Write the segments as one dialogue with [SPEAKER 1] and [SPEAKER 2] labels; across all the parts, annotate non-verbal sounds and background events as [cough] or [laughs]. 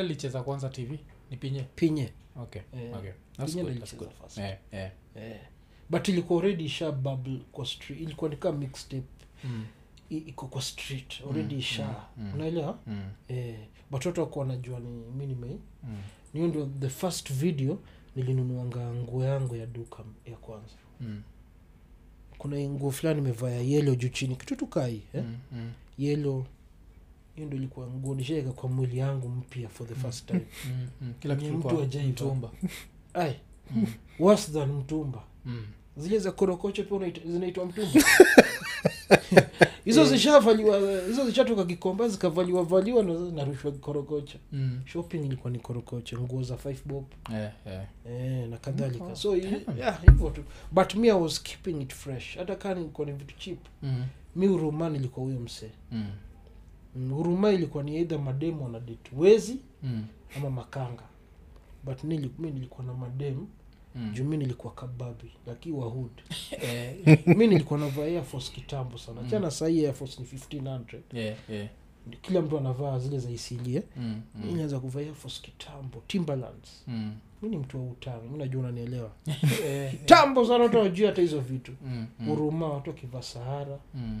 [SPEAKER 1] alicheza kwanza tv ni pinye
[SPEAKER 2] pinye
[SPEAKER 1] okay,
[SPEAKER 2] Eh,
[SPEAKER 1] okay. That's
[SPEAKER 2] Pinye ndo
[SPEAKER 1] good, that's
[SPEAKER 2] alicheza
[SPEAKER 1] good.
[SPEAKER 2] first.
[SPEAKER 1] Eh, eh.
[SPEAKER 2] eh. but ilikuwa already isha bubble kwa street ilikuwa ni kama mixtape
[SPEAKER 1] Mm,
[SPEAKER 2] i- iko kwa street already
[SPEAKER 1] Mm,
[SPEAKER 2] isha
[SPEAKER 1] mm, mm.
[SPEAKER 2] unaelewa
[SPEAKER 1] mm,
[SPEAKER 2] eh, but watu wakuwa wanajua ni mi nime
[SPEAKER 1] mm,
[SPEAKER 2] niyo ndio the first video nilinunuanga nguo yangu ya duka ya kwanza
[SPEAKER 1] mm,
[SPEAKER 2] kuna nguo fulani imevaa ya yelo juu chini kitu tukai eh?
[SPEAKER 1] mm, mm,
[SPEAKER 2] yelo hiyo ndo ilikuwa nguo nishaeka kwa mwili yangu mpya for the first time
[SPEAKER 1] [laughs] mm, mm. kila
[SPEAKER 2] Ni
[SPEAKER 1] kitu
[SPEAKER 2] mtu
[SPEAKER 1] kwa
[SPEAKER 2] ajaiba.
[SPEAKER 1] mtumba.
[SPEAKER 2] ai
[SPEAKER 1] Mm,
[SPEAKER 2] worse than mtumba
[SPEAKER 1] mm.
[SPEAKER 2] zile za korokocho pia unaita- zinaitwa [laughs] mtumba hizo zishavaliwa hizo zishatoka kikomba zikavaliwa valiwa na narushwa korokocho
[SPEAKER 1] Mm.
[SPEAKER 2] shopping ilikuwa ni korokocho nguo za five bob
[SPEAKER 1] Eh, eh.
[SPEAKER 2] eh, na kadhalika so i-
[SPEAKER 1] damn.
[SPEAKER 2] yeah, hivyo tu but me i was keeping it fresh hata kaa nilikuwa ni vitu cheap
[SPEAKER 1] Mm,
[SPEAKER 2] mi huruma nilikuwa huyo msee
[SPEAKER 1] mm,
[SPEAKER 2] Mm, huruma ilikuwa ni eidha mademu wanadate wezi
[SPEAKER 1] mm,
[SPEAKER 2] ama makanga but nili- mi nilikuwa na mademu
[SPEAKER 1] mm.
[SPEAKER 2] juu mi nilikuwa kababi lakini wahud
[SPEAKER 1] Eh,
[SPEAKER 2] mi nilikuwa navaa air force kitambo sana
[SPEAKER 1] Mm.
[SPEAKER 2] chana sahii air force ni 1500
[SPEAKER 1] eh, eh.
[SPEAKER 2] kila mtu anavaa zile za isilie
[SPEAKER 1] Mm,
[SPEAKER 2] mi
[SPEAKER 1] mm,
[SPEAKER 2] naweza kuvaa air force kitambo timberlands
[SPEAKER 1] mm.
[SPEAKER 2] mi ni mtu wa utami mi najua unanielewa
[SPEAKER 1] Eh, eh.
[SPEAKER 2] kitambo sana watu hawajui hata hizo vitu
[SPEAKER 1] [laughs] Mm, mm,
[SPEAKER 2] huruma watu wakivaa sahara
[SPEAKER 1] mm,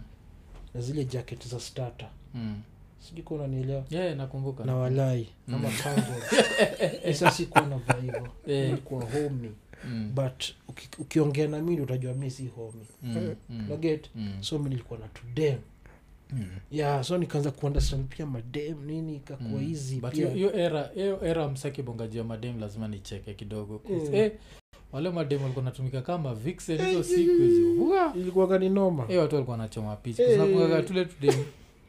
[SPEAKER 2] na zile jacket za stata
[SPEAKER 1] mm.
[SPEAKER 2] sijui kuwa unanielewa
[SPEAKER 1] Eh, nakumbuka
[SPEAKER 2] na walai
[SPEAKER 1] Mm.
[SPEAKER 2] ama
[SPEAKER 1] [laughs]
[SPEAKER 2] tango sasa sikuwa navaa hivyo
[SPEAKER 1] Eh.
[SPEAKER 2] nilikuwa homi
[SPEAKER 1] Mm,
[SPEAKER 2] but uki- ukiongea na mimi utajua mi si homi
[SPEAKER 1] mm, mm,
[SPEAKER 2] naget
[SPEAKER 1] mm,
[SPEAKER 2] so mi nilikuwa na tudem
[SPEAKER 1] mm.
[SPEAKER 2] yeah so nikaanza kuunderstand pia madem nini ikakuwa
[SPEAKER 1] Mm.
[SPEAKER 2] hizi
[SPEAKER 1] But
[SPEAKER 2] pia
[SPEAKER 1] hiyo- hiyo era hiyo era msakibongajia madem lazima nicheke kidogo 'Cause,
[SPEAKER 2] Mm.
[SPEAKER 1] eh, wale madem walikuwa natumika kama vixen hizo
[SPEAKER 2] Eh,
[SPEAKER 1] siku
[SPEAKER 2] eh,
[SPEAKER 1] hizo Wa!
[SPEAKER 2] ilikuwaga ni noma
[SPEAKER 1] Eh, watu walikuwa wanachoma
[SPEAKER 2] Eh.
[SPEAKER 1] pichanakungaga tule tudem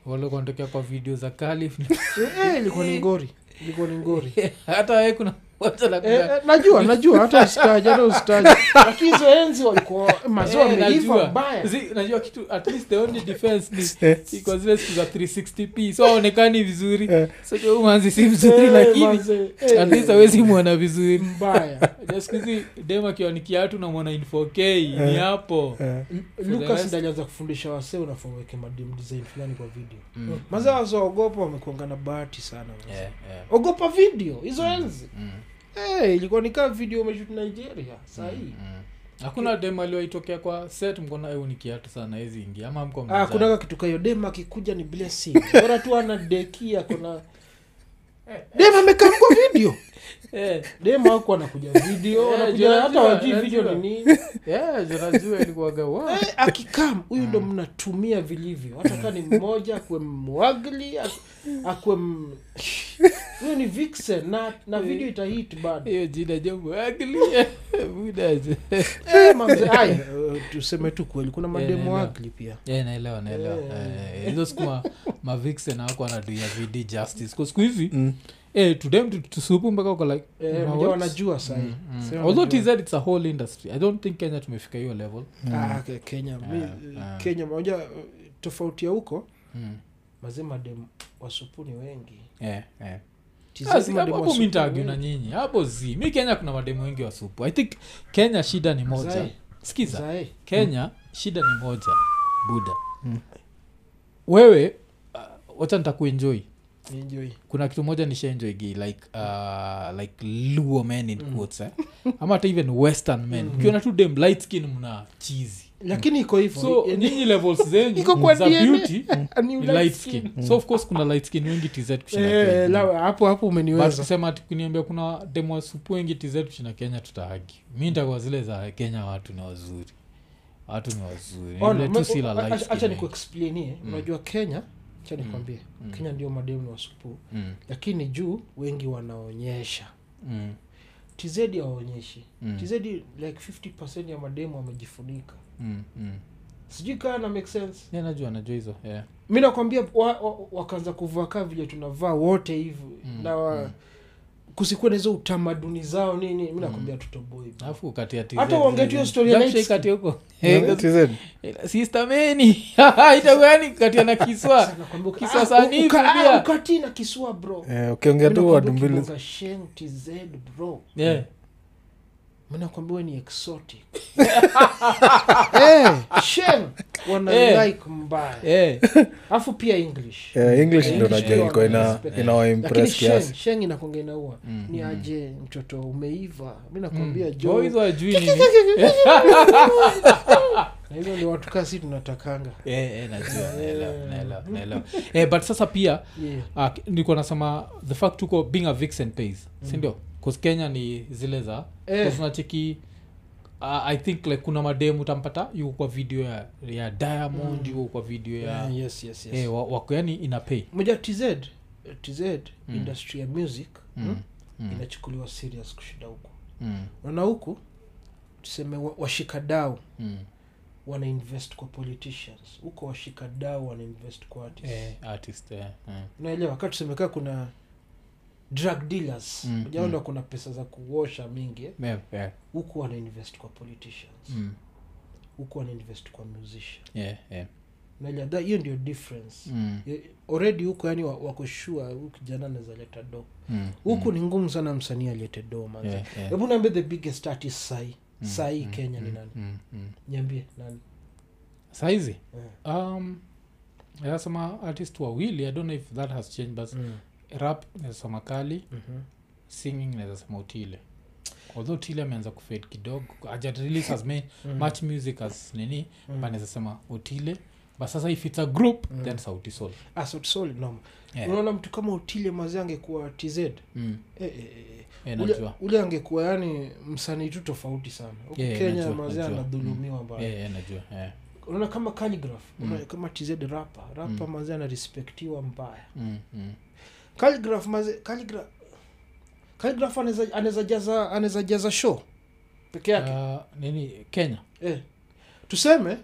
[SPEAKER 1] walikuwa wanatokea kwa video za kalif
[SPEAKER 2] Eh, ilikuwa ni ngori ilikuwa ni ngori
[SPEAKER 1] [laughs] hata we kuna watu
[SPEAKER 2] Eh,
[SPEAKER 1] wanakuja-
[SPEAKER 2] eh, najua najua hata ustaji hata ustaji [laughs] lakini hizo enzi walikuwa maziwa
[SPEAKER 1] Eh, najua.
[SPEAKER 2] wameiva mbaya
[SPEAKER 1] Zi- najua kitu at least the only defense ni iko zile siku za 360p so aonekani vizuri somanzi si mzuri
[SPEAKER 2] Eh,
[SPEAKER 1] lakini
[SPEAKER 2] mazee,
[SPEAKER 1] at least
[SPEAKER 2] eh,
[SPEAKER 1] awezi mwona vizuri
[SPEAKER 2] mbaya
[SPEAKER 1] [laughs] skuhizi dem akiwa ni kiatu namwona in 4k ni
[SPEAKER 2] Eh.
[SPEAKER 1] hapo
[SPEAKER 2] lukas
[SPEAKER 1] rest-
[SPEAKER 2] ndo alianza kufundisha wasee unafaa uweke madem design fulani kwa video
[SPEAKER 1] Mm.
[SPEAKER 2] maza wazoaogopa Mm. wamekuanga na bahati sana wazee.
[SPEAKER 1] Eh, eh.
[SPEAKER 2] ogopa video hizo enzi
[SPEAKER 1] Mm,
[SPEAKER 2] Eh, ilikuwa ni kaa video umeshut nigeria sahii
[SPEAKER 1] mm. hakuna dem aliwaitokea kwa set mkona eu ni kiatu sana hizi ingia ama mko
[SPEAKER 2] ah,
[SPEAKER 1] mezani.
[SPEAKER 2] kunaka kitu kayo dem akikuja ni blessing bora tu ana dekia kuna dem amekaa kwa video
[SPEAKER 1] Eh,
[SPEAKER 2] dem aku anakuja video
[SPEAKER 1] Eh,
[SPEAKER 2] anakuja
[SPEAKER 1] jua,
[SPEAKER 2] hata
[SPEAKER 1] jua,
[SPEAKER 2] wajui video
[SPEAKER 1] najua.
[SPEAKER 2] ni nini
[SPEAKER 1] yeah, jonajua ilikuwaga
[SPEAKER 2] [laughs]
[SPEAKER 1] wa
[SPEAKER 2] Eh, akikam huyu ndo mnatumia vilivyo hata kaa ni mmoja akuwe mwagli akuwe m- huyo ni vixen na, na video itahit bado
[SPEAKER 1] hiyo jina [laughs] jamboaglie budaje
[SPEAKER 2] Eh, mamze- ai, eh, tuseme tu kweli kuna mademu
[SPEAKER 1] naelewa.
[SPEAKER 2] wagli pia
[SPEAKER 1] Yeah, naelewa naelewa
[SPEAKER 2] Yeah.
[SPEAKER 1] Eh, hizo siku ma- mavixen ako anaduia vd justice kwa siku hivi
[SPEAKER 3] Mm.
[SPEAKER 1] eh, tudem tu- tusupu mpaka uko like
[SPEAKER 2] Eh,
[SPEAKER 1] una
[SPEAKER 2] mja
[SPEAKER 1] what?
[SPEAKER 2] wanajua sahi
[SPEAKER 1] Mm, mm.
[SPEAKER 2] Sasa
[SPEAKER 1] although
[SPEAKER 2] wanajua.
[SPEAKER 1] tz it's a whole industry i don't think kenya tumefika hiyo level
[SPEAKER 2] Ah, ke- kenya mi-
[SPEAKER 1] Yeah,
[SPEAKER 2] eh,
[SPEAKER 1] yeah.
[SPEAKER 2] kenya moja eh, tofauti ya huko
[SPEAKER 1] mm.
[SPEAKER 2] mazee mademu wasupuni wengi
[SPEAKER 1] yeah, yeah.
[SPEAKER 2] Tizama
[SPEAKER 1] Ah, si-
[SPEAKER 2] mademu
[SPEAKER 1] hapo
[SPEAKER 2] wasupuni
[SPEAKER 1] mintagyu na
[SPEAKER 2] wengi.
[SPEAKER 1] nyinyi hapo z mi kenya kuna mademu wengi wa supu i think kenya shida ni moja
[SPEAKER 2] Zai.
[SPEAKER 1] skiza
[SPEAKER 2] Zai.
[SPEAKER 1] kenya shida ni moja buda
[SPEAKER 2] Hmm.
[SPEAKER 1] wewe uh, wacha nitakuenjoi
[SPEAKER 2] Enjoy.
[SPEAKER 1] kuna kitu moja nishaenjoigi like uh, like luo men
[SPEAKER 2] Hmm.
[SPEAKER 1] in quotes, eh? ama hata even western men ukiona tu dem light skin mna chizi
[SPEAKER 2] lakini iko hivyo
[SPEAKER 1] so
[SPEAKER 2] Yani-
[SPEAKER 1] nyinyi levels zenyu
[SPEAKER 2] [laughs] Iko kwa
[SPEAKER 1] za
[SPEAKER 2] DNA. [laughs]
[SPEAKER 1] beauty Mm.
[SPEAKER 2] Ni
[SPEAKER 1] ni
[SPEAKER 2] light
[SPEAKER 1] light
[SPEAKER 2] skin.
[SPEAKER 1] skin so of course kuna light skin wengi tz kushinda
[SPEAKER 2] Hmm. Eh,
[SPEAKER 1] Kenya.
[SPEAKER 2] la- hapo hapo
[SPEAKER 1] But
[SPEAKER 2] umeniweza
[SPEAKER 1] kusema ati kuniambia kuna demwasupu wengi tz kushinda kenya tutahagi mi ntakuwa zile za kenya watu ni wazuri watu ni wazuri
[SPEAKER 2] Ona,
[SPEAKER 1] Ile tu
[SPEAKER 2] Oh, me-
[SPEAKER 1] si eh, la
[SPEAKER 2] acha-
[SPEAKER 1] light skin Mm.
[SPEAKER 2] acha
[SPEAKER 1] wengi.
[SPEAKER 2] nikuexplainie unajua kenya acha nikwambie kenya ndio mademu ni wasupu
[SPEAKER 1] Mm,
[SPEAKER 2] lakini juu wengi wanaonyesha
[SPEAKER 1] mm,
[SPEAKER 2] tz awaonyeshi
[SPEAKER 1] Mm.
[SPEAKER 2] tz like 50 ya mademu wamejifunika
[SPEAKER 1] mm, mm.
[SPEAKER 2] sijui kaa na make sense
[SPEAKER 1] Yeah, najua najua hizo yeah.
[SPEAKER 2] mi nakwambia wa, wa, wakaanza kuvaa kaa vile tunavaa wote hivi mm, na wa, mm. kusikuwa na hizo utamaduni zao nini mi nakwambia
[SPEAKER 1] Mm.
[SPEAKER 2] tutoboi
[SPEAKER 1] alafu kati ya TZ,
[SPEAKER 2] Hata uongee tu hiyo
[SPEAKER 1] TZ.
[SPEAKER 2] story ya
[SPEAKER 1] Jack
[SPEAKER 2] light
[SPEAKER 1] Shake kati huko
[SPEAKER 3] Yeah,
[SPEAKER 1] Eh,
[SPEAKER 3] TZ.
[SPEAKER 1] sister meni [laughs] itakuwa yani katia na kiswa kiswa
[SPEAKER 2] ah,
[SPEAKER 1] sanifu pia
[SPEAKER 2] ukati na kisua bro
[SPEAKER 3] Eh, ukiongea tu wadu mbili
[SPEAKER 2] minakwambia shen tz bro
[SPEAKER 1] Yeah. [laughs]
[SPEAKER 2] minakwambia we ni exotic Eh, shen wana
[SPEAKER 1] Eh.
[SPEAKER 2] like mbaya
[SPEAKER 1] Eh,
[SPEAKER 2] alafu pia english
[SPEAKER 3] Eh,
[SPEAKER 2] English
[SPEAKER 3] english ndo najua
[SPEAKER 2] ndio
[SPEAKER 3] ilikuwa ina
[SPEAKER 2] wanarespect. lakini
[SPEAKER 3] inawaimpress
[SPEAKER 2] sheng
[SPEAKER 3] kiasi
[SPEAKER 2] sheng inakonga inaua
[SPEAKER 1] Mm.
[SPEAKER 2] ni aje mtoto umeiva mi nakwambia
[SPEAKER 1] mm.
[SPEAKER 2] jo
[SPEAKER 1] Oh,
[SPEAKER 2] [laughs]
[SPEAKER 1] hizo hajui nini.
[SPEAKER 2] na hivyo ni watu kaa si tunatakanga
[SPEAKER 1] Eh, eh, najua, naelewa,
[SPEAKER 2] Eh.
[SPEAKER 1] naelewa, naelewa. Eh, but sasa pia
[SPEAKER 2] yeah.
[SPEAKER 1] uh, nilikuwa nasema the fact tuko being a vixen pays sindio bcause kenya ni zile za
[SPEAKER 2] Mm. Eh.
[SPEAKER 1] unacheki uh, i think like kuna mademu utampata yuko kwa video ya, ya diamond yuko kwa video ya
[SPEAKER 2] Mm. Yeah, yes, yes, yes.
[SPEAKER 1] eh, wa- wako yani ina pay
[SPEAKER 2] moja tz tz
[SPEAKER 1] Mm.
[SPEAKER 2] industry ya music hmm,
[SPEAKER 1] Mm, mm,
[SPEAKER 2] inachukuliwa serious kushinda huku
[SPEAKER 1] mm,
[SPEAKER 2] naona huku tuseme wa- washikadau
[SPEAKER 1] mm.
[SPEAKER 2] wanainvest kwa politicians huko washikadau wanainvest kwa artists
[SPEAKER 1] Eh, artist, eh, eh.
[SPEAKER 2] unaelewa kaa tusemekaa kuna drug dealers
[SPEAKER 1] Mm,
[SPEAKER 2] ujaona
[SPEAKER 1] mm.
[SPEAKER 2] kuna pesa za kuosha mingi eh.
[SPEAKER 1] Yeah, yeah,
[SPEAKER 2] huku wanainvest kwa politicians
[SPEAKER 1] mm,
[SPEAKER 2] huku wanainvest kwa musician
[SPEAKER 1] yeah, yeah,
[SPEAKER 2] unaelewa That- hiyo ndio difference
[SPEAKER 1] mm,
[SPEAKER 2] Eh, already huko yani wakoshua huyu kijana anaweza leta do
[SPEAKER 1] mm,
[SPEAKER 2] huku
[SPEAKER 1] mm.
[SPEAKER 2] ni ngumu sana msanii alete do manze
[SPEAKER 1] Yeah, yeah.
[SPEAKER 2] hebu niambie the biggest artist sai
[SPEAKER 1] Mm,
[SPEAKER 2] sai
[SPEAKER 1] mm,
[SPEAKER 2] kenya ni
[SPEAKER 1] mm,
[SPEAKER 2] nani
[SPEAKER 1] mm, mm.
[SPEAKER 2] niambie nani
[SPEAKER 1] saizi
[SPEAKER 2] Eh.
[SPEAKER 1] um, nasema artist wawili i don't know if that has changed but rap nasema kali singing naweza sema utile although utile ameanza kufade kidogo hajat release as ma-
[SPEAKER 2] [laughs] Mm.
[SPEAKER 1] much music as nini
[SPEAKER 2] Mm.
[SPEAKER 1] but naweza sema utile but sasa if it's a group
[SPEAKER 2] Mm.
[SPEAKER 1] then sauti sol
[SPEAKER 2] Ah, so sorry, no.
[SPEAKER 1] Yeah.
[SPEAKER 2] unaona mtu kama utile mazi angekuwa tz eh,
[SPEAKER 1] mm.
[SPEAKER 2] eh, eh,
[SPEAKER 1] yeah,
[SPEAKER 2] ule,
[SPEAKER 1] najua
[SPEAKER 2] ule angekuwa yani msanii tu tofauti sana huku
[SPEAKER 1] Yeah, yeah,
[SPEAKER 2] kenya
[SPEAKER 1] najua,
[SPEAKER 2] mazi
[SPEAKER 1] najua. Mm.
[SPEAKER 2] anadhulumiwa mbaya
[SPEAKER 1] yeah, yeah, najua yeah.
[SPEAKER 2] unaona kama Khaligraph,
[SPEAKER 1] Mm.
[SPEAKER 2] unaona kama tz rapa rapa
[SPEAKER 1] Mm.
[SPEAKER 2] mazi anarespektiwa mbaya
[SPEAKER 1] mm, mm.
[SPEAKER 2] Calligraph maze calligraph calligraph anaweza anaweza jaza anaweza jaza show peke yake
[SPEAKER 1] Uh, nini kenya
[SPEAKER 2] eh. tuseme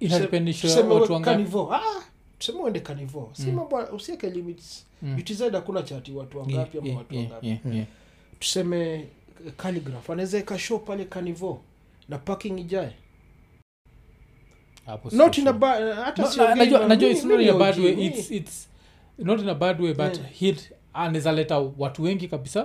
[SPEAKER 1] inapendisha
[SPEAKER 2] tuseme
[SPEAKER 1] watu
[SPEAKER 2] uwe
[SPEAKER 1] wangapi
[SPEAKER 2] Carnivore. ah tuseme uende carnivo si
[SPEAKER 1] Mm.
[SPEAKER 2] mambo usiweke limits
[SPEAKER 1] Mm.
[SPEAKER 2] utz hakuna chati watu
[SPEAKER 1] Yeah,
[SPEAKER 2] wangapi ama
[SPEAKER 1] yeah,
[SPEAKER 2] watu
[SPEAKER 1] yeah,
[SPEAKER 2] wangapi
[SPEAKER 1] yeah, yeah.
[SPEAKER 2] tuseme eh, calligraph anaweza eka show pale carnivo na parking ijae
[SPEAKER 1] Hapo
[SPEAKER 2] not
[SPEAKER 1] sio
[SPEAKER 2] in a
[SPEAKER 1] sure.
[SPEAKER 2] ba- hata
[SPEAKER 1] No,
[SPEAKER 2] sio
[SPEAKER 1] na-
[SPEAKER 2] gay,
[SPEAKER 1] najua-
[SPEAKER 2] man.
[SPEAKER 1] najua
[SPEAKER 2] Mimi-
[SPEAKER 1] it's not in a
[SPEAKER 2] mimi
[SPEAKER 1] bad
[SPEAKER 2] OG,
[SPEAKER 1] way.
[SPEAKER 2] mimi-
[SPEAKER 1] It's- it's not in a bad way but
[SPEAKER 2] Yeah.
[SPEAKER 1] hit anaweza leta watu wengi kabisa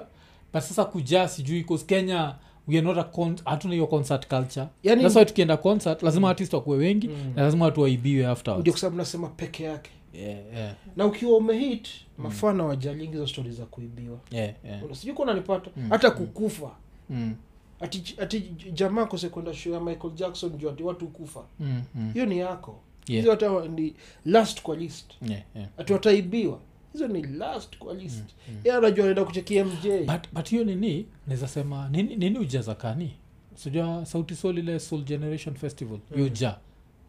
[SPEAKER 1] but sasa kujaa sijui 'cause kenya we are not a con- hatuna hiyo concert culture
[SPEAKER 2] Yani-
[SPEAKER 1] That's why tukienda concert lazima artist wakuwe wengi
[SPEAKER 2] Mm.
[SPEAKER 1] na lazima watu waibiwe
[SPEAKER 2] ndio
[SPEAKER 1] afterwards
[SPEAKER 2] kwa sababu nasema peke yake
[SPEAKER 1] yeah, yeah,
[SPEAKER 2] na ukiwa umehit mafana wajalingi hizo stori za kuibiwa
[SPEAKER 1] Mm. yeah, yeah.
[SPEAKER 2] Una- sijui kuwa nanipata
[SPEAKER 1] Mm.
[SPEAKER 2] hata kukufa
[SPEAKER 1] Mm,
[SPEAKER 2] ati, ati jamaa kose kwenda show ya michael jackson juu ati watu kufa
[SPEAKER 1] mm, mm.
[SPEAKER 2] hiyo ni yako
[SPEAKER 1] Yeah.
[SPEAKER 2] hizo hata wa- ni last kwa list
[SPEAKER 1] Yeah, yeah.
[SPEAKER 2] ati wataibiwa hizo ni last kwa list ye anajua anaenda kuchekia mj
[SPEAKER 1] Mm. But- but hiyo nini naweza sema nini, nini ujaza kani sijua sauti sol ile soul generation festival hiyo ja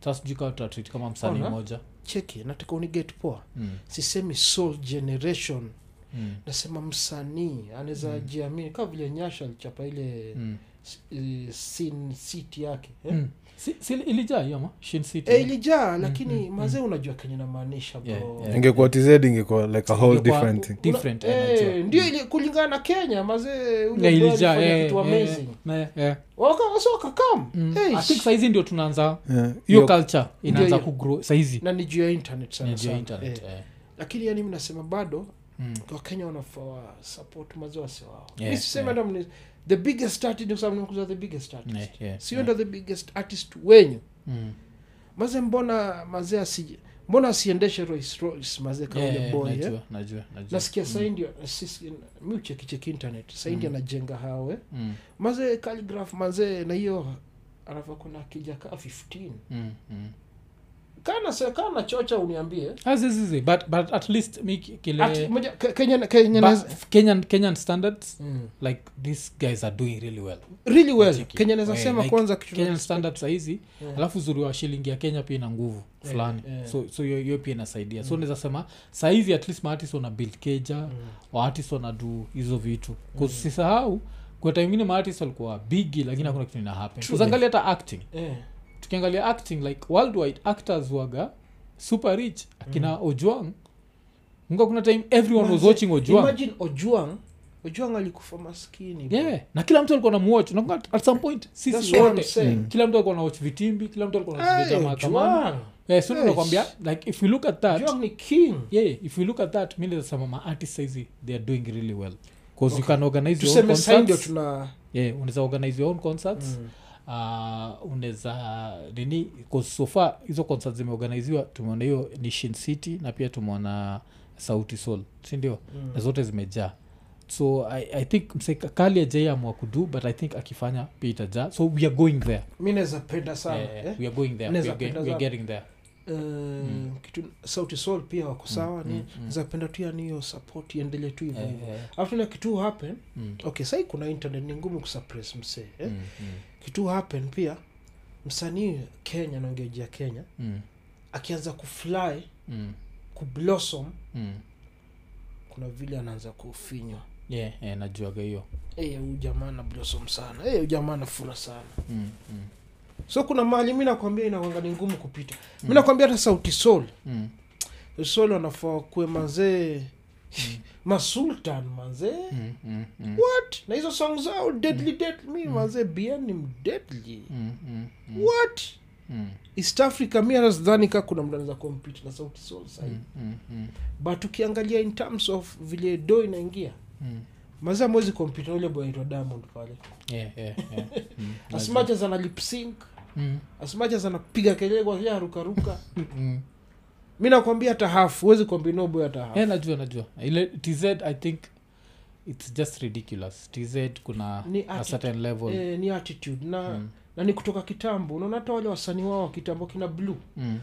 [SPEAKER 1] sasa sijui kama tutatreat kama msanii
[SPEAKER 2] Mm. Ona.
[SPEAKER 1] mmoja
[SPEAKER 2] cheki nataka uniget poa
[SPEAKER 1] mm,
[SPEAKER 2] sisemi soul generation
[SPEAKER 1] mm,
[SPEAKER 2] nasema msanii anaweza jiamini kama vile nyasha alichapa ile
[SPEAKER 1] mm.
[SPEAKER 2] eh, sin city yake eh?
[SPEAKER 1] Mm. Si- si- ilijaa hiyo ama shin city
[SPEAKER 2] Eh, ilijaa lakini mazee unajua kenye namaanisha bro
[SPEAKER 1] mm, Yeah, yeah.
[SPEAKER 3] ingekuwa tz ingekuwa like a whole
[SPEAKER 1] Ingekuwa-
[SPEAKER 3] different thing
[SPEAKER 1] different,
[SPEAKER 2] Una-
[SPEAKER 1] eh, najua.
[SPEAKER 2] eh, ndio ili- kulingana na kenya mazee
[SPEAKER 1] Yeah, ilijaa, eh,
[SPEAKER 2] kitu
[SPEAKER 1] eh,
[SPEAKER 2] amazing Eh,
[SPEAKER 1] eh, eh.
[SPEAKER 2] Waka- wase wakakam
[SPEAKER 1] Mm.
[SPEAKER 2] Hey,
[SPEAKER 1] I think saizi ndio tunaanza
[SPEAKER 3] Yeah.
[SPEAKER 1] hiyo
[SPEAKER 3] Hiyo-
[SPEAKER 1] culture inaanza
[SPEAKER 2] hiyo.
[SPEAKER 1] kugro saizi
[SPEAKER 2] na ni juu ya internet sana
[SPEAKER 1] Ni juu ya
[SPEAKER 2] sana.
[SPEAKER 1] internet,
[SPEAKER 2] Eh,
[SPEAKER 1] eh.
[SPEAKER 2] lakini yani mnasema bado
[SPEAKER 1] Mm.
[SPEAKER 2] wakenya wanafaa wa- support mazee wase wao
[SPEAKER 1] Yeah,
[SPEAKER 2] Mi sisemi
[SPEAKER 1] yeah.
[SPEAKER 2] hata mni- the biggest artist kwa sababu nimekuza the biggest artist
[SPEAKER 1] Yeah, yeah,
[SPEAKER 2] sio
[SPEAKER 1] yeah.
[SPEAKER 2] ndo the biggest artist wenyu
[SPEAKER 1] Mm.
[SPEAKER 2] maze mbona mazee asi mbona asiendeshe Rolls Royce mazee kama
[SPEAKER 1] Yeah,
[SPEAKER 2] ule
[SPEAKER 1] yeah,
[SPEAKER 2] boy eh?
[SPEAKER 1] najua, Mm. najua, najua.
[SPEAKER 2] nasikia saindi sisi- mi uchekicheki internet saindi anajenga hawe
[SPEAKER 1] Mm,
[SPEAKER 2] mazee eh? calligraph mazee na hiyo anafaa kuna kijakaa 15
[SPEAKER 1] mm, mm.
[SPEAKER 2] kana sekaa na chocha uniambie
[SPEAKER 1] Ah, zi- zi- zi, but- but at least mi ki- kile-
[SPEAKER 2] Ati- moja- Ke- Kenya- Kenya
[SPEAKER 1] but
[SPEAKER 2] naeza-
[SPEAKER 1] kenyan kenyan standards
[SPEAKER 2] Mm.
[SPEAKER 1] like these guys are doing really well
[SPEAKER 2] really well
[SPEAKER 1] Cheki.
[SPEAKER 2] kenya naweza
[SPEAKER 1] Eh,
[SPEAKER 2] sema
[SPEAKER 1] like,
[SPEAKER 2] kwanza
[SPEAKER 1] kenyan standard sahizi
[SPEAKER 2] Yeah.
[SPEAKER 1] alafu uzuri wa shilingi ya kenya pia ina nguvu
[SPEAKER 2] Yeah,
[SPEAKER 1] fulani
[SPEAKER 2] yeah. Mm.
[SPEAKER 1] so so hiyo hiyo pia inasaidia so naweza sema sahizi at least maartist wana build keja waartist wanadu hizo vitu
[SPEAKER 2] Mm.
[SPEAKER 1] kusisahau kuna time ingine maartist walikuwa bigi lakini hakuna kitu ina happen
[SPEAKER 2] Mm. True.
[SPEAKER 1] tukiangalia hata acting
[SPEAKER 2] Eh,
[SPEAKER 1] tukiangalia acting like worldwide actors waga super rich akina ojuang nga kuna time everyone was
[SPEAKER 2] Manze,
[SPEAKER 1] watching ojuang
[SPEAKER 2] Mm. imagine ojuang ojuang alikufa maskini bro.
[SPEAKER 1] yeah na kila mtu alikuwa na muwatch nakumbuka at- at some point
[SPEAKER 2] That's
[SPEAKER 1] sisi
[SPEAKER 2] what I'm
[SPEAKER 1] wote
[SPEAKER 2] saying.
[SPEAKER 1] kila mtu alikuwa na watch vitimbi kila mtu alikuwa
[SPEAKER 2] Ay,
[SPEAKER 1] naaa mahakamani
[SPEAKER 2] Ojuang.
[SPEAKER 1] Eh, so
[SPEAKER 2] Yes.
[SPEAKER 1] nakwambia like if you look at that
[SPEAKER 2] Ojuang ni king
[SPEAKER 1] yeah if you look at that mi naweza sema maartist saizi they are doing really well because you can organize your own
[SPEAKER 2] tuseme sai ndio Mm.
[SPEAKER 1] concerts
[SPEAKER 2] tuna
[SPEAKER 1] yeah unaweza organize your own concerts uh, unaweza nini 'cause so far hizo concert zimeorganiziwa tumeona hiyo ni shin city na pia tumeona sauti sol sindio mm. na zote zimejaa so i, I think msekali ajaiamua kudu but i think akifanya pia itajaa so we are going there
[SPEAKER 2] mi naweza penda sana
[SPEAKER 1] Eh,
[SPEAKER 2] eh?
[SPEAKER 1] we are going there we
[SPEAKER 2] Naweza
[SPEAKER 1] are, ge-
[SPEAKER 2] penda
[SPEAKER 1] we are
[SPEAKER 2] sana.
[SPEAKER 1] getting there
[SPEAKER 2] Eh,
[SPEAKER 1] Mm.
[SPEAKER 2] kitu sauti sol pia wako sawa ni naweza penda tu yani hiyo support iendelee tu hivyo hivyo
[SPEAKER 1] Eh,
[SPEAKER 2] after na kitu happen
[SPEAKER 1] mm,
[SPEAKER 2] okay sahii kuna internet ni ngumu kusuppress msee eh?
[SPEAKER 1] mm, mm,
[SPEAKER 2] kitu happen pia msanii kenya naongeojia kenya
[SPEAKER 1] mm,
[SPEAKER 2] akianza kufly
[SPEAKER 1] mm,
[SPEAKER 2] kublossom
[SPEAKER 1] mm.
[SPEAKER 2] kuna vile anaanza kufinywa
[SPEAKER 1] Yeah, eh, najuaga hiyo
[SPEAKER 2] Eh, huyu jamaa na blossom sana Eh, huyu jamaa na fura sana
[SPEAKER 1] Mm, mm,
[SPEAKER 2] so kuna mahali mi nakwambia inakwanga ni ngumu kupita mi nakwambia hata sauti sol
[SPEAKER 1] mm,
[SPEAKER 2] sol wanafaa kuwe mazee [laughs] masultan mazee
[SPEAKER 1] mm, mm, mm,
[SPEAKER 2] what na hizo song zao deadly deadly mi mazee bn ni mdeadly
[SPEAKER 1] mm, mm, mm,
[SPEAKER 2] what
[SPEAKER 1] mm,
[SPEAKER 2] east africa mi hata sidhani ka kuna mtu anaweza kompiti na sauti sol sahii
[SPEAKER 1] mm, mm, mm,
[SPEAKER 2] but ukiangalia in terms of vile do inaingia
[SPEAKER 1] mm.
[SPEAKER 2] mazee amwezi kompiti na ule boy anaitwa diamond pale
[SPEAKER 1] Yeah, yeah, yeah.
[SPEAKER 2] [laughs]
[SPEAKER 1] Mm,
[SPEAKER 2] as
[SPEAKER 1] najua.
[SPEAKER 2] much as ana lip sync
[SPEAKER 1] Mm,
[SPEAKER 2] as much as anapiga kelele kwa kila harukaruka
[SPEAKER 1] mm.
[SPEAKER 2] [laughs] mi nakwambia hata hafu huwezi kuambia no boy hata hafu
[SPEAKER 1] Yeah, najua najua Eh, ile tz i think its just ridiculous tz kuna
[SPEAKER 2] Ni
[SPEAKER 1] a
[SPEAKER 2] atti-
[SPEAKER 1] certain level
[SPEAKER 2] eh, ni attitude na
[SPEAKER 1] Mm.
[SPEAKER 2] na ni kutoka kitambo unaona hata wale wasanii wao wa kitambo kina blue
[SPEAKER 1] Mm,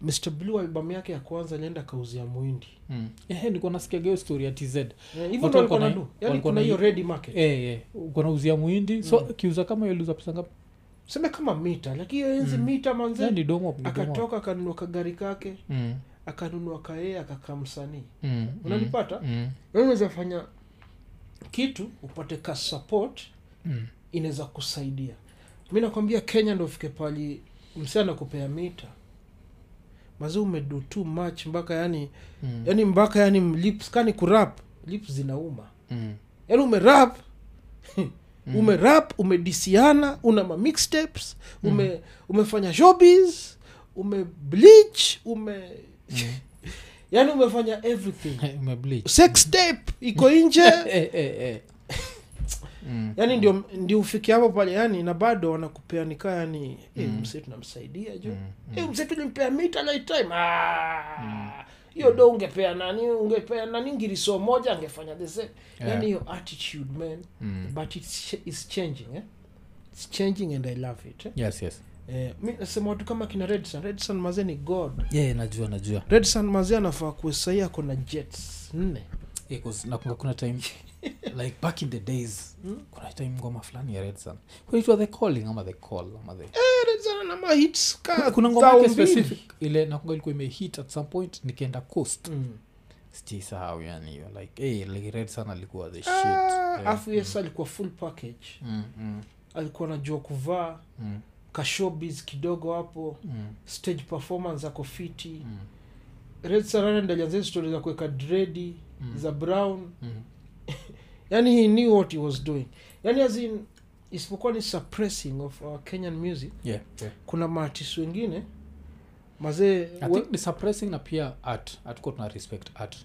[SPEAKER 2] mr blue albamu yake ya kwanza alienda kauzia muhindi
[SPEAKER 1] mm. Yeah, nilikuwa nasikiaga hiyo story ya tz
[SPEAKER 2] Eh, hivyo
[SPEAKER 1] Watu
[SPEAKER 2] ndo
[SPEAKER 1] walikuwa
[SPEAKER 2] alikuwa
[SPEAKER 1] na-
[SPEAKER 2] nadu yani
[SPEAKER 1] walikuwa
[SPEAKER 2] kuna
[SPEAKER 1] na
[SPEAKER 2] hiyo
[SPEAKER 1] hi-
[SPEAKER 2] ready market
[SPEAKER 1] Eh, eh, uko nauzia muhindi so kiuza kama yoliuza pesa ngapi
[SPEAKER 2] seme kama mita lakini hiyo enzi mita
[SPEAKER 1] Yeah,
[SPEAKER 2] manze
[SPEAKER 1] Hmm. Yaani ni domo ni domo.
[SPEAKER 2] akatoka akanunua kagari kake
[SPEAKER 1] Mm,
[SPEAKER 2] akanunua kaye akakaa msanii
[SPEAKER 1] mm,
[SPEAKER 2] unanipata
[SPEAKER 1] mm,
[SPEAKER 2] Wewe unaweza fanya kitu upate ka support
[SPEAKER 1] mm.
[SPEAKER 2] inaweza kusaidia mi nakwambia kenya ndo fike pali msi anakupea mita mazi umedu too much mpaka yaani yani
[SPEAKER 1] Mm.
[SPEAKER 2] yani mpaka yani yaani lips kani kurap lips zinauma Yaani
[SPEAKER 1] Mm, [laughs]
[SPEAKER 2] yani umerap umerap umedisiana una ma mixtapes ume umefanya showbiz ume bleach ume [laughs] yani umefanya everything
[SPEAKER 1] umebleach.
[SPEAKER 2] sex tape iko nje
[SPEAKER 1] [laughs] Eh, eh, eh. Mm,
[SPEAKER 2] yani ndio ndio ufike hapo pale yani na bado wanakupea nikaa yani mm. eh, msee tunamsaidia jo mm. eh, msee tulimpea mita light time
[SPEAKER 1] Mm.
[SPEAKER 2] Ah, hiyo do ungepea nani ungepea nani ngiriso moja angefanya the same
[SPEAKER 1] Yeah.
[SPEAKER 2] yani hiyo attitude man
[SPEAKER 1] Mm.
[SPEAKER 2] but it's, ch- it's changing eh? it's changing and i love it eh?
[SPEAKER 1] yes yes
[SPEAKER 2] eh, mi nasema watu kama kina redson redson mazee ni god
[SPEAKER 1] yeah, najua najua
[SPEAKER 2] redson mazee anafaa kuesahii ako na jets nne
[SPEAKER 1] Yeah, Eh, 'cause nakumbuka kuna time like back in the days kuna time ngoma fulani ya red sun kunaitwa the calling ama the call ama the
[SPEAKER 2] redson ana ma hits ka
[SPEAKER 1] kuna ngoma yake
[SPEAKER 2] thao mbili.
[SPEAKER 1] specific ile nakumbuka ilikuwa imehit at some point nikienda coast
[SPEAKER 2] mm.
[SPEAKER 1] sijaisahau yani hiyo like hey, like red sun alikuwa the shit
[SPEAKER 2] Ah,
[SPEAKER 1] yeah.
[SPEAKER 2] afu yes alikuwa full package
[SPEAKER 1] mm, mm,
[SPEAKER 2] alikuwa anajua kuvaa
[SPEAKER 1] mm,
[SPEAKER 2] kashobis kidogo hapo
[SPEAKER 1] mm,
[SPEAKER 2] stage performance ako fiti
[SPEAKER 1] Mm.
[SPEAKER 2] red sarana ndo alianzia story za kuweka dredi za brown
[SPEAKER 1] mm,
[SPEAKER 2] [laughs] yani he knew what he was doing yani as in isipokuwa ni suppressing of our kenyan music
[SPEAKER 1] yeah, yeah.
[SPEAKER 2] kuna maartis wengine mazee
[SPEAKER 1] I think ni suppressing na pia art hatuko tuna respect art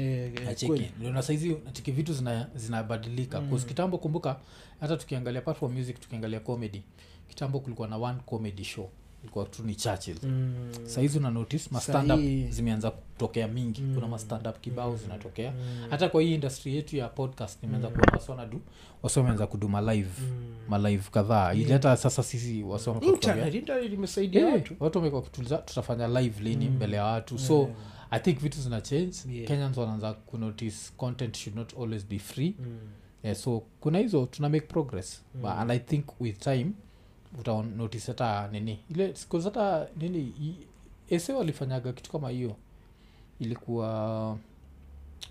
[SPEAKER 2] eh,
[SPEAKER 1] na saizi natiki vitu zina- zinabadilika mm. kitambo kumbuka hata tukiangalia part of music tukiangalia comedy kitambo kulikuwa na one comedy show ilikuwa tu ni churchill
[SPEAKER 2] mm,
[SPEAKER 1] saizi una notice ma
[SPEAKER 2] Sahi.
[SPEAKER 1] stand up zimeanza kutokea mingi mm. kuna ma stand up kibao zinatokea
[SPEAKER 2] Mm.
[SPEAKER 1] hata kwa hii industry yetu ya podcast nimeanza kuona wasi wanadu wasi wameanza kudu malive mm. malive kadhaa ili hata sasa sisi wasi wamekuwa tukiongea-
[SPEAKER 2] internet internet imesaidia
[SPEAKER 1] Yeah,
[SPEAKER 2] watu
[SPEAKER 1] watu wamekuwa kutuliza tutafanya live lini mm. mbele ya watu so
[SPEAKER 2] Eh.
[SPEAKER 1] i think vitu zina change
[SPEAKER 2] Yeah.
[SPEAKER 1] kenyans wanaanza kunotice content should not always be free
[SPEAKER 2] mm.
[SPEAKER 1] yeah, so kuna hizo tuna make progress mm. But, and i think with time utanotice hata nini ile siku hata nini i- ese walifanyaga kitu kama hiyo ilikuwa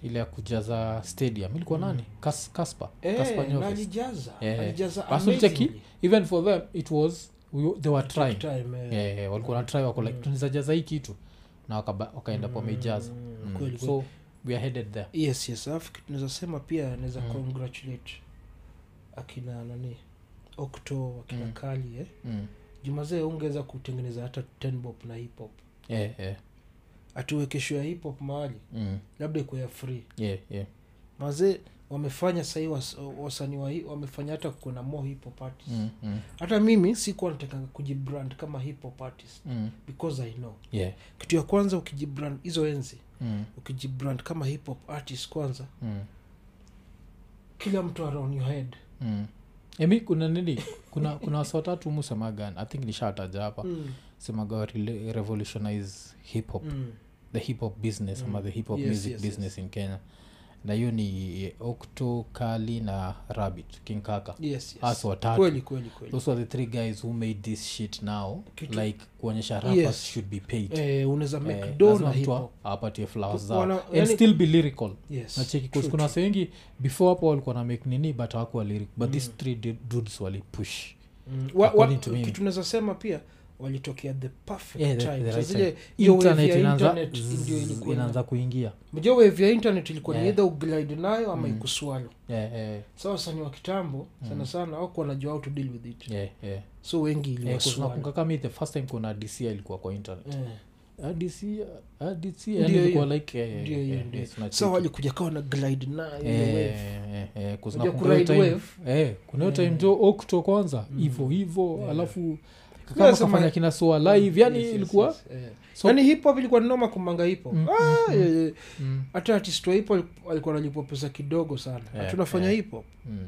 [SPEAKER 1] ile ya kujaza stadium ilikuwa mm. nani Kas, kaspa Kaspa
[SPEAKER 2] eh, na
[SPEAKER 1] Nyovest.
[SPEAKER 2] alijaza
[SPEAKER 1] Yeah.
[SPEAKER 2] alijaza
[SPEAKER 1] Basi ucheki,
[SPEAKER 2] amazingly.
[SPEAKER 1] even for them it was we, they were trying
[SPEAKER 2] Time, eh.
[SPEAKER 1] Hmm. yeah, yeah, walikuwa wanatry wako
[SPEAKER 2] Mm.
[SPEAKER 1] like tunizajaza hii kitu na wakaba- wakaenda mm, wameijaza mm.
[SPEAKER 2] Kweli,
[SPEAKER 1] so we are headed there
[SPEAKER 2] yes yes alafu kitu naweza sema pia naweza
[SPEAKER 1] Hmm.
[SPEAKER 2] congratulate akina nani okto akina
[SPEAKER 1] Mm.
[SPEAKER 2] kali eh?
[SPEAKER 1] mm.
[SPEAKER 2] jumazee ungeweza kutengeneza hata tenbop na hip hop
[SPEAKER 1] yeah, yeah.
[SPEAKER 2] atuwekesho ya hip hop mahali
[SPEAKER 1] Mm.
[SPEAKER 2] labda ikuwa ya free
[SPEAKER 1] Yeah, yeah.
[SPEAKER 2] mazee wamefanya sahii was, wasanii wa hii wamefanya hata kuna more hip hop artists
[SPEAKER 1] mm, mm,
[SPEAKER 2] hata mimi sikuwa natakanga kujibrand kama hip hop artist
[SPEAKER 1] mm.
[SPEAKER 2] because i know
[SPEAKER 1] yeah
[SPEAKER 2] kitu ya kwanza ukijibrand hizo enzi
[SPEAKER 1] mm,
[SPEAKER 2] ukijibrand kama hip hop artist kwanza
[SPEAKER 1] mm,
[SPEAKER 2] kila mtu around your head
[SPEAKER 1] mm. emi kuna nini kuna kuna wasa watatu musemaga i think nishataja hapa
[SPEAKER 2] mm.
[SPEAKER 1] semaga wa rele- revolutionize hip hop
[SPEAKER 2] Mm.
[SPEAKER 1] the hip hop business ama the hip hop
[SPEAKER 2] Yes,
[SPEAKER 1] music
[SPEAKER 2] yes,
[SPEAKER 1] business in kenya na hiyo ni eh, octo kali na rabbit king kaka
[SPEAKER 2] yes yes
[SPEAKER 1] hasa watatu
[SPEAKER 2] kweli kweli kweli
[SPEAKER 1] those are the three guys who made this shit now
[SPEAKER 2] Kitu-
[SPEAKER 1] like kuonyesha rappers
[SPEAKER 2] Yes.
[SPEAKER 1] should be paid
[SPEAKER 2] eh, unaweza make
[SPEAKER 1] Eh,
[SPEAKER 2] do
[SPEAKER 1] lazima
[SPEAKER 2] na hip
[SPEAKER 1] mtu
[SPEAKER 2] hop
[SPEAKER 1] a- apatie flowers
[SPEAKER 2] Ku-
[SPEAKER 1] zao
[SPEAKER 2] wana-
[SPEAKER 1] and
[SPEAKER 2] yani-
[SPEAKER 1] still be lyrical
[SPEAKER 2] yes
[SPEAKER 1] nacheki
[SPEAKER 2] True,
[SPEAKER 1] cause kuna wase wengi before hapo walikuwa na make nini but hawakuwa lyric but these three du- dudes walipush
[SPEAKER 2] Mm. Wa- wa-
[SPEAKER 1] According to me.
[SPEAKER 2] kitu naweza sema pia walitokea the perfect
[SPEAKER 1] Yeah, the-
[SPEAKER 2] time.
[SPEAKER 1] the right
[SPEAKER 2] Sasa zile-
[SPEAKER 1] time.
[SPEAKER 2] hiyo wave
[SPEAKER 1] Internet
[SPEAKER 2] ya
[SPEAKER 1] inaanza-
[SPEAKER 2] internet ndio
[SPEAKER 1] zzz,
[SPEAKER 2] ilikuwa ina-
[SPEAKER 1] inaanza kuingia
[SPEAKER 2] mjua wave ya internet ilikuwa ni
[SPEAKER 1] Yeah. Mm.
[SPEAKER 2] either uglide nayo ama ikuswalo
[SPEAKER 1] yeah, yeah,
[SPEAKER 2] sa wasanii wa kitambo sana sana wako wanajua how to deal with it
[SPEAKER 1] Mm. yeah, yeah.
[SPEAKER 2] so wengi
[SPEAKER 1] Eh, 'cause
[SPEAKER 2] iliwaswalo
[SPEAKER 1] nakumbuka kama the first time kuna dc ilikuwa kwa internet
[SPEAKER 2] Eh,
[SPEAKER 1] Ah, DC, ah, DC,
[SPEAKER 2] Ndio
[SPEAKER 1] yani ilikuwa
[SPEAKER 2] hiyo.
[SPEAKER 1] like, eh,
[SPEAKER 2] ndio
[SPEAKER 1] eh,
[SPEAKER 2] hiyo
[SPEAKER 1] eh,
[SPEAKER 2] ndio
[SPEAKER 1] yes, nacheki.
[SPEAKER 2] sa walikuja kawa na glide nayo hiyo
[SPEAKER 1] Eh,
[SPEAKER 2] wave.
[SPEAKER 1] eh, eh, 'cause
[SPEAKER 2] Unajua
[SPEAKER 1] nakumbuka hiyo
[SPEAKER 2] kuride
[SPEAKER 1] time-
[SPEAKER 2] wave? Mm.
[SPEAKER 1] eh, kuna hiyo time jo okto kwanza hivo hivo alafu kama
[SPEAKER 2] Nasema-
[SPEAKER 1] kafanya kina soa live yani
[SPEAKER 2] Mm. Yes, yes,
[SPEAKER 1] ilikuwa
[SPEAKER 2] yes, eh.
[SPEAKER 1] So-
[SPEAKER 2] Yaani hip hop ilikuwa ni noma kumanga hip hop
[SPEAKER 1] Mm,
[SPEAKER 2] Ah, eh, eh.
[SPEAKER 1] Mm,
[SPEAKER 2] hata artist wa hip hop alikuwa analipwa pesa kidogo sana
[SPEAKER 1] Yeah,
[SPEAKER 2] hatunafanya
[SPEAKER 1] yeah.
[SPEAKER 2] hip hop
[SPEAKER 1] mm,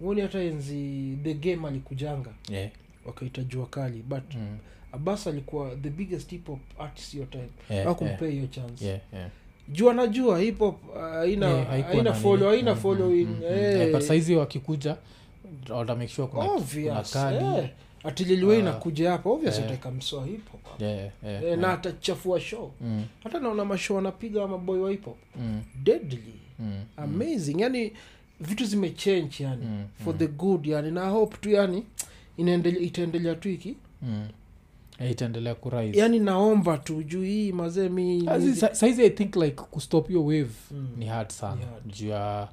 [SPEAKER 2] huoni hata enzi the game alikujanga
[SPEAKER 1] eh,
[SPEAKER 2] wakaita jua kali but
[SPEAKER 1] mm,
[SPEAKER 2] abbas alikuwa the biggest hip hop artist your time
[SPEAKER 1] eh,
[SPEAKER 2] hawakumpea hiyo chance
[SPEAKER 1] eh, eh, eh.
[SPEAKER 2] jua najua hip hop uh,
[SPEAKER 1] Eh,
[SPEAKER 2] haina
[SPEAKER 1] haikuwa
[SPEAKER 2] haina
[SPEAKER 1] na
[SPEAKER 2] follow
[SPEAKER 1] nini.
[SPEAKER 2] haina
[SPEAKER 1] Mm,
[SPEAKER 2] following
[SPEAKER 1] mm, mm, mm.
[SPEAKER 2] eh,
[SPEAKER 1] Eh, but saizi wakikuja wata make sure
[SPEAKER 2] Oh.
[SPEAKER 1] kuna- kuna
[SPEAKER 2] obvious
[SPEAKER 1] kali
[SPEAKER 2] eh. Ati Lil Wayne
[SPEAKER 1] Ah.
[SPEAKER 2] akuja hapa obvious
[SPEAKER 1] Eh.
[SPEAKER 2] ataweka msoa hip hop hapa.
[SPEAKER 1] Eh, eh,
[SPEAKER 2] Eh,
[SPEAKER 1] eh.
[SPEAKER 2] na atachafua show
[SPEAKER 1] Mm,
[SPEAKER 2] hata naona mashow anapiga maboy wa hip hop
[SPEAKER 1] mm,
[SPEAKER 2] deadly
[SPEAKER 1] mm,
[SPEAKER 2] amazing yani vitu zimechange yani
[SPEAKER 1] Mm,
[SPEAKER 2] for the good yani na hope tu yani inaendelea itaendelea tu iki
[SPEAKER 1] mm. Eh, itaendelea kurise
[SPEAKER 2] yani naomba tu juu hii mazee mi
[SPEAKER 1] Ah, si- sa- saizi i think like kustop your wave
[SPEAKER 2] Mm.
[SPEAKER 1] ni hard sana
[SPEAKER 2] Ni hard.
[SPEAKER 1] juu ya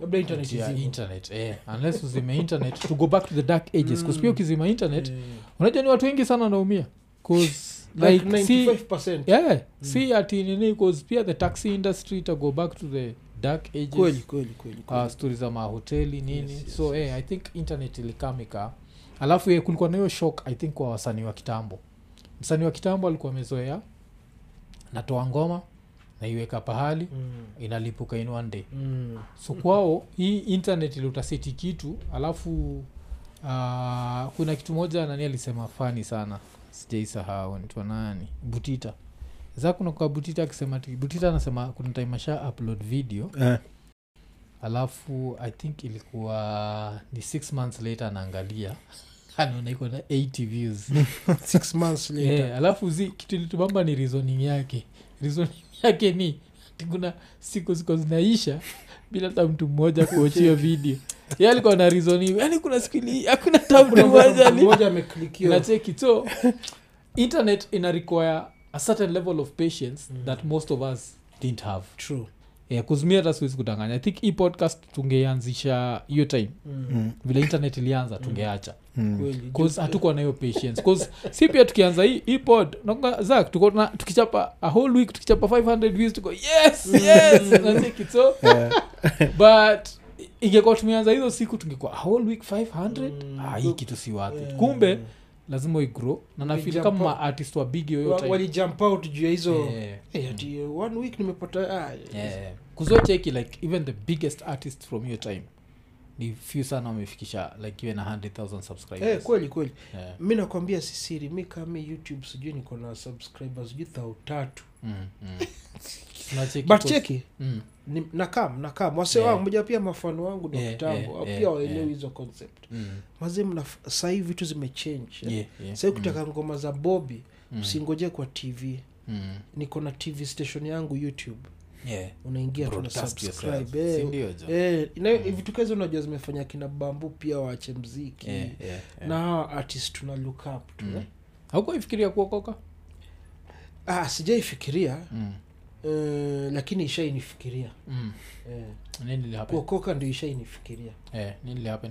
[SPEAKER 2] labda internet
[SPEAKER 1] juu ya
[SPEAKER 2] izimo.
[SPEAKER 1] internet eh, unless uzime internet to go back to the dark ages mm.
[SPEAKER 2] Mm.
[SPEAKER 1] pia ukizima internet
[SPEAKER 2] Eh,
[SPEAKER 1] unajua ni watu wengi sana wanaumia 'Cause,
[SPEAKER 2] like Mm.
[SPEAKER 1] like si
[SPEAKER 2] 95%
[SPEAKER 1] yeah, si ati nini 'cause pia the taxi industry ita go back to the dark ages
[SPEAKER 2] kweli kweli kweli
[SPEAKER 1] uh,
[SPEAKER 2] kweli.
[SPEAKER 1] stori za mahoteli nini
[SPEAKER 2] Yes, yes,
[SPEAKER 1] so eh, i think internet ilikamika alafu eh, kulikuwa na hiyo shock i think kwa wasanii wa kitambo msanii wa kitambo alikuwa amezoea natoa ngoma naiweka pahali
[SPEAKER 2] Mm,
[SPEAKER 1] inalipuka in one day
[SPEAKER 2] mm,
[SPEAKER 1] so kwao hii internet iliutaseti kitu alafu uh, kuna kitu moja nani alisema fani sana sijaisahau nitwa nani butita za kuna kwa butita akisema ati- butita anasema kuna time asha upload video
[SPEAKER 3] Eh,
[SPEAKER 1] alafu i think ilikuwa ni six months later anaangalia [laughs] anaona iko na 80 views
[SPEAKER 2] six months later.
[SPEAKER 1] Eh, alafu zi kitu litubamba ni reasoning yake reasoning [laughs] yake ni ati kuna siku ziko zinaisha bila hata mtu mmoja kuochia video ye alikuwa na reasoning yani kuna siku ili hakuna hata mtu
[SPEAKER 2] [laughs] Kuna
[SPEAKER 1] mmoja ali-
[SPEAKER 2] mmoja ameklikiwa
[SPEAKER 1] nacheki so internet ina require a certain level of patience
[SPEAKER 2] Mm.
[SPEAKER 1] that most of us didn't have
[SPEAKER 2] True.
[SPEAKER 1] yeah, kuzimia hata siwezi kudanganya i think hii podcast tungeanzisha hiyo time
[SPEAKER 2] Mm,
[SPEAKER 3] mm,
[SPEAKER 1] vile internet ilianza tungeacha
[SPEAKER 3] mm.
[SPEAKER 2] kweli.
[SPEAKER 1] bcause hatukuwa nahiyo patience bcause si pia tukianza hii hii pod nakumbuka, Zach, tulikuwa tuna- tukichapa a whole week tukichapa 500 views tuko yes
[SPEAKER 2] [laughs]
[SPEAKER 1] yes nacheki so
[SPEAKER 3] Eh,
[SPEAKER 1] but ingekuwa tumeanza hizo siku tungekuwa a whole week 500
[SPEAKER 2] Mm.
[SPEAKER 1] ah, hii kitu si worth it
[SPEAKER 2] Eh,
[SPEAKER 1] kumbe lazima uigrow na nafili
[SPEAKER 2] Vijampa-
[SPEAKER 1] kama maartist wa big
[SPEAKER 2] wa-
[SPEAKER 1] yoyote
[SPEAKER 2] walijump out juu ya hizo
[SPEAKER 1] Eh.
[SPEAKER 2] Eh, ati eh, one week nimepata ah,
[SPEAKER 1] yeah. kuzocheki like even the biggest artist from your time ni few sana wamefikisha like even 100000 subscribers
[SPEAKER 2] eh, kweli kweli
[SPEAKER 1] yeah.
[SPEAKER 2] mi nakwambia sisiri mi kami youtube sijui niko na subscribers sijui thau tatu
[SPEAKER 1] mm, mm. Na cheki
[SPEAKER 2] but
[SPEAKER 1] post-
[SPEAKER 2] cheki
[SPEAKER 1] mm,
[SPEAKER 2] ni- nakam nakam wase
[SPEAKER 1] Yeah.
[SPEAKER 2] wangu moja pia mafano wangu na
[SPEAKER 1] Yeah,
[SPEAKER 2] kitambo
[SPEAKER 1] yeah,
[SPEAKER 2] pia
[SPEAKER 1] yeah,
[SPEAKER 2] waelewi
[SPEAKER 1] yeah.
[SPEAKER 2] hizo concept
[SPEAKER 1] mm.
[SPEAKER 2] mazee mna sahii vitu zimechange
[SPEAKER 1] Yeah, yeah.
[SPEAKER 2] sahii kutaka ngoma za bobi
[SPEAKER 1] Mm,
[SPEAKER 2] usingoje kwa tv
[SPEAKER 1] mm.
[SPEAKER 2] niko na tv station yangu youtube
[SPEAKER 1] Yeah.
[SPEAKER 2] unaingia tu na
[SPEAKER 1] Broadcast yourself.
[SPEAKER 2] subscribe
[SPEAKER 1] Si
[SPEAKER 2] eh,
[SPEAKER 1] ndio, Mm. Jo?
[SPEAKER 2] eh, inayo- vitu kazi unajua zimefanya kina bambu pia waache mziki
[SPEAKER 1] Yeah, Mm. yeah, yeah.
[SPEAKER 2] na hawa artist tuna look up tu eh.
[SPEAKER 1] haukuifikiria kuokoka
[SPEAKER 2] ah, sijaifikiria
[SPEAKER 1] Mm,
[SPEAKER 2] eh, lakini ishainifikiria
[SPEAKER 1] mm.
[SPEAKER 2] eh.
[SPEAKER 1] Nini will happen?
[SPEAKER 2] kuokoka ndio ishainifikiria
[SPEAKER 1] Eh, nini will happen?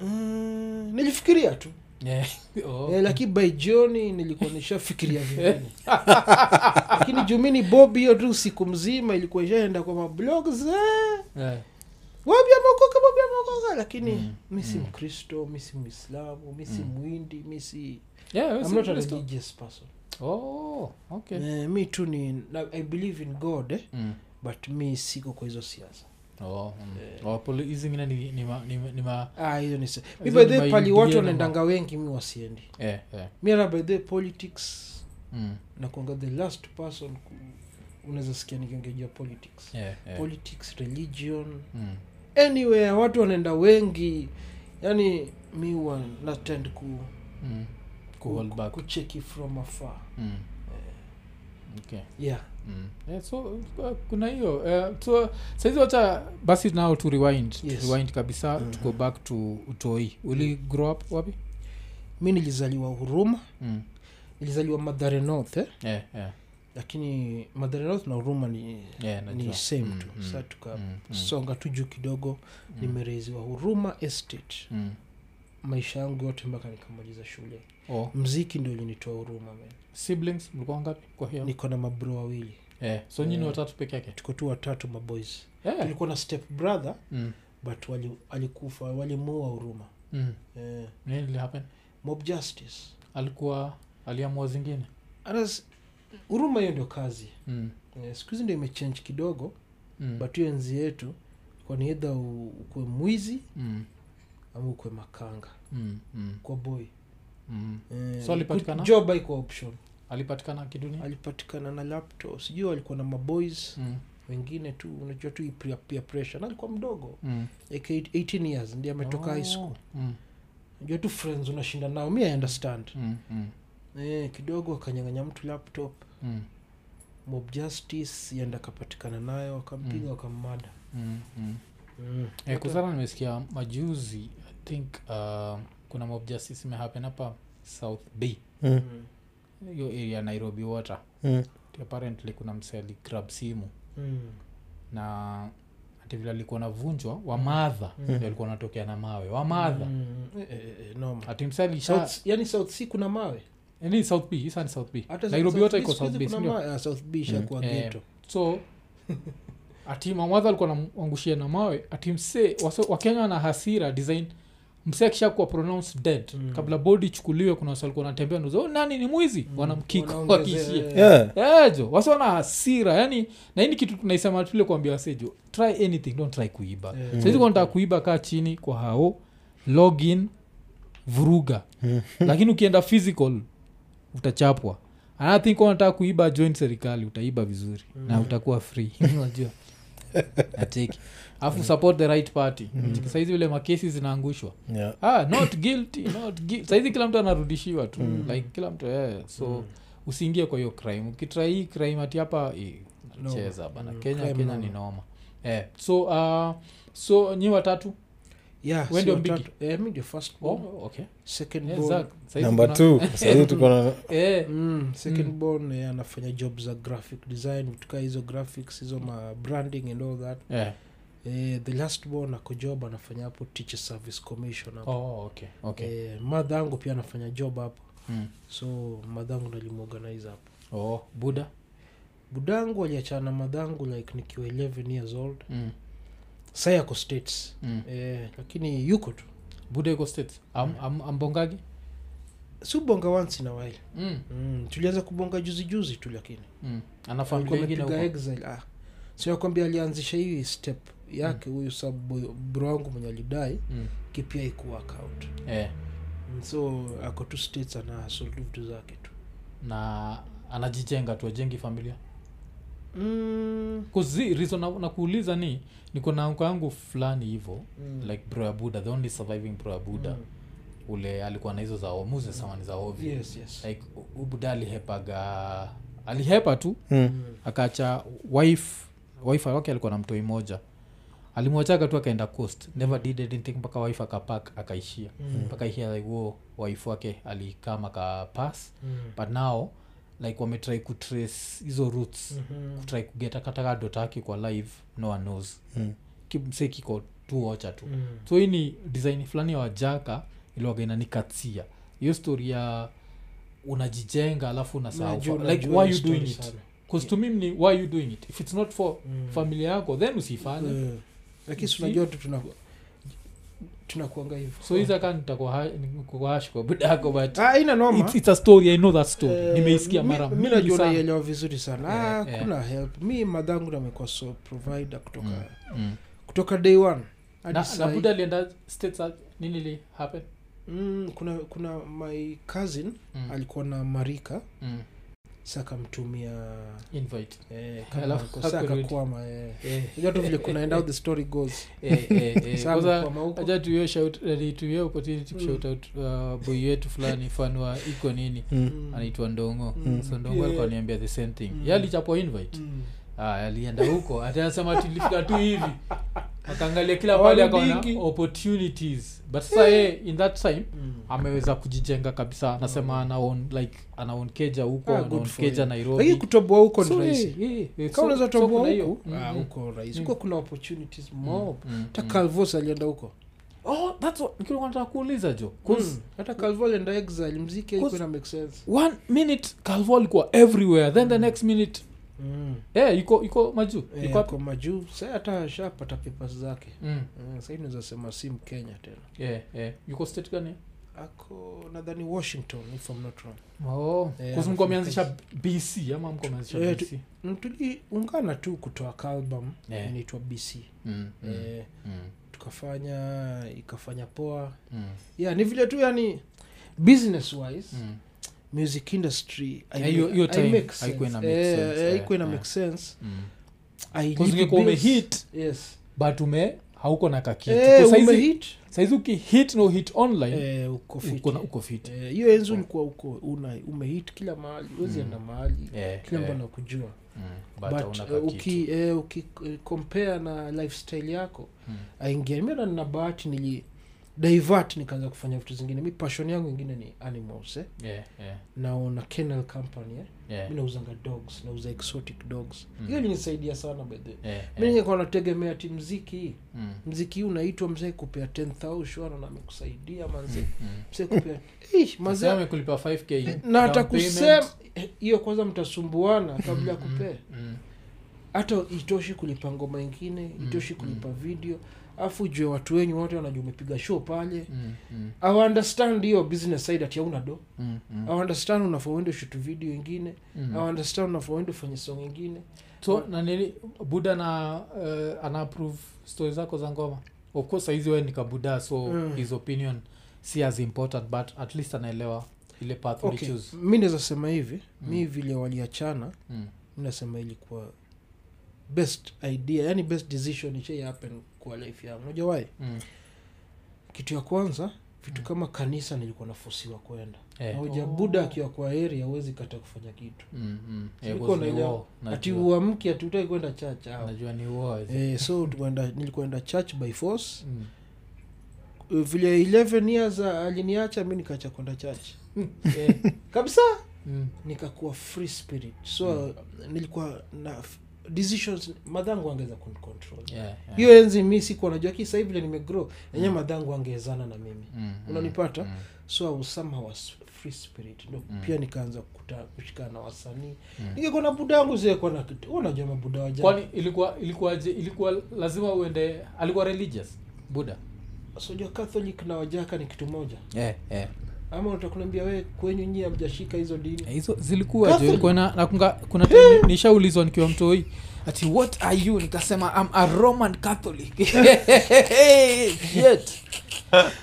[SPEAKER 2] mm, nilifikiria tu
[SPEAKER 1] Yeah. [laughs] Oh.
[SPEAKER 2] eh, lakini by jioni nilikuwa nishafikiria vingine lakini juu mi ni bob hiyo tu siku mzima ilikuwa ishaenda kwa mablogs eh.
[SPEAKER 1] Eh,
[SPEAKER 2] wabi ameokoka wabi ameokoka lakini mm. mi si mkristo mi si mwislamu mi si mwindi mi si
[SPEAKER 1] Yeah, wewe Mm.
[SPEAKER 2] I'm
[SPEAKER 1] si
[SPEAKER 2] not a
[SPEAKER 1] Mkristo?
[SPEAKER 2] religious person
[SPEAKER 1] Oh, okay.
[SPEAKER 2] Eh, mi tu ni na- i believe in god eh,
[SPEAKER 1] Mm.
[SPEAKER 2] but mi siko kwa hizo siasa
[SPEAKER 1] Oh, mm.
[SPEAKER 2] Eh.
[SPEAKER 1] Oh, poli- hizi zingine ni, ni, ma, ni, ma- ni ma,
[SPEAKER 2] ah hizo ni si- mi
[SPEAKER 1] Hizo
[SPEAKER 2] by
[SPEAKER 1] ni
[SPEAKER 2] the way
[SPEAKER 1] my
[SPEAKER 2] pali watu
[SPEAKER 1] Indiana
[SPEAKER 2] wanaendanga wengi mi wasiendi
[SPEAKER 1] eh, eh.
[SPEAKER 2] mi hata by the way, politics
[SPEAKER 1] Mm.
[SPEAKER 2] nakwanga the last person ku- unaweza sikia nikiongea juu ya politics
[SPEAKER 1] Yeah, yeah.
[SPEAKER 2] politics religion
[SPEAKER 1] Mm.
[SPEAKER 2] anywhere watu wanaenda wengi yani mi huwa natend ku,
[SPEAKER 1] Mm. Ku
[SPEAKER 2] ku,
[SPEAKER 1] hold
[SPEAKER 2] ku,
[SPEAKER 1] back.
[SPEAKER 2] kucheki from afar
[SPEAKER 1] Mm.
[SPEAKER 2] Eh.
[SPEAKER 1] Okay.
[SPEAKER 2] yeah
[SPEAKER 1] Mm. Yeah, so uh, kuna hiyo uh, so sahizi wacha basi nao tu rewind
[SPEAKER 2] Yes. Mm.
[SPEAKER 1] yes. rewind kabisa mm-hmm. to go back to utoi uli grow up wapi
[SPEAKER 2] mi nilizaliwa huruma
[SPEAKER 1] mm.
[SPEAKER 2] nilizaliwa madhare north eh?
[SPEAKER 1] yeah, yeah.
[SPEAKER 2] lakini madhare north na huruma ni
[SPEAKER 1] Yeah,
[SPEAKER 2] ni
[SPEAKER 1] najua.
[SPEAKER 2] same
[SPEAKER 1] Mm,
[SPEAKER 2] tu
[SPEAKER 1] mm,
[SPEAKER 2] sa
[SPEAKER 1] mm,
[SPEAKER 2] tukasonga
[SPEAKER 1] mm.
[SPEAKER 2] tu juu kidogo nimereiziwa huruma estate
[SPEAKER 1] Mm.
[SPEAKER 2] maisha yangu yote mpaka nikamaliza shule
[SPEAKER 1] Oh,
[SPEAKER 2] mziki ndio ulinitoa huruma man.
[SPEAKER 1] siblings mlikuwa ngapi kwa hiyo
[SPEAKER 2] niko na mabro wawili
[SPEAKER 1] yeah. so nyini watatu peke yake
[SPEAKER 2] tuko tu watatu maboys
[SPEAKER 1] yeah.
[SPEAKER 2] tulikuwa na step brother
[SPEAKER 1] mm.
[SPEAKER 2] but wali, alikufa walimuua huruma
[SPEAKER 1] mm.
[SPEAKER 2] eh,
[SPEAKER 1] nini lihappen
[SPEAKER 2] mob justice
[SPEAKER 1] alikuwa aliamua zingine
[SPEAKER 2] Anas, huruma hiyo ndio kazi
[SPEAKER 1] mm.
[SPEAKER 2] eh, siku hizi ndio imechange kidogo
[SPEAKER 1] Mm.
[SPEAKER 2] but hiyo enzi yetu kwa ni edha ukuwe mwizi
[SPEAKER 1] Mm.
[SPEAKER 2] ama ukuwe makanga
[SPEAKER 1] Mm. Mm.
[SPEAKER 2] kwa boy
[SPEAKER 1] Mm.
[SPEAKER 2] Eh,
[SPEAKER 1] So alipatikana? Eh.
[SPEAKER 2] job haikuwa option
[SPEAKER 1] alipatikana kidunia
[SPEAKER 2] alipatikana na laptop sijui alikuwa na maboys
[SPEAKER 1] mm.
[SPEAKER 2] wengine tu unajua tu peer- peer pressure na alikuwa mdogo
[SPEAKER 1] Mm.
[SPEAKER 2] like 18 years ndi ametoka high
[SPEAKER 1] Oh.
[SPEAKER 2] school
[SPEAKER 1] mm.
[SPEAKER 2] unajua tu friends unashinda nao mi i understand
[SPEAKER 1] Mm. Mm.
[SPEAKER 2] eh, kidogo akanyang'anya mtu laptop
[SPEAKER 1] Mm.
[SPEAKER 2] mob justice yenda akapatikana nayo akampiga
[SPEAKER 1] Mm.
[SPEAKER 2] wakammada
[SPEAKER 1] Mm. Mm.
[SPEAKER 2] mm.
[SPEAKER 1] Eh, kwa sana nimesikia majuzi i think uh, kuna mob justice imehappen hapa south bay
[SPEAKER 2] Mm.
[SPEAKER 1] hiyo area ya nairobi water
[SPEAKER 3] Mm.
[SPEAKER 1] apparently kuna mseli grab simu
[SPEAKER 2] Mm.
[SPEAKER 1] na ati vile alikuwa navunjwa wamadha mm. alikuwa anatokea na mawe wamadha mm.
[SPEAKER 2] Mm. Eh, eh, eh, noma.
[SPEAKER 1] ati mseli sha
[SPEAKER 2] South- yani south sea kuna mawe
[SPEAKER 1] eh, ni south bay hisa ni south bay
[SPEAKER 2] Hata
[SPEAKER 1] nairobi
[SPEAKER 2] South
[SPEAKER 1] water iko
[SPEAKER 2] Bay siku
[SPEAKER 1] south
[SPEAKER 2] hizi
[SPEAKER 1] bay
[SPEAKER 2] kuna
[SPEAKER 1] sindio?
[SPEAKER 2] mawe. Ah, south bay ishakuwa
[SPEAKER 1] Eh,
[SPEAKER 2] ghetto.
[SPEAKER 1] so ati mamadha alikuwa namwangushia na mawe ati msee waso- wakenya na hasira design msee akishakuwa pronounced dead
[SPEAKER 2] Mm.
[SPEAKER 1] kabla bodi ichukuliwe kuna wasi walikuwa wanatembea nduzo nani ni mwizi
[SPEAKER 2] Mm.
[SPEAKER 1] wanamkika
[SPEAKER 2] Wanaongezea,
[SPEAKER 1] wakiishia
[SPEAKER 2] eh,
[SPEAKER 3] Yeah.
[SPEAKER 1] ejo wasi wana hasira yani na hii ni kitu tunaisema tule kuambia wasejo try anything don't try kuiba
[SPEAKER 2] eh,
[SPEAKER 1] saizi mm. nataka kuiba kaa chini kwa hao login vuruga lakini ukienda physical utachapwa anathin kwa nataka kuiba join serikali utaiba vizuri mm. na utakuwa free [laughs] unajua nateki alafu support the right party mm. saizi vile makesi zinaangushwa
[SPEAKER 3] Yeah.
[SPEAKER 1] ah, not guilty not gui- saizi kila mtu anarudishiwa tu mm. like kila mtu yeah. so mm. usiingie kwa hiyo crime ukitrai hii crime ati hapa eh,
[SPEAKER 2] No.
[SPEAKER 1] cheza bana
[SPEAKER 2] Mm,
[SPEAKER 1] kenya
[SPEAKER 2] crime
[SPEAKER 1] kenya
[SPEAKER 2] noma.
[SPEAKER 1] ni noma eh, so uh, so nyi watatu
[SPEAKER 2] Yeah,
[SPEAKER 1] we
[SPEAKER 2] si
[SPEAKER 1] ndio
[SPEAKER 2] watatu.
[SPEAKER 1] bigi?
[SPEAKER 2] Eh, mi ndio first born,
[SPEAKER 1] oh, okay.
[SPEAKER 2] second
[SPEAKER 1] yeah,
[SPEAKER 2] born.
[SPEAKER 1] Zack, saizi
[SPEAKER 3] number
[SPEAKER 1] kuna-
[SPEAKER 3] two sahii tuko na
[SPEAKER 1] eh,
[SPEAKER 2] Mm, second
[SPEAKER 1] Mm.
[SPEAKER 2] born, eh, anafanya job za graphic design vitukaa hizo graphics hizo ma branding and all that
[SPEAKER 1] eh.
[SPEAKER 2] eh, the last born ako job anafanya hapo teacher service commission hapo
[SPEAKER 1] oh, okay, okay.
[SPEAKER 2] eh, madha yangu pia anafanya job hapo
[SPEAKER 1] Mm.
[SPEAKER 2] so madhangu nalimorganize hapo
[SPEAKER 1] oh, buda
[SPEAKER 2] budangu aliachana na madhangu like nikiwa 11 years old
[SPEAKER 1] mm.
[SPEAKER 2] sai ako states
[SPEAKER 1] Mm.
[SPEAKER 2] eh, lakini yuko tu
[SPEAKER 1] buda iko state am, am, ambongagi
[SPEAKER 2] subonga once in a while
[SPEAKER 1] mm.
[SPEAKER 2] mm, tulianza kubonga juzi juzi tu lakini
[SPEAKER 1] mm. ana
[SPEAKER 2] Alikuwa
[SPEAKER 1] familia ingine
[SPEAKER 2] amepiga
[SPEAKER 1] huko
[SPEAKER 2] exile ah. sio kwambia alianzisha hii step yake huyu mm. bro wangu mwenye alidai
[SPEAKER 1] Mm.
[SPEAKER 2] kipia ikuwa account
[SPEAKER 1] eh.
[SPEAKER 2] Mm, so ako tu states ana solve vitu zake tu
[SPEAKER 1] na anajijenga tu ajengi familia
[SPEAKER 2] mm.
[SPEAKER 1] kuzi reason na- nakuuliza ni niko na anko yangu fulani hivo
[SPEAKER 2] Mm.
[SPEAKER 1] like bro ya buda the only surviving bro ya buda mm. ule alikuwa na hizo za omuze samani za ovyo
[SPEAKER 2] yes yes
[SPEAKER 1] like u- buda alihepaga alihepa tu
[SPEAKER 3] Mm.
[SPEAKER 1] akaacha wife wife wake alikuwa na mtoi moja alimwachaga tu akaenda coast never did anything mpaka wife akapak akaishia mpaka mm. like wo wife wake alikam akapass
[SPEAKER 2] mm.
[SPEAKER 1] but now like wametrai kutrace hizo roots mm
[SPEAKER 2] mm-hmm.
[SPEAKER 1] kutrai kugeta kataka dota yake kwa live no one knows
[SPEAKER 3] Mm.
[SPEAKER 1] kimse kiko tu ocha tu
[SPEAKER 2] mm.
[SPEAKER 1] so hii ni design fulani ya wajaka iliwaga inanikatia hiyo story ya unajijenga alafu unasahau
[SPEAKER 2] Najua-
[SPEAKER 1] fa- like
[SPEAKER 2] najua
[SPEAKER 1] why
[SPEAKER 2] hii
[SPEAKER 1] you doing
[SPEAKER 2] story
[SPEAKER 1] it
[SPEAKER 2] sana.
[SPEAKER 1] Cause to mimi ni why you doing it if it's not for
[SPEAKER 2] Mm.
[SPEAKER 1] familia yako then usiifanye
[SPEAKER 2] Mm. lakini si
[SPEAKER 1] Si-
[SPEAKER 2] unajua tu tuna tunakuanga hivyo
[SPEAKER 1] so hizi aka nitakuhash kwa budako but
[SPEAKER 2] Ah, haina noma
[SPEAKER 1] it's, it's a story i know that story
[SPEAKER 2] Eh,
[SPEAKER 1] nimeisikia
[SPEAKER 2] mi-
[SPEAKER 1] mara
[SPEAKER 2] mi
[SPEAKER 1] mingi
[SPEAKER 2] najua
[SPEAKER 1] sana
[SPEAKER 2] naielewa vizuri sana
[SPEAKER 1] Eh,
[SPEAKER 2] ah,
[SPEAKER 1] eh.
[SPEAKER 2] kuna help mi madhangu namekuwa so provider kutoka
[SPEAKER 1] Mm.
[SPEAKER 2] kutoka day one hadi
[SPEAKER 1] na, na
[SPEAKER 2] sai.
[SPEAKER 1] buda alienda states at- nini li happen
[SPEAKER 2] mm, kuna kuna my cousin
[SPEAKER 1] Mm,
[SPEAKER 2] alikuwa na marika
[SPEAKER 1] mm.
[SPEAKER 2] sa akamtumia
[SPEAKER 1] invite
[SPEAKER 2] eh,
[SPEAKER 1] Alafu
[SPEAKER 2] kama- sa
[SPEAKER 1] hakurudi.
[SPEAKER 2] akakwama eh.
[SPEAKER 1] Eh,
[SPEAKER 2] unajua tu vile kunaenda how the story goes
[SPEAKER 1] eh, eh, [laughs]
[SPEAKER 2] [laughs]
[SPEAKER 1] eh.
[SPEAKER 2] Sa
[SPEAKER 1] Kwanza,
[SPEAKER 2] amekwama huko.
[SPEAKER 1] aja tuwe shout- eh, tuwe opportunity
[SPEAKER 2] Mm.
[SPEAKER 1] kushout out uh, boy wetu fulani fanwa iko nini
[SPEAKER 2] Mm.
[SPEAKER 1] anaitwa ndongo
[SPEAKER 2] Mm.
[SPEAKER 1] so ndongo
[SPEAKER 2] Yeah.
[SPEAKER 1] alikuwa niambia the same thing
[SPEAKER 2] Mm.
[SPEAKER 1] ye alichapwa invite
[SPEAKER 2] Mm.
[SPEAKER 1] ah, alienda huko atasema tulifika tu hivi akaangalia kila pale akaona
[SPEAKER 2] Warudingi.
[SPEAKER 1] opportunities but sasa yeye in that time
[SPEAKER 2] Mm.
[SPEAKER 1] ameweza kujijenga kabisa anasema ana own like ana own keja huko
[SPEAKER 2] Ah,
[SPEAKER 1] ana
[SPEAKER 2] good
[SPEAKER 1] own
[SPEAKER 2] for
[SPEAKER 1] keja
[SPEAKER 2] you. lakini
[SPEAKER 1] nairobi
[SPEAKER 2] kutoboa huko ni
[SPEAKER 1] So,
[SPEAKER 2] rahisi
[SPEAKER 1] eh, eh, eh, so-
[SPEAKER 2] kama unaweza
[SPEAKER 1] so
[SPEAKER 2] toboa
[SPEAKER 1] kuna hiyo.
[SPEAKER 2] huko
[SPEAKER 1] Mm,
[SPEAKER 2] ah,
[SPEAKER 1] mm,
[SPEAKER 2] huko rahisi
[SPEAKER 1] Mm.
[SPEAKER 2] huko kuna opportunities
[SPEAKER 1] mm,
[SPEAKER 2] mob
[SPEAKER 1] mm,
[SPEAKER 2] hata
[SPEAKER 1] mm.
[SPEAKER 2] calvos alienda huko
[SPEAKER 1] Oh, that's what- nilikuwa nataka kuuliza jo 'Cause
[SPEAKER 2] Mm. hata calvo alienda exile mziki
[SPEAKER 1] Cause-
[SPEAKER 2] haikuwa na make sense
[SPEAKER 1] one minute calvo alikuwa everywhere then the next minute
[SPEAKER 2] mm.
[SPEAKER 1] eh, iko iko majuu
[SPEAKER 2] eh,
[SPEAKER 1] iko
[SPEAKER 2] kwa majuu sa hata ashapata papers zake
[SPEAKER 1] mm.
[SPEAKER 2] eh, sahii naweza sema si mkenya tena
[SPEAKER 1] yeah, yeah. yuko state gani
[SPEAKER 2] ako nadhani washington if I'm not wrong
[SPEAKER 1] Oh,
[SPEAKER 2] Eh,
[SPEAKER 1] 'cause mko
[SPEAKER 2] anafanya
[SPEAKER 1] ameanzisha bc ama mko ameanzisha
[SPEAKER 2] Eh,
[SPEAKER 1] bc
[SPEAKER 2] Mm, tuliungana tu kutoa kalbum
[SPEAKER 1] Eh.
[SPEAKER 2] inaitwa bc
[SPEAKER 1] Mm, mm,
[SPEAKER 2] eh,
[SPEAKER 1] mm,
[SPEAKER 2] tukafanya ikafanya poa
[SPEAKER 1] mm,
[SPEAKER 2] yeah ni vile tu yani business wise
[SPEAKER 1] mm.
[SPEAKER 2] music industry I
[SPEAKER 1] Yeah, hiyo-
[SPEAKER 2] make-
[SPEAKER 1] hiyo
[SPEAKER 2] I
[SPEAKER 1] time
[SPEAKER 2] make sense.
[SPEAKER 1] haikuwa ina make
[SPEAKER 2] Eh,
[SPEAKER 1] sense,
[SPEAKER 2] eh,
[SPEAKER 1] eh,
[SPEAKER 2] haikuwa ina
[SPEAKER 1] eh.
[SPEAKER 2] make sense
[SPEAKER 1] Mm.
[SPEAKER 2] I
[SPEAKER 1] 'Cause
[SPEAKER 2] need
[SPEAKER 1] ungekuwa
[SPEAKER 2] bills.
[SPEAKER 1] umehit
[SPEAKER 2] yes
[SPEAKER 1] but ume hauko na
[SPEAKER 2] Eh,
[SPEAKER 1] kakitsaizi
[SPEAKER 2] umehit
[SPEAKER 1] ukihit no hit online
[SPEAKER 2] Eh, uko fit.
[SPEAKER 1] uko na- uko fit
[SPEAKER 2] Eh, hiyo enzi ulikuwa uko una umehit kila mahali uwezi enda mahali
[SPEAKER 1] Eh,
[SPEAKER 2] kila mtu
[SPEAKER 1] eh,
[SPEAKER 2] anakujua
[SPEAKER 1] mm, but
[SPEAKER 2] but
[SPEAKER 1] hauna
[SPEAKER 2] eh,
[SPEAKER 1] kakitu.
[SPEAKER 2] uki eh, uki eh, compare na lifestyle yako
[SPEAKER 1] Mm.
[SPEAKER 2] aingia mimi nina bahati nili divert nikaanza kufanya vitu zingine mi passion yangu ingine ni animals eh?
[SPEAKER 1] Yeah, yeah,
[SPEAKER 2] naona kennel company eh?
[SPEAKER 1] yeah,
[SPEAKER 2] mi nauzanga dogs nauza exotic dogs
[SPEAKER 1] Mm.
[SPEAKER 2] hiyo linisaidia sana bedhe
[SPEAKER 1] yeah,
[SPEAKER 2] mi
[SPEAKER 1] yeah,
[SPEAKER 2] ningekuwa nategemea ti mziki
[SPEAKER 1] mm,
[SPEAKER 2] mziki hii unaitwa mzee kupea 10000 shwana na amekusaidia manze
[SPEAKER 1] mm.
[SPEAKER 2] mzee kupea Ih,
[SPEAKER 1] Sasa
[SPEAKER 2] manze
[SPEAKER 1] amekulipa 5K down
[SPEAKER 2] na hata
[SPEAKER 1] payment.
[SPEAKER 2] kusema eh, hiyo kwanza mtasumbuana kabla ya
[SPEAKER 1] Mm, mm,
[SPEAKER 2] kupea
[SPEAKER 1] mm,
[SPEAKER 2] hata itoshi kulipa ngoma ingine
[SPEAKER 1] Mm-hmm.
[SPEAKER 2] itoshi kulipa video afu jue watu wenyu wote wanajua umepiga show pale
[SPEAKER 1] mm, mm,
[SPEAKER 2] awa understand hiyo business side ati hauna do
[SPEAKER 1] mm, mm,
[SPEAKER 2] awa understand unafaa uende shoot video ingine
[SPEAKER 1] mm.
[SPEAKER 2] awa understand unafaa uende ufanye song ingine
[SPEAKER 1] so nanili buda na uh, ana approve stori zako za ngoma of course saizi we nikabuda so
[SPEAKER 2] Mm.
[SPEAKER 1] his opinion si as important but at least anaelewa ile path
[SPEAKER 2] okay.
[SPEAKER 1] ulichoose.
[SPEAKER 2] mi naweza sema hivi
[SPEAKER 1] Mm.
[SPEAKER 2] mi vile waliachana
[SPEAKER 1] Mm,
[SPEAKER 2] mi nasema ilikuwa best idea yani best decision ichai happen kwa life yangu najawai
[SPEAKER 1] mm.
[SPEAKER 2] kitu ya kwanza vitu
[SPEAKER 1] Mm.
[SPEAKER 2] kama kanisa nilikuwa nafosiwa kwenda
[SPEAKER 1] Eh.
[SPEAKER 2] na
[SPEAKER 1] Oh.
[SPEAKER 2] ujabuda akiwa kwa eri awezi kata kufanya kitu
[SPEAKER 1] Mm, mm.
[SPEAKER 2] Si
[SPEAKER 1] Eh,
[SPEAKER 2] nilikuwa
[SPEAKER 1] because ni
[SPEAKER 2] naelewa.
[SPEAKER 1] war,
[SPEAKER 2] ati
[SPEAKER 1] najua.
[SPEAKER 2] uamke ati utai kwenda church au
[SPEAKER 1] najua ni war.
[SPEAKER 2] eh, so tukaenda nilikwenda church by force [laughs]
[SPEAKER 1] Mm.
[SPEAKER 2] Eh, vile 11 years ah, aliniacha mi nikaacha kwenda church
[SPEAKER 1] Eh,
[SPEAKER 2] kabisa
[SPEAKER 1] mm,
[SPEAKER 2] nikakuwa free spirit so
[SPEAKER 1] Hmm.
[SPEAKER 2] nilikuwa na f- decisions madhangu angeza kuncontrol
[SPEAKER 1] yeah, yeah. Hmm.
[SPEAKER 2] hiyo enzi mi sikuwa najua ki sahii vile nimegrow enyewe madhangu angezana na mimi
[SPEAKER 1] Mm, mm,
[SPEAKER 2] unanipata?
[SPEAKER 1] mm,
[SPEAKER 2] so I was somehow a s- free spirit ndo
[SPEAKER 1] Mm.
[SPEAKER 2] pia nikaanza kukuta- kushikana na wasanii
[SPEAKER 1] mm.
[SPEAKER 2] ningekuwa na buda yangu ziekuwa na kitu Wewe unajua mabuda waja
[SPEAKER 1] kwani ilikuwa ilikuwaje ilikuwa lazima uende alikuwa religious buda
[SPEAKER 2] sojua catholic na wajaka ni kitu moja ama utakunaambia wee kwenyu nyie amjashika hizo dini
[SPEAKER 1] Eh, hizo zilikuwa
[SPEAKER 2] Catholic.
[SPEAKER 1] kuna, kuna nishaulizwa nikiwa mtoi ati what are you nikasema am a roman [laughs] catholic Shit.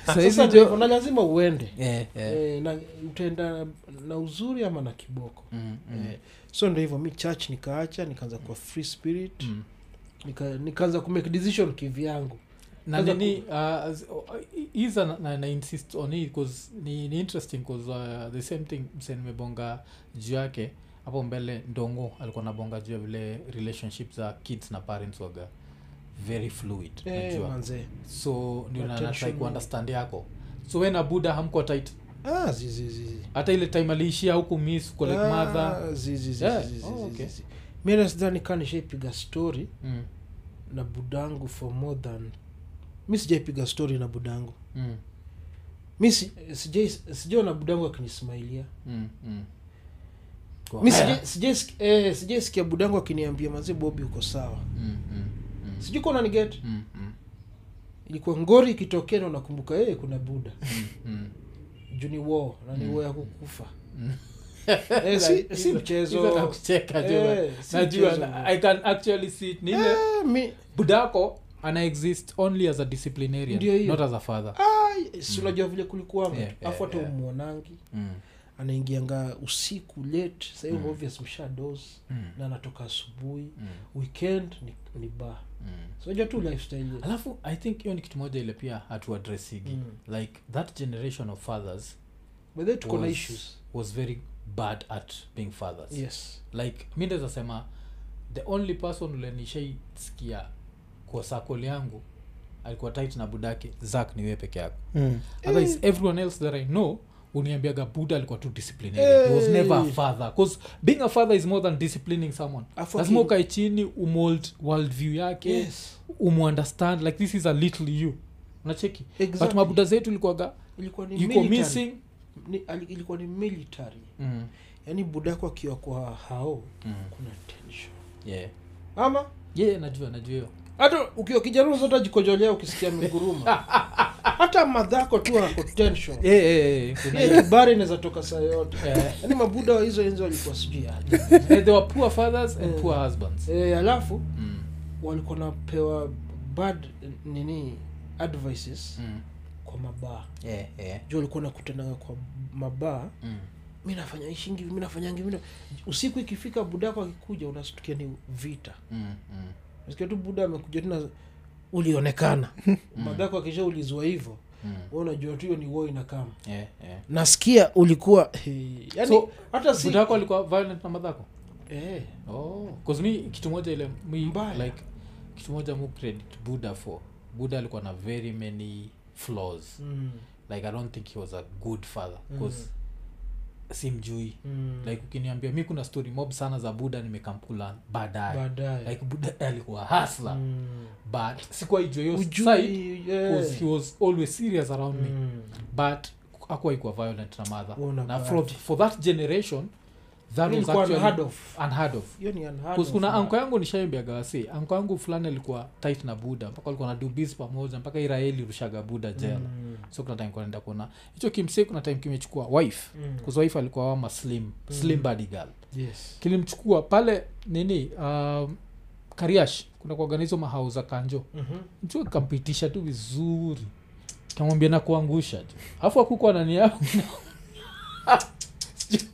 [SPEAKER 1] Saizi jo-
[SPEAKER 2] sasa ndivyo, na lazima uende
[SPEAKER 1] Eh, eh.
[SPEAKER 2] Eh, na utaenda na uzuri ama na kiboko
[SPEAKER 1] Mm, mm,
[SPEAKER 2] Eh, so ndo hivyo mi church nikaacha nikaanza kuwa free spirit
[SPEAKER 1] mm.
[SPEAKER 2] nika, nikaanza kumake decision kivyangu
[SPEAKER 1] na
[SPEAKER 2] Sasa
[SPEAKER 1] nini uh, z- o- i- hiza na, na, na insist on hii 'cause ni, ni interesting cause uh, the same thing mse nimebonga juu yake hapo mbele ndongo alikuwa nabonga juu ya vile relationship za kids na parents waga very fluid
[SPEAKER 2] eh,
[SPEAKER 1] najua
[SPEAKER 2] manzee
[SPEAKER 1] so ndio na- natry
[SPEAKER 2] Attention.
[SPEAKER 1] kuundestand yako so we na buda hamko tight
[SPEAKER 2] ah, zi, zi, zi, zi.
[SPEAKER 1] hata ile time aliishia huku miss uko like mother
[SPEAKER 2] Ah, zi, zi, zi,
[SPEAKER 1] Yeah.
[SPEAKER 2] zi, zi,
[SPEAKER 1] Oh,
[SPEAKER 2] zi,
[SPEAKER 1] okay.
[SPEAKER 2] zi. mi nasidhani kaa nishaipiga story
[SPEAKER 1] mm,
[SPEAKER 2] na budangu for more than mi sijaipiga story na budangu
[SPEAKER 1] mm,
[SPEAKER 2] mi si- sijai- sijaona budangu akinismailia
[SPEAKER 1] mm, mm. Kwa-
[SPEAKER 2] mi sijai- sijai sik- eh, sijaisikia budangu akiniambia mazee bobi uko sawa
[SPEAKER 1] Mm, mm, mm,
[SPEAKER 2] sijui kuona niget
[SPEAKER 1] mm, mm,
[SPEAKER 2] ilikuwa ngori ikitokea na unakumbuka ee kuna buda
[SPEAKER 1] Mm.
[SPEAKER 2] juu ni wo na
[SPEAKER 1] Hmm.
[SPEAKER 2] ni wo ya kukufa
[SPEAKER 1] Mm.
[SPEAKER 2] [laughs] Eh, si, si
[SPEAKER 1] Hizo- hizo
[SPEAKER 2] mchezo
[SPEAKER 1] nakucheka
[SPEAKER 2] Eh,
[SPEAKER 1] Jonah.
[SPEAKER 2] si
[SPEAKER 1] najua
[SPEAKER 2] mchezo.
[SPEAKER 1] na- i can actually see it nile
[SPEAKER 2] Eh, mi-
[SPEAKER 1] budako ana exist only as a disciplinarian
[SPEAKER 2] Ndio hiyo.
[SPEAKER 1] not as a father
[SPEAKER 2] ai, si unajua vile kulikuwa
[SPEAKER 1] Yeah, yeah,
[SPEAKER 2] afu hata
[SPEAKER 1] yeah.
[SPEAKER 2] umwonangi
[SPEAKER 1] mm.
[SPEAKER 2] anaingianga usiku late sahii
[SPEAKER 1] Hmm.
[SPEAKER 2] obvious mshados
[SPEAKER 1] mm,
[SPEAKER 2] na anatoka asubuhi weekend ni, ni ba
[SPEAKER 1] mm.
[SPEAKER 2] so unajua tu lifestyle yetu.
[SPEAKER 1] alafu i think hiyo ni kitu moja ile pia hatuadresigi
[SPEAKER 2] Mm.
[SPEAKER 1] like that generation of fathers
[SPEAKER 2] By the way, tuko na
[SPEAKER 1] was-
[SPEAKER 2] issues
[SPEAKER 1] was very bad at being fathers
[SPEAKER 2] yes
[SPEAKER 1] like mi ndaweza sema the only person ulenishaisikia kwa sakol yangu alikuwa tit na budake zak ni wewe peke yako
[SPEAKER 3] Mm.
[SPEAKER 2] Eh.
[SPEAKER 1] otherwise everyone else that i know uniambiaga buda alikuwa tu disciplinary he was
[SPEAKER 2] Eh.
[SPEAKER 1] never a father because being a father is more than disciplining someone
[SPEAKER 2] Afu
[SPEAKER 1] lazima
[SPEAKER 2] aki-
[SPEAKER 1] ukae chini umold world view yake
[SPEAKER 2] yes
[SPEAKER 1] umuunderstand like this is a little you unacheki but
[SPEAKER 2] Exactly.
[SPEAKER 1] mabuda zetu ilikuwaga
[SPEAKER 2] ilikuwa ni
[SPEAKER 1] yuko
[SPEAKER 2] military.
[SPEAKER 1] missing
[SPEAKER 2] Ni- ali- ilikuwa ni military
[SPEAKER 1] mm.
[SPEAKER 2] yaani budako akiwa kwa hao
[SPEAKER 1] Mm.
[SPEAKER 2] kuna tension
[SPEAKER 1] yeah.
[SPEAKER 2] ama
[SPEAKER 1] yeah najua najua hiyo
[SPEAKER 2] hata ukiwa kijana zote jikojolea
[SPEAKER 1] [laughs]
[SPEAKER 2] ukisikia miguruma hata madhako tu ako tension
[SPEAKER 1] Eh, eh, eh, kuna hiyo.
[SPEAKER 2] Hiyo kibari inaweza toka saa yote
[SPEAKER 1] Eh.
[SPEAKER 2] yaani mabuda wa hizo enzi walikuwa sijui aje
[SPEAKER 1] [laughs] Eh, there were poor fathers and
[SPEAKER 2] Eh.
[SPEAKER 1] poor husbands
[SPEAKER 2] Eh, alafu
[SPEAKER 1] mm.
[SPEAKER 2] walikuwa napewa bad eh, nini advices
[SPEAKER 1] Mm.
[SPEAKER 2] kwa mabaa
[SPEAKER 1] Yeah, yeah.
[SPEAKER 2] juu walikuwa nakutanaga kwa mabaa
[SPEAKER 1] Mm.
[SPEAKER 2] mi nafanya ishingi mi nafanyangi mi na- usiku ikifika budako akikuja unastukia ni vita
[SPEAKER 1] Mm. Mm.
[SPEAKER 2] sikia tu buda amekuja tena
[SPEAKER 1] [laughs]
[SPEAKER 2] ulionekana madhako akisha ulizwa hivyo
[SPEAKER 1] Mm.
[SPEAKER 2] we unajua tu hiyo ni wo inakama
[SPEAKER 1] Yeah, yeah.
[SPEAKER 2] nasikia ulikuwa hey, yani,
[SPEAKER 1] So,
[SPEAKER 2] hata si
[SPEAKER 1] budako alikuwa violent na madhako
[SPEAKER 2] eh,
[SPEAKER 1] oh. 'Cause mi kitu moja ile mi,
[SPEAKER 2] Mbaya.
[SPEAKER 1] like kitu moja mu credit buddha for buddha alikuwa na very many flaws
[SPEAKER 2] mm,
[SPEAKER 1] like i don't think he was a good father bcause simjui
[SPEAKER 2] mm,
[SPEAKER 1] like ukiniambia mi kuna story mob sana za buddha nimekampula baadaye
[SPEAKER 2] baadaye
[SPEAKER 1] ah, like buddha alikuwa hasla mm.
[SPEAKER 2] mm,
[SPEAKER 1] but sikuwaijua hiyo side
[SPEAKER 2] ujui eh,
[SPEAKER 1] 'cause he was always serious around me
[SPEAKER 2] mm,
[SPEAKER 1] but akuwaikuwa violent na mother
[SPEAKER 2] Ona
[SPEAKER 1] na
[SPEAKER 2] bad.
[SPEAKER 1] for, for that generation that was
[SPEAKER 2] Ilikuwa
[SPEAKER 1] actually
[SPEAKER 2] unheard of.
[SPEAKER 1] unheard of
[SPEAKER 2] hiyo ni unheard
[SPEAKER 1] Kus-
[SPEAKER 2] of
[SPEAKER 1] kuna
[SPEAKER 2] na-
[SPEAKER 1] anko yangu nishaimbiaga wasi anko yangu fulani alikuwa tight na buda mpaka alikuwa na dubis pamoja mpaka iraeli rushaga buda jela
[SPEAKER 2] Mm,
[SPEAKER 1] so kuna time kunaenda kuona hicho kimsee kuna time kimechukua wife
[SPEAKER 2] Mm.
[SPEAKER 1] Kus wife alikuwa wama slim slim body girl
[SPEAKER 2] yes
[SPEAKER 1] kilimchukua pale nini um, kariash kuna kuorganizo mahau za kanjo
[SPEAKER 2] Mhm.
[SPEAKER 1] mtu akampitisha tu vizuri kamwambia na kuangusha tu alafu akuko nani [laughs] yako Siju-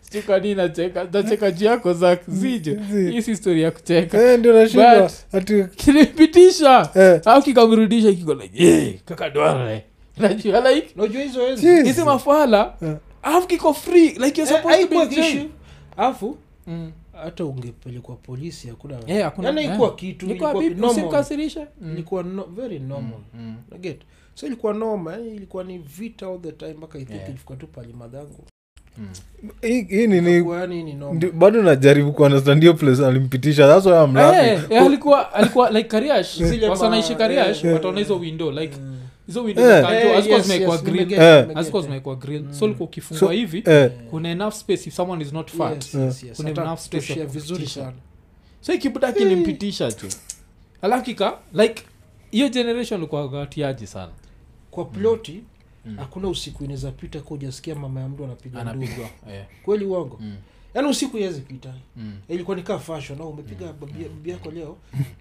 [SPEAKER 1] siju kwa nini nacheka nacheka juu yako za zijo
[SPEAKER 3] Zi.
[SPEAKER 1] hii si story ya kucheka
[SPEAKER 3] Eh, ndio nashindwa
[SPEAKER 1] But-
[SPEAKER 3] ati
[SPEAKER 1] kilipitisha
[SPEAKER 3] eh,
[SPEAKER 1] au kikamrudisha kiko like "Yeah, kaka dware najua like
[SPEAKER 2] Na ujue hizo enzi
[SPEAKER 3] Jeez.
[SPEAKER 1] hizi mafala
[SPEAKER 3] Eh.
[SPEAKER 1] alafu kiko free like you're
[SPEAKER 2] eh,
[SPEAKER 1] supposed to
[SPEAKER 2] haikuwa
[SPEAKER 1] be jail.
[SPEAKER 2] issue alafu
[SPEAKER 1] Mm.
[SPEAKER 2] hata ungepelekwa polisi hakuna
[SPEAKER 1] Eh, hakuna-
[SPEAKER 2] Yaani
[SPEAKER 1] eh.
[SPEAKER 2] haikuwa kitu
[SPEAKER 1] Ilikuwa
[SPEAKER 2] ilikuwa
[SPEAKER 1] bibi,
[SPEAKER 2] normal.
[SPEAKER 1] usimkasirishe. Mm.
[SPEAKER 2] ilikuwa no, very normal
[SPEAKER 1] Mm.
[SPEAKER 2] naget so ilikuwa normal yani ilikuwa ni vita all the time mpaka ithink
[SPEAKER 1] Yeah.
[SPEAKER 2] ilifika tu pali madhangu
[SPEAKER 1] Mm.
[SPEAKER 3] hii hii nini
[SPEAKER 2] ilikuwa yani ni normal
[SPEAKER 3] ndi- bado najaribu kuandestand hiyo place alimpitisha that's why I'm laughing.
[SPEAKER 1] Eh, eh, alikuwa alikuwa like kariash
[SPEAKER 2] Zile ma-
[SPEAKER 1] wasanaishi kariash
[SPEAKER 2] eh,
[SPEAKER 1] wataona hizo window like
[SPEAKER 2] Mm.
[SPEAKER 1] hizo
[SPEAKER 3] Eh.
[SPEAKER 2] Eh,
[SPEAKER 1] windowaziwa
[SPEAKER 2] yes,
[SPEAKER 1] zimekwa
[SPEAKER 2] yes,
[SPEAKER 1] grill
[SPEAKER 2] nimeget,
[SPEAKER 3] Eh.
[SPEAKER 2] nimeget,
[SPEAKER 1] azikuwa
[SPEAKER 2] eh.
[SPEAKER 1] zimekwa grill so likuwa ukifungwa
[SPEAKER 3] So,
[SPEAKER 1] hivi
[SPEAKER 3] eh,
[SPEAKER 1] kuna enough space if someone is not fat
[SPEAKER 2] Yes, yes, yes.
[SPEAKER 1] Kuna
[SPEAKER 2] Hata
[SPEAKER 1] enough space ya
[SPEAKER 2] kushare vizuri
[SPEAKER 1] kupitisha.
[SPEAKER 2] sana
[SPEAKER 1] so ikibuda kilimpitisha tu alafu kika like hiyo generation likuwa watiaji sana
[SPEAKER 2] kwa ploti
[SPEAKER 1] Mm.
[SPEAKER 2] hakuna usiku inaweza pita ka ujasikia mama ya mtu anapiga nduru
[SPEAKER 1] anapigwa eh,
[SPEAKER 2] kweli uongo
[SPEAKER 1] Mm.
[SPEAKER 2] yaani usiku iwezi pita
[SPEAKER 1] mm.
[SPEAKER 2] Eh, ilikuwa ni kaa fashion au umepiga babi- bibi yako
[SPEAKER 1] [laughs]
[SPEAKER 2] leo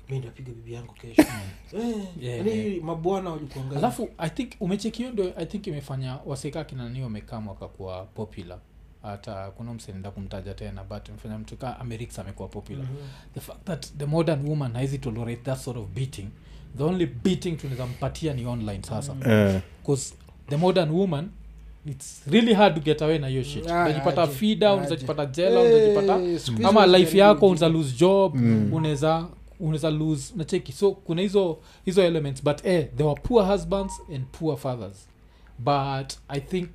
[SPEAKER 2] mi ndapiga bibi yangu kesho Eh,
[SPEAKER 1] Mm. Yeah,
[SPEAKER 2] yaani
[SPEAKER 1] yeah.
[SPEAKER 2] mabwana walikuangalia
[SPEAKER 1] alafu i think umechekiyo ndio i think imefanya waseka kinani wamekaa wakakuwa popular hata kuna msenenda kumtaja tena but mfanya mtu kaa amerix amekuwa popular
[SPEAKER 2] Mhm.
[SPEAKER 1] the fact that the modern woman haizi tolerate that sort of beating the only beating tunaweza mpatia ni online sasa
[SPEAKER 2] Mm-hmm.
[SPEAKER 3] eh,
[SPEAKER 1] because the modern woman it's really hard to get away na hiyo shit
[SPEAKER 2] Ah,
[SPEAKER 1] unajipata
[SPEAKER 2] aje,
[SPEAKER 1] fida
[SPEAKER 2] aje.
[SPEAKER 1] unaweza jipata jela
[SPEAKER 2] Eh,
[SPEAKER 1] unajipata
[SPEAKER 2] siku hizi
[SPEAKER 1] ama life
[SPEAKER 2] wanajaribu
[SPEAKER 1] yako
[SPEAKER 2] juu.
[SPEAKER 1] unaweza lose job unaweza unaweza lose nacheki so kuna hizo hizo elements but eh, there were poor husbands and poor fathers but i think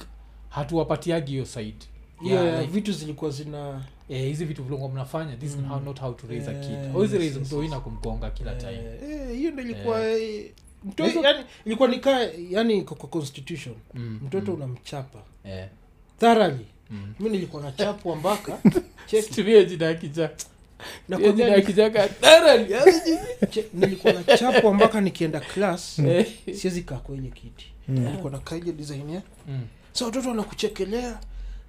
[SPEAKER 1] hatuwapatiagi hiyo side
[SPEAKER 2] Yeah,
[SPEAKER 1] Yeah, like-
[SPEAKER 2] vitu zilikuwa zina
[SPEAKER 1] eh, hizi vitu vilikuwa mnafanya this is how not how to raise a
[SPEAKER 2] Eh,
[SPEAKER 1] kid always raise
[SPEAKER 2] yes, yes,
[SPEAKER 1] mtoi na kumgonga kila time
[SPEAKER 2] Eh, eh, hiyo ndo ilikuwa eh, mtoi-
[SPEAKER 1] Hizo-
[SPEAKER 2] yani, ilikuwa nikaa yani kwa kwa constitution
[SPEAKER 1] Mm,
[SPEAKER 2] mtoto unamchapa
[SPEAKER 1] eh.
[SPEAKER 2] tharali
[SPEAKER 1] Mm. [laughs]
[SPEAKER 2] mi nilikuwa nachapwa mpaka cheki
[SPEAKER 1] Situmie jina ya kijana.
[SPEAKER 2] na kwa vile
[SPEAKER 1] akijaga "Darren, yaani."
[SPEAKER 2] Che- nilikuwa na chapo mpaka nikienda
[SPEAKER 1] [laughs]
[SPEAKER 2] klas
[SPEAKER 1] Eh.
[SPEAKER 2] siwezi kaa kwa ile kiti nilikuwa na kaile design ya
[SPEAKER 1] Mm.
[SPEAKER 2] sa watoto wanakuchekelea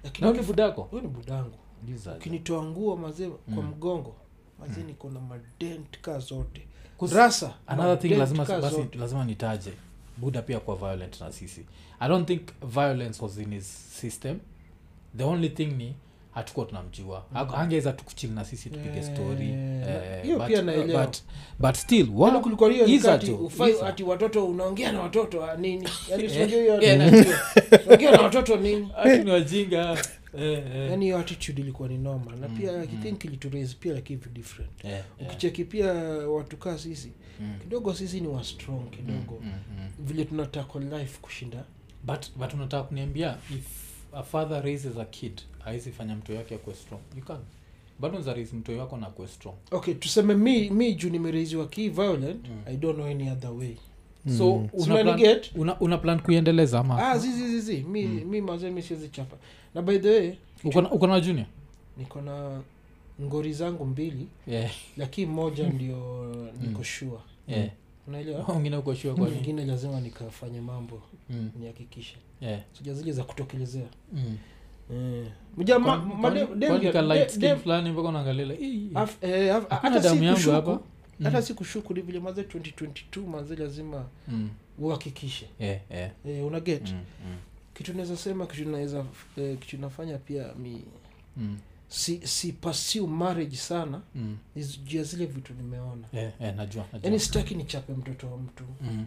[SPEAKER 2] lakini
[SPEAKER 1] na ni budako
[SPEAKER 2] huyu ni budangu ukinitoa nguo mazee kwa
[SPEAKER 1] Mm.
[SPEAKER 2] mgongo mazee niko na madent kaa zote
[SPEAKER 1] Kus-
[SPEAKER 2] rasa
[SPEAKER 1] another thing
[SPEAKER 2] madent
[SPEAKER 1] lazima,
[SPEAKER 2] kaa
[SPEAKER 1] basi,
[SPEAKER 2] zote.
[SPEAKER 1] lazima nitaje buda pia kwa violent na sisi i don't think violence was in his system the only thing ni hatukuwa tunamjua mm. angeweza tukuchili na sisi tupige
[SPEAKER 2] Eh,
[SPEAKER 1] story
[SPEAKER 2] na-
[SPEAKER 1] eh,
[SPEAKER 2] hiyo
[SPEAKER 1] but-
[SPEAKER 2] pia naelewa.
[SPEAKER 1] but, but still wa-
[SPEAKER 2] Yaani kulikuwa hiyo
[SPEAKER 1] Isa
[SPEAKER 2] nyakati
[SPEAKER 1] tu,
[SPEAKER 2] ufai
[SPEAKER 1] Isa.
[SPEAKER 2] ati watoto unaongea na watoto ah, nini yaani
[SPEAKER 1] Eh,
[SPEAKER 2] sijui hiyo
[SPEAKER 1] eh,
[SPEAKER 2] nini. ongea na watoto nini
[SPEAKER 1] Ati Ah, ni wajinga eh, eh.
[SPEAKER 2] yaani hiyo attitude ilikuwa ni noma na pia mm, i think ilituraise pia like hivi different
[SPEAKER 1] Eh, eh.
[SPEAKER 2] ukicheki pia watu kaa sisi
[SPEAKER 1] Mm.
[SPEAKER 2] kidogo sisi ni wa strong kidogo
[SPEAKER 1] Mm, mm.
[SPEAKER 2] vile tunatako life kushinda
[SPEAKER 1] but but unataka kuniambia if a father raises a kid awezi fanya mtu yake akuwe strong you can bado nza raise mtu wako na akuwe strong
[SPEAKER 2] okay tuseme mi mi juu nimereiziwa ki violent mm. i don't know any other way
[SPEAKER 1] so
[SPEAKER 2] Mm. Si
[SPEAKER 1] una plan,
[SPEAKER 2] unaniget?
[SPEAKER 1] una, una plan kuiendeleza ama
[SPEAKER 2] ah, zi, zi, zi, zi. mi,
[SPEAKER 1] Mm.
[SPEAKER 2] mi mazee mi siwezi chapa na by the way
[SPEAKER 1] uko na- uko na junior
[SPEAKER 2] niko na ngori zangu mbili
[SPEAKER 1] yeah. [laughs]
[SPEAKER 2] lakini moja ndio
[SPEAKER 1] Mm.
[SPEAKER 2] niko shua
[SPEAKER 1] yeah.
[SPEAKER 2] unaelewa
[SPEAKER 1] Oh, wengine uko sure kwa nini
[SPEAKER 2] ingine lazima nikafanye mambo
[SPEAKER 1] Mm,
[SPEAKER 2] nihakikishe
[SPEAKER 1] yeah.
[SPEAKER 2] sija zile za kutokelezea
[SPEAKER 1] Mm.
[SPEAKER 2] mjamaa
[SPEAKER 1] Kwani- kwani- kwani ka light skin fulani mpaka unaangalia like, "Ii,
[SPEAKER 2] Af- eh, af-
[SPEAKER 1] hakuna
[SPEAKER 2] hata si
[SPEAKER 1] damu yangu
[SPEAKER 2] kushuku,
[SPEAKER 1] hapa." Mm.
[SPEAKER 2] hata si kushuku ni vile mazee 2022 mazee lazima
[SPEAKER 1] Mm.
[SPEAKER 2] uhakikishe
[SPEAKER 1] Yeah, yeah.
[SPEAKER 2] eh, una get
[SPEAKER 1] Mm, mm,
[SPEAKER 2] kitu naweza sema kitu naweza eh, kitu nafanya pia mi
[SPEAKER 1] mm,
[SPEAKER 2] si, si pursue marriage sana
[SPEAKER 1] mm.
[SPEAKER 2] ni juu ya zile vitu nimeona
[SPEAKER 1] Yeah, yeah, najua najua.
[SPEAKER 2] yaani sitaki nichape mtoto wa mtu
[SPEAKER 1] Mm.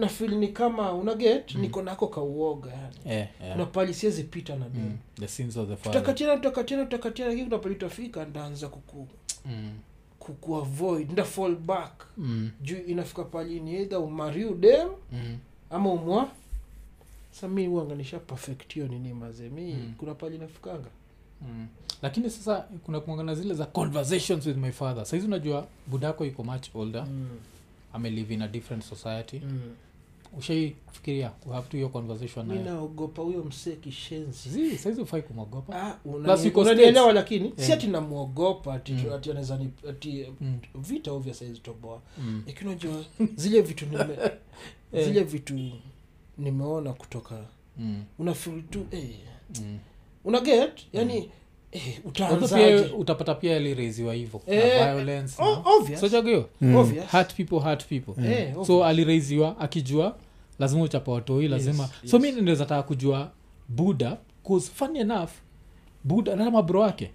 [SPEAKER 2] nafil ni kama una get niko nako kauoga yani
[SPEAKER 1] Yeah, yeah.
[SPEAKER 2] kuna pali siwezi pita na demu
[SPEAKER 1] Mm. The sins of the father.
[SPEAKER 2] tutakatiana tutakatiana tutakatiana lakini kuna pali tutafika ndaanza kuku
[SPEAKER 1] Mm.
[SPEAKER 2] kukuavoid nda fall back
[SPEAKER 1] Mm.
[SPEAKER 2] juu inafika pali ni either umariu dem
[SPEAKER 1] Mm.
[SPEAKER 2] ama umwa sa mi uanganisha perfectio nini maze mi
[SPEAKER 1] Mm.
[SPEAKER 2] kuna pali nafikanga
[SPEAKER 1] Mm. lakini sasa kuna kuangana zile za conversations with my father sahizi unajua budako iko much older
[SPEAKER 2] mm.
[SPEAKER 1] amelive in a different society
[SPEAKER 2] mm.
[SPEAKER 1] ushaifikiria have to hiyo conversation
[SPEAKER 2] mi
[SPEAKER 1] naye
[SPEAKER 2] naogopa huyo msee kishenzi
[SPEAKER 1] Zii, sahizi ufai kumwogopa
[SPEAKER 2] Ah, unani-
[SPEAKER 1] Plus yuko
[SPEAKER 2] unanielewa lakini si
[SPEAKER 1] Yeah.
[SPEAKER 2] ati namwogopa ati,
[SPEAKER 1] Mm.
[SPEAKER 2] ati anaweza ni ati eh,
[SPEAKER 1] Mm,
[SPEAKER 2] vita ovya saizi toboa
[SPEAKER 1] mm,
[SPEAKER 2] lakini unajua zile vitu
[SPEAKER 1] [laughs]
[SPEAKER 2] nime,
[SPEAKER 1] Eh.
[SPEAKER 2] zile vitu nimeona kutoka
[SPEAKER 1] mm,
[SPEAKER 2] unafil tu eh,
[SPEAKER 1] mm.
[SPEAKER 2] una get
[SPEAKER 1] Hmm.
[SPEAKER 2] yani eh,
[SPEAKER 1] Although pia
[SPEAKER 2] utaanzaje
[SPEAKER 1] utapata pia aliraiziwa hivo
[SPEAKER 2] Eh,
[SPEAKER 1] na violence
[SPEAKER 2] O-
[SPEAKER 1] na-
[SPEAKER 2] obvious.
[SPEAKER 1] so chagio
[SPEAKER 2] Obvious.
[SPEAKER 1] hurt people hurt people
[SPEAKER 2] Eh, obvious.
[SPEAKER 1] so aliraiziwa akijua lazima uchapa watoi lazima
[SPEAKER 2] yes.
[SPEAKER 1] so mi naweza taka kujua buda cause funny enough buda hata mabro wake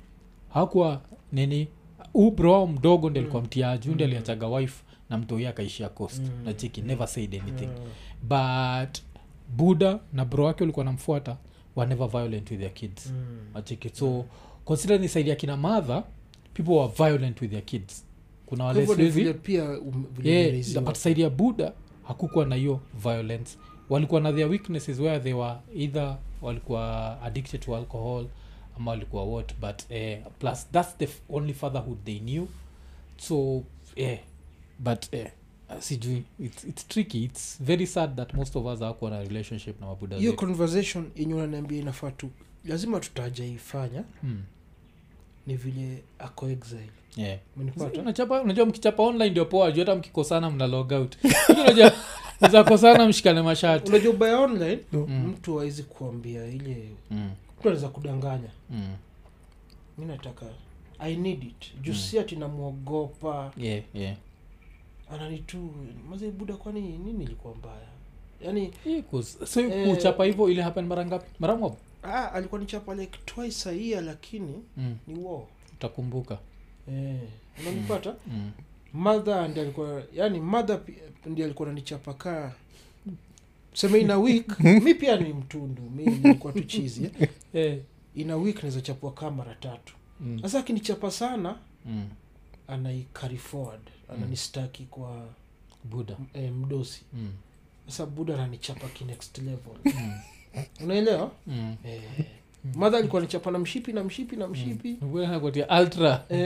[SPEAKER 1] hakuwa nini huu bro wao mdogo ndi alikuwa mtiaji ndi aliachaga wife na mtoi akaishia coast
[SPEAKER 2] Mm.
[SPEAKER 1] na chiki never said anything
[SPEAKER 2] Mm.
[SPEAKER 1] but buda na bro wake walikuwa namfuata were never violent with their kids
[SPEAKER 2] Mm.
[SPEAKER 1] achiki so consider ni saidi ya kina mother people were violent with their kids kuna
[SPEAKER 2] Kwa hivyo ni
[SPEAKER 1] walesiwezi
[SPEAKER 2] vile pia um- vile nimeelezewa.
[SPEAKER 1] yeahbutsaidi ya buddha hakukuwa na hiyo violence walikuwa na their weaknesses where they were either walikuwa addicted to alcohol ama walikuwa what but eh, plus that's the f- only fatherhood they knew so eh, but eh, sijui it's, it's tricky it's very sad that most of us hakuwa na relationship na mabuda
[SPEAKER 2] hiyo
[SPEAKER 1] zetu.
[SPEAKER 2] conversation yenye unaniambia inafaa tu lazima tutajaifanya
[SPEAKER 1] Hmm,
[SPEAKER 2] ni vile ako exile
[SPEAKER 1] yeah.
[SPEAKER 2] umenipata
[SPEAKER 1] unachapa unajua mkichapa online ndio poa juu hata mkikosana mna log out unajua [laughs] mzakosana mshikane
[SPEAKER 2] [laughs]
[SPEAKER 1] mashati
[SPEAKER 2] unajua ubaya online
[SPEAKER 1] Mm.
[SPEAKER 2] mtu awezi kuambia ile
[SPEAKER 1] mm,
[SPEAKER 2] mtu anaweza kudanganya
[SPEAKER 1] mm.
[SPEAKER 2] mi nataka i need it juu si ati namwogopa
[SPEAKER 1] yeah, yeah.
[SPEAKER 2] ananitu mazee buda kwani nini ilikuwa mbaya yaani
[SPEAKER 1] Yeah, 'cause- so
[SPEAKER 2] Eh,
[SPEAKER 1] kuchapa hivyo ile happen mara ngapi mara mob
[SPEAKER 2] ah, alikuwa nichapa like twice a year lakini
[SPEAKER 1] mm,
[SPEAKER 2] ni wo
[SPEAKER 1] utakumbuka
[SPEAKER 2] eh, unanipata
[SPEAKER 1] mm.
[SPEAKER 2] madha ndi alikuwa yani madha ndi alikuwa nanichapa kaa seme ina week
[SPEAKER 1] Hmm?
[SPEAKER 2] mi pia ni mtundu mi nilikuwa tu chizi eh.
[SPEAKER 1] eh,
[SPEAKER 2] ina week naweza chapua kaa mara tatu
[SPEAKER 1] mm,
[SPEAKER 2] sasa akinichapa sana
[SPEAKER 1] mm.
[SPEAKER 2] anaicarry forward ananistaki kwa
[SPEAKER 1] buda
[SPEAKER 2] eh, mdosi
[SPEAKER 1] mm.
[SPEAKER 2] sasa buda ananichapa ki next level
[SPEAKER 1] Hmm.
[SPEAKER 2] unaelewa
[SPEAKER 1] mm.
[SPEAKER 2] eh, madha alikuwa nichapa na mshipi na mshipi na mshipi
[SPEAKER 1] Buda anakutia ultra
[SPEAKER 2] Eh,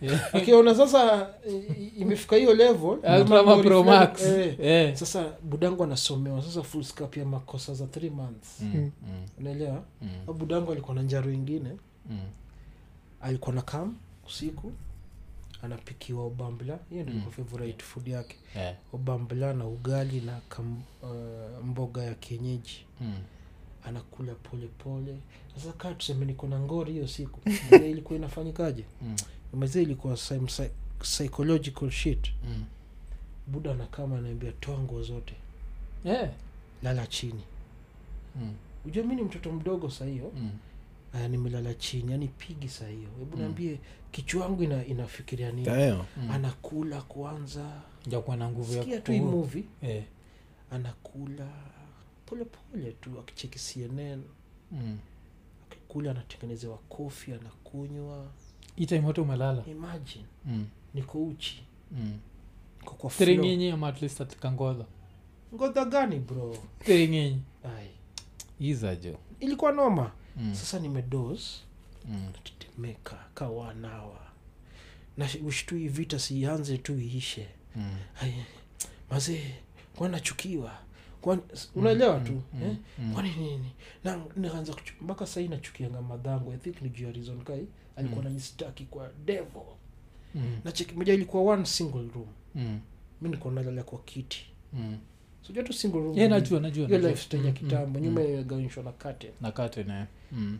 [SPEAKER 1] Hmm. Yeah.
[SPEAKER 2] akiona sasa eh, imefika hiyo level
[SPEAKER 1] ultra ama pro max
[SPEAKER 2] eh,
[SPEAKER 1] Eh.
[SPEAKER 2] sasa budangu anasomewa sasa full scope ya makosa za three months
[SPEAKER 1] Mm, mm,
[SPEAKER 2] unaelewa
[SPEAKER 1] mm,
[SPEAKER 2] Au budangu alikuwa na njaro ingine
[SPEAKER 1] mm,
[SPEAKER 2] alikuwa na kam usiku anapikiwa obambla hiyo ndio mm. favorite food yake
[SPEAKER 1] eh,
[SPEAKER 2] obambla na ugali na kam, uh, mboga ya kienyeji
[SPEAKER 1] mm.
[SPEAKER 2] anakula polepole sasa kaa tuseme niko na ngori hiyo siku
[SPEAKER 1] [laughs]
[SPEAKER 2] Mzee ilikuwa inafanyikaje
[SPEAKER 1] Mm.
[SPEAKER 2] mzee ilikuwa psy- psy- psychological shit
[SPEAKER 1] Mm.
[SPEAKER 2] buda anakama anaambia toa nguo zote
[SPEAKER 1] Eh,
[SPEAKER 2] lala chini
[SPEAKER 1] mm,
[SPEAKER 2] ujua mi ni mtoto mdogo saa hiyo
[SPEAKER 1] mm,
[SPEAKER 2] aya Ah, nimelala chini yani pigi saa hiyo hebu naambie kichwa yangu ina, inafikiria nini
[SPEAKER 3] Damn.
[SPEAKER 2] anakula kwanza
[SPEAKER 1] jakuwa na nguvu ya
[SPEAKER 2] sikia tu
[SPEAKER 1] kupumua.
[SPEAKER 2] imuvi
[SPEAKER 1] Eh,
[SPEAKER 2] anakula polepole tu akicheki cnn
[SPEAKER 1] mm.
[SPEAKER 2] akikula anatengenezewa kofi anakunywa
[SPEAKER 1] Hii time wote umelala
[SPEAKER 2] imagine
[SPEAKER 1] mm.
[SPEAKER 2] niko uchi
[SPEAKER 1] mm.
[SPEAKER 2] niko kwa floor.
[SPEAKER 1] thiringinyi ama at least atika ngodha
[SPEAKER 2] ngodha gani bro
[SPEAKER 1] thiringinyi
[SPEAKER 2] Ai.
[SPEAKER 1] izajo
[SPEAKER 2] ilikuwa noma
[SPEAKER 1] Mm.
[SPEAKER 2] sasa nimedos
[SPEAKER 1] mm.
[SPEAKER 2] natetemeka kawanawa na shi- ushtui vita siianze tu iishe
[SPEAKER 1] mm.
[SPEAKER 2] Ai, mazee kwanachukiwa kwani s-
[SPEAKER 1] Mm-hmm.
[SPEAKER 2] unaelewa tu
[SPEAKER 1] Mm.
[SPEAKER 2] eh? kwani nini na nikaanza kuchu- mpaka sahii nachukianga madhangu i think ni juu ya reason kai alikuwa mm. nanistaki kwa devil
[SPEAKER 1] mm.
[SPEAKER 2] na cheki moja ilikuwa one single room
[SPEAKER 1] mm.
[SPEAKER 2] mi niko nalala kwa kiti
[SPEAKER 1] mm.
[SPEAKER 2] sijua tu single room
[SPEAKER 1] yeah, najua najua
[SPEAKER 2] hiyo
[SPEAKER 1] najua.
[SPEAKER 2] lifestyle ya
[SPEAKER 1] Mm, mm,
[SPEAKER 2] kitambo
[SPEAKER 1] mm.
[SPEAKER 2] nyuma imegawishwa na kate
[SPEAKER 1] na kate naye mm.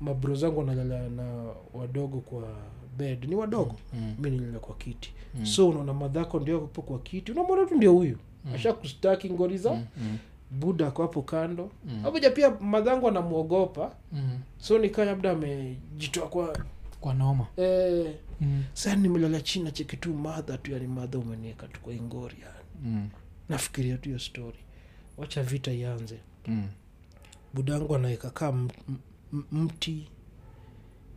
[SPEAKER 2] mabro zangu wanalala na wadogo kwa bed ni wadogo
[SPEAKER 1] mm.
[SPEAKER 2] mi nilala kwa kiti
[SPEAKER 1] Mm.
[SPEAKER 2] so unaona madhako ndio hapo kwa kiti unamwona tu ndio huyu
[SPEAKER 1] Mm.
[SPEAKER 2] asha kustaki ngori za
[SPEAKER 1] mm. mm.
[SPEAKER 2] buda ako hapo kando
[SPEAKER 1] Mm.
[SPEAKER 2] pamoja pia madhangu anamwogopa
[SPEAKER 1] mm.
[SPEAKER 2] so nikaa labda amejitoa kwa
[SPEAKER 1] kwa noma
[SPEAKER 2] eh,
[SPEAKER 1] mm.
[SPEAKER 2] saa nimelala chini nacheki tu madha tu yani madha umenieka tu kwa ingori yani
[SPEAKER 1] mm.
[SPEAKER 2] nafikiria tu hiyo story wacha vita ianze
[SPEAKER 1] mm.
[SPEAKER 2] budangu anaweka kaa m- m- m- mti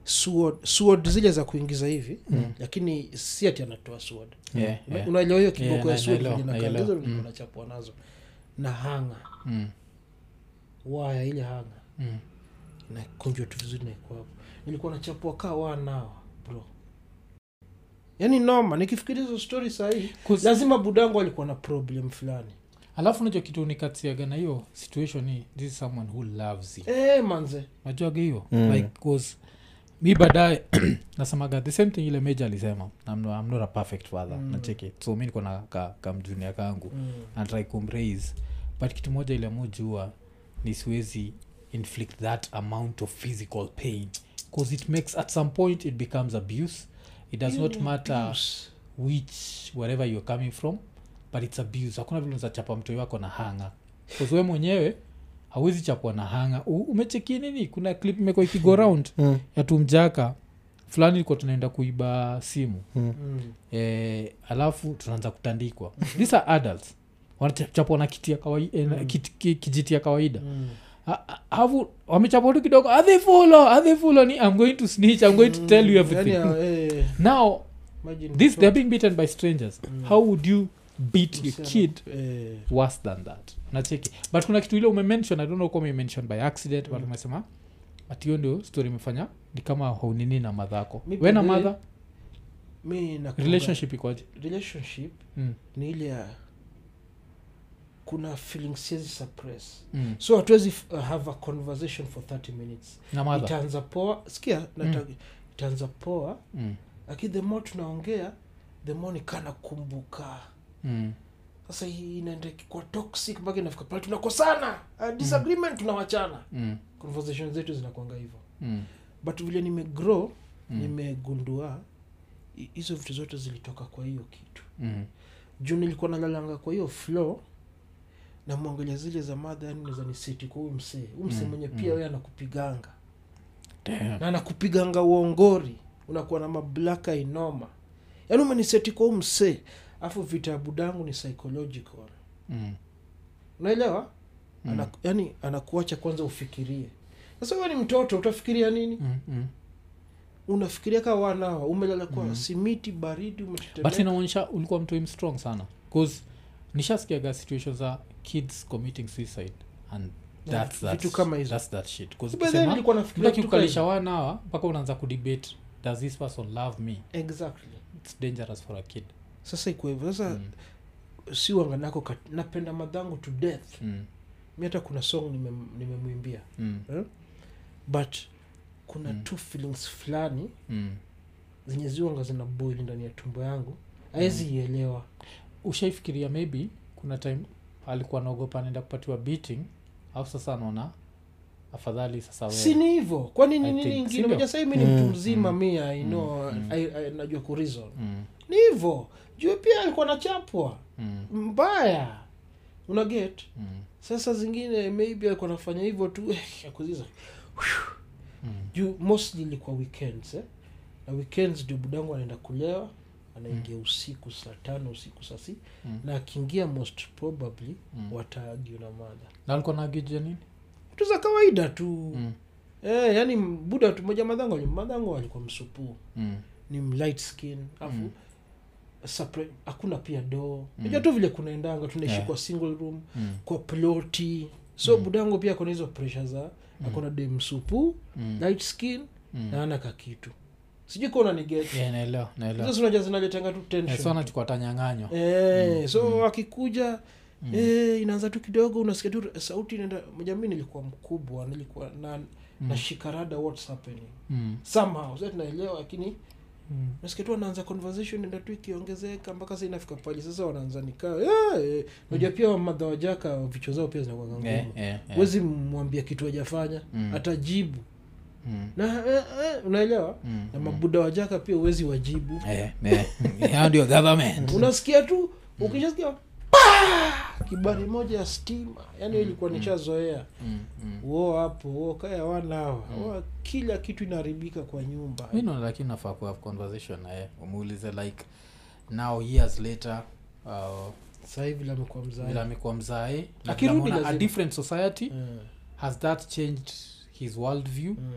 [SPEAKER 2] sword, sword zile za kuingiza hivi
[SPEAKER 1] Mm.
[SPEAKER 2] lakini si ati anatoa sword
[SPEAKER 1] yeah,
[SPEAKER 2] Una-
[SPEAKER 1] yeah.
[SPEAKER 2] unaelewa hiyo
[SPEAKER 1] Yeah,
[SPEAKER 2] kiboko
[SPEAKER 1] na-
[SPEAKER 2] ya sword
[SPEAKER 1] naelewa,
[SPEAKER 2] venye inakaa,
[SPEAKER 1] naelewa.
[SPEAKER 2] ndizo nilikuwa
[SPEAKER 1] Mm.
[SPEAKER 2] nachapwa nazo na hanga
[SPEAKER 1] Mm.
[SPEAKER 2] waya ile hanga
[SPEAKER 1] Mm.
[SPEAKER 2] nakunjwa tu vizuri naikuwa hapo nilikuwa nachapwa kaa waa nao bro yaani noma nikifikiria hizo stori sahii
[SPEAKER 1] Kus-
[SPEAKER 2] lazima budangu alikuwa na problem fulani
[SPEAKER 1] alafu nacho kitu nikatsiaga na hiyo situation ni this is someone who loves you
[SPEAKER 2] Eh, manze
[SPEAKER 1] najuaga hiyo like cause mi baadaye [clears throat] nasemaga the same thing ile meja alisema I'm no- I'm not a perfect father mm. nacheki so mi niko na ka, kamjunia kangu
[SPEAKER 2] Mm.
[SPEAKER 1] natrai kumraise but kitu moja ile mujua ni siwezi inflict that amount of physical pain bcause it makes at some point it becomes abuse it does
[SPEAKER 2] Hiyo
[SPEAKER 1] not
[SPEAKER 3] Mm,
[SPEAKER 2] ni
[SPEAKER 1] matter
[SPEAKER 2] abuse.
[SPEAKER 1] which wherever you're coming from but it's abuse hakuna vile chapa mtoi wako na hanga bcause we mwenyewe hawezi chapwa na hanga U- umechekia nini kuna clip imekuwa ikigo round
[SPEAKER 3] Mm.
[SPEAKER 1] ya tumjaka fulani ilikuwa tunaenda kuiba simu
[SPEAKER 2] Mm.
[SPEAKER 1] e, alafu tunaanza kutandikwa these are adults wanachapwa na kiti ya kawaida mm. kit, ki, kijiti ya kawaida
[SPEAKER 2] Mm.
[SPEAKER 1] Ha- ha- havu wamechapwa tu kidogo adhifulo adhifulo ni i'm going to snitch i'm going to tell you
[SPEAKER 2] Mm,
[SPEAKER 1] everything
[SPEAKER 2] yaani, eh,
[SPEAKER 1] now
[SPEAKER 2] imagine
[SPEAKER 1] this
[SPEAKER 2] mtoto,
[SPEAKER 1] they're being beaten by strangers
[SPEAKER 2] Mm.
[SPEAKER 1] how would you beat your
[SPEAKER 2] msichana,
[SPEAKER 1] kid
[SPEAKER 2] eh,
[SPEAKER 1] worse than that nacheki but kuna kitu ile umemention i don't know kama umemention by accident
[SPEAKER 2] Mm.
[SPEAKER 1] but umesema atio ndio story imefanya ni kama haunini na madhako
[SPEAKER 2] Mi
[SPEAKER 1] we na
[SPEAKER 2] pengine-
[SPEAKER 1] madha
[SPEAKER 2] mi nakumbuka-
[SPEAKER 1] relationship ikoje
[SPEAKER 2] relationship
[SPEAKER 1] mm.
[SPEAKER 2] ni ile ya kuna feeling siwezi suppress
[SPEAKER 1] mm.
[SPEAKER 2] so hatuwezi f- uh, have a conversation for 30 minutes
[SPEAKER 1] na madha
[SPEAKER 2] itaanza poa sikia nata- itaanza poa
[SPEAKER 1] mm.
[SPEAKER 2] lakini the more tunaongea the more nikana kumbuka
[SPEAKER 1] Mm.
[SPEAKER 2] sasa hii inaenda kwa toxic mpaka inafika pale tunakosana uh, disagreement tunawachana
[SPEAKER 1] Mm.
[SPEAKER 2] conversation zetu zinakwanga hivyo
[SPEAKER 1] Mm.
[SPEAKER 2] but vile nimegrow mm. nimegundua hi- hizo vitu zote zilitoka kwa hiyo kitu
[SPEAKER 1] Mm.
[SPEAKER 2] juu nilikuwa nalalanga kwa hiyo flo namwangalia zile za madha yani naweza nisiti kwa huyu msee huyu msee mwenye pia wewe anakupiganga
[SPEAKER 1] Damn.
[SPEAKER 2] na anakupiganga uongori unakuwa na mablaka inoma yaani umeniseti kwa huyu msee alafu vitabu dangu ni psychological
[SPEAKER 1] Mm.
[SPEAKER 2] unaelewa Ana, yani anakuacha kwanza ufikirie sasa wewe ni mtoto utafikiria nini
[SPEAKER 1] Mm. Mm.
[SPEAKER 2] unafikiria kaa wanawa umelala kwa simiti baridi
[SPEAKER 1] but
[SPEAKER 2] umetetemeka
[SPEAKER 1] inaonyesha ulikuwa mtu im strong sana bcause nishasikiaga situation za kids committing suicide and
[SPEAKER 2] Yeah,
[SPEAKER 1] that's that,
[SPEAKER 2] vitu kama hizo.
[SPEAKER 1] that's that shit 'Cause
[SPEAKER 2] By then
[SPEAKER 1] ukisema-
[SPEAKER 2] nilikuwa nafikiria
[SPEAKER 1] mtu
[SPEAKER 2] kitu kama
[SPEAKER 1] akiukalisha
[SPEAKER 2] hiyo.
[SPEAKER 1] wanawa mpaka unaanza kudebate does this person love me
[SPEAKER 2] exactly
[SPEAKER 1] its dangerous for a kid
[SPEAKER 2] sasa iko hivyo sasa si wanganako kat- napenda madhangu to death
[SPEAKER 1] mm.
[SPEAKER 2] mi hata kuna song nimem- nimemwimbia
[SPEAKER 1] Mm.
[SPEAKER 2] eh? but kuna mm. two feelings fulani
[SPEAKER 1] Mm.
[SPEAKER 2] zenye ziwanga zina boil ndani ya tumbo yangu awezi ielewa
[SPEAKER 1] ushaifikiria maybe kuna time alikuwa naogopa anaenda kupatiwa beating au sasa anaona afadhali sasa wewe.
[SPEAKER 2] si ni hivo kwani
[SPEAKER 1] I
[SPEAKER 2] ni nini
[SPEAKER 1] think, Mm.
[SPEAKER 2] ingine
[SPEAKER 1] sindio?
[SPEAKER 2] moja sahii mi ni mtu mzima mi I know, I- I- najua kurizon
[SPEAKER 1] Mm,
[SPEAKER 2] ni hivo juu pia alikuwa nachapwa
[SPEAKER 1] mm,
[SPEAKER 2] mbaya una get
[SPEAKER 1] mm,
[SPEAKER 2] sasa zingine maybe alikuwa nafanya hivyo tu [laughs] akuziza
[SPEAKER 1] mm,
[SPEAKER 2] juu mostly ilikuwa weekends eh? na weekends ndio budangu anaenda kulewa anaingia usiku saa tano usiku saa si
[SPEAKER 1] Mm.
[SPEAKER 2] na akiingia most probably
[SPEAKER 1] Mm.
[SPEAKER 2] wataagiu na madha
[SPEAKER 1] na alikuwa naagijia nini
[SPEAKER 2] vitu za kawaida tu
[SPEAKER 1] Mm,
[SPEAKER 2] eh, yani buda tu moja madhango ali- madhango alikuwa msupuu
[SPEAKER 1] mm,
[SPEAKER 2] ni mlight skin afu
[SPEAKER 1] Mm.
[SPEAKER 2] separate- hakuna pia doo najua tu vile kunaendanga tunaishi
[SPEAKER 1] Yeah.
[SPEAKER 2] kwa single room
[SPEAKER 1] mm,
[SPEAKER 2] kwa ploti so budango pia akona hizo presha za akona dem supu
[SPEAKER 1] mm,
[SPEAKER 2] light skin
[SPEAKER 1] mm.
[SPEAKER 2] na ana kakitu sijui kuwa unanigeta
[SPEAKER 1] Yeah, naelewa naelewa
[SPEAKER 2] hizo sinaja zinaletanga tu tension
[SPEAKER 1] Eh, so Mm. anatukua tanyang'anywa
[SPEAKER 2] Eh, so akikuja
[SPEAKER 1] Mm,
[SPEAKER 2] eh, inaanza tu kidogo unasikia tu sauti inaenda moja mi nilikuwa mkubwa nilikuwa na nashikarada what's happening
[SPEAKER 1] Mm,
[SPEAKER 2] somehow sasa tunaelewa lakini
[SPEAKER 1] mm,
[SPEAKER 2] nasikia tu wanaanza conversation enda tu ikiongezeka mpaka sasa inafika pali sasa wanaanza nikaa yeah, eh. najua pia madha wajaka vichwa zao pia zinakuanga ngumu
[SPEAKER 1] Mm. eh, eh, eh,
[SPEAKER 2] huwezi mwambia kitu hajafanya
[SPEAKER 1] Mm.
[SPEAKER 2] atajibu
[SPEAKER 1] mm,
[SPEAKER 2] na eh, eh, unaelewa
[SPEAKER 1] mm,
[SPEAKER 2] na mabuda wajaka pia huwezi wajibu
[SPEAKER 1] eh, eh. [laughs] Hao ndio government
[SPEAKER 2] unasikia tu
[SPEAKER 1] Mm.
[SPEAKER 2] ukishasikia "Pah!" kibari moja ya stima yani hiyo ilikuwa nishazoea
[SPEAKER 1] Mm, mm.
[SPEAKER 2] uo hapo uo kaya wanawa Wo, kila kitu inaharibika kwa nyumba
[SPEAKER 1] mi naona lakini nafaa kuhave conversation naye umuulize like now years later uh,
[SPEAKER 2] sasa hivi lamekuwa
[SPEAKER 1] vile
[SPEAKER 2] mzae
[SPEAKER 1] amekuwa mzae na vile
[SPEAKER 2] Akirudi
[SPEAKER 1] ameona a
[SPEAKER 2] lazima.
[SPEAKER 1] different society
[SPEAKER 2] Mm,
[SPEAKER 1] has that changed his world view
[SPEAKER 2] mm.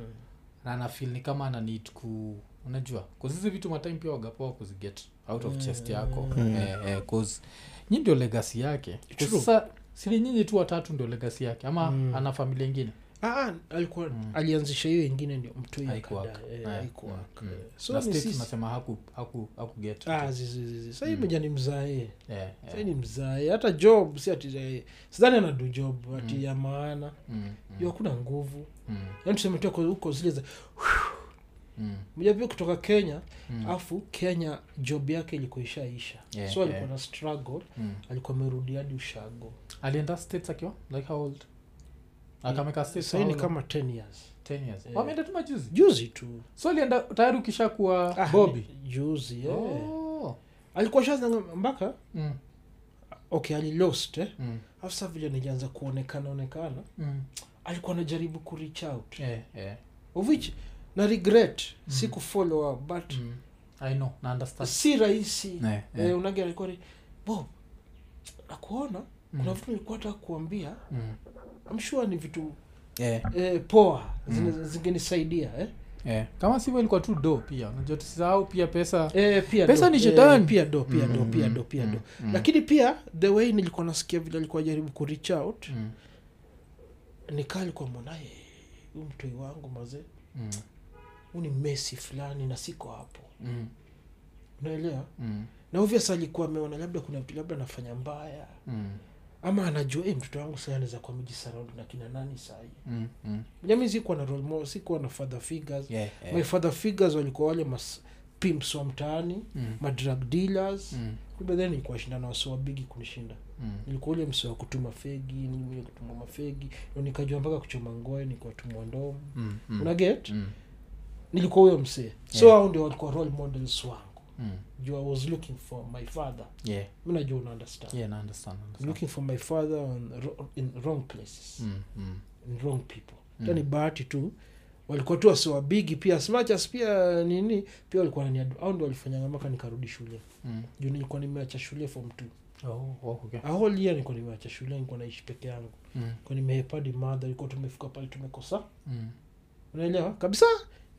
[SPEAKER 1] na anafil ni kama ananid ku unajua kazizi vitu matime pia wagapoa kuziget out of chest yako eh, eh, cause nyi ndio legasi yake 'Cause
[SPEAKER 2] Mm. True.
[SPEAKER 1] sasa sili nyinyi tu watatu ndio legasi yake ama
[SPEAKER 2] Mm.
[SPEAKER 1] ana familia ingine
[SPEAKER 2] Ah, ah, alikuwa alianzisha hiyo ingine ndio mtu hiyo
[SPEAKER 1] Haikuwaka.
[SPEAKER 2] kada, eh,
[SPEAKER 1] Mm. Eh,
[SPEAKER 2] haikuwaka.
[SPEAKER 1] mm.
[SPEAKER 2] so
[SPEAKER 1] na
[SPEAKER 2] ni
[SPEAKER 1] state
[SPEAKER 2] sisi
[SPEAKER 1] unasema haku haku hakuget
[SPEAKER 2] Ah, zi- zi- zi- zi. sasa
[SPEAKER 1] Mm.
[SPEAKER 2] hivi mja ni mzae
[SPEAKER 1] eh,
[SPEAKER 2] sasa
[SPEAKER 1] eh,
[SPEAKER 2] ni mzae hata job si ati eh, sidhani anadu job ati ya maana
[SPEAKER 1] mm,
[SPEAKER 2] juu hakuna nguvu
[SPEAKER 1] mm,
[SPEAKER 2] yani tuseme tu ako huko zile za
[SPEAKER 1] mm,
[SPEAKER 2] mja pia kutoka kenya
[SPEAKER 1] Mm.
[SPEAKER 2] afu kenya job yake ilikuwa ishaisha
[SPEAKER 1] Yeah,
[SPEAKER 2] so alikuwa
[SPEAKER 1] yeah.
[SPEAKER 2] na struggle
[SPEAKER 1] mm.
[SPEAKER 2] alikuwa amerudi hadi ushago
[SPEAKER 1] alienda states akiwa like how old akameka states
[SPEAKER 2] sahii
[SPEAKER 1] how
[SPEAKER 2] Mm. ni
[SPEAKER 1] long?
[SPEAKER 2] kama 10 years
[SPEAKER 1] 10 years
[SPEAKER 2] Eh.
[SPEAKER 1] wameenda tu majuzi
[SPEAKER 2] juzi tu
[SPEAKER 1] so alienda tayari ukishakuwa
[SPEAKER 2] Ah,
[SPEAKER 1] bobi
[SPEAKER 2] ni- juzi yeah.
[SPEAKER 1] Oh.
[SPEAKER 2] alikuwa shazanga mpaka
[SPEAKER 1] Mm,
[SPEAKER 2] okay alilost eh.
[SPEAKER 1] mm,
[SPEAKER 2] afsa vile nilianza kuonekana onekana
[SPEAKER 1] mm.
[SPEAKER 2] alikuwa anajaribu kureach out
[SPEAKER 1] Eh, eh.
[SPEAKER 2] of which na regret si kufollow up but
[SPEAKER 1] Mm. I know, na understand.
[SPEAKER 2] si rahisi
[SPEAKER 1] Eh, eh.
[SPEAKER 2] eh, unage alikuwa ni bob nakuona kuna vitu nilikuwa taka kuambia
[SPEAKER 1] Mm.
[SPEAKER 2] amshua ni vitu
[SPEAKER 1] Eh,
[SPEAKER 2] eh, poa zina-
[SPEAKER 1] Mm.
[SPEAKER 2] zingenisaidia eh?
[SPEAKER 1] eh. kama sivyo ilikuwa tu do pia unajua tusisahau pia pesa
[SPEAKER 2] Eh, pia
[SPEAKER 1] Pesa
[SPEAKER 2] do,
[SPEAKER 1] ni shetani.
[SPEAKER 2] eh, pia do pia do
[SPEAKER 1] Mm,
[SPEAKER 2] pia
[SPEAKER 1] mm,
[SPEAKER 2] do pia
[SPEAKER 1] mm,
[SPEAKER 2] do
[SPEAKER 1] mm.
[SPEAKER 2] lakini pia the way nilikuwa nasikia vile alikuwa jaribu kureach out
[SPEAKER 1] Mm,
[SPEAKER 2] nikaa alikuwa mwanaye huyu mtoi wangu mazee
[SPEAKER 1] mm,
[SPEAKER 2] huu ni mesi fulani na siko hapo
[SPEAKER 1] mm,
[SPEAKER 2] unaelewa
[SPEAKER 1] mm,
[SPEAKER 2] na obvious alikuwa ameona labda kuna vitu labda anafanya mbaya
[SPEAKER 1] mm,
[SPEAKER 2] ama anajua hey, mtoto wangu saa anaweza kuwa amejisaraudi na kina nani sahii
[SPEAKER 1] mm, mm.
[SPEAKER 2] jami sikuwa na role model, sikuwa na father figures
[SPEAKER 1] Yeah, eh.
[SPEAKER 2] my father figures walikuwa wale mas pimps wa mtaani
[SPEAKER 1] Mm,
[SPEAKER 2] ma drug dealers
[SPEAKER 1] mm,
[SPEAKER 2] kumbe then nilikuwa shindana na wasee wa bigi kunishinda
[SPEAKER 1] mm.
[SPEAKER 2] nilikuwa ule msee wa kutuma fegi nile kutuma mafegi na nikajua mpaka kuchoma ngoe nikawatumwa ndomo
[SPEAKER 1] Mm, mm,
[SPEAKER 2] una get
[SPEAKER 1] mm,
[SPEAKER 2] nilikuwa huyo msee so hao ndio walikuwa role models wangu
[SPEAKER 1] mm.
[SPEAKER 2] juu i was looking for my father
[SPEAKER 1] Yeah,
[SPEAKER 2] mi najua una understand
[SPEAKER 1] yeah, na understand, understand.
[SPEAKER 2] I'm looking for my father on, ro- in wrong places
[SPEAKER 1] Mm, mm,
[SPEAKER 2] in wrong people mm. ni bahati tu walikuwa tu wasiwabigi pia as much as pia nini pia walikuwa naniadu au ndo walifanyanga mpaka nikarudi shule
[SPEAKER 1] mm.
[SPEAKER 2] juu nilikuwa nimeacha shule form two
[SPEAKER 1] Oh, oh, okay.
[SPEAKER 2] a whole year nilikuwa nimeacha shule nilikuwa naishi peke yangu
[SPEAKER 1] Mm,
[SPEAKER 2] nilikuwa nimehepadi madha ilikuwa tumefika pale tumekosa
[SPEAKER 1] mm,
[SPEAKER 2] unaelewa kabisa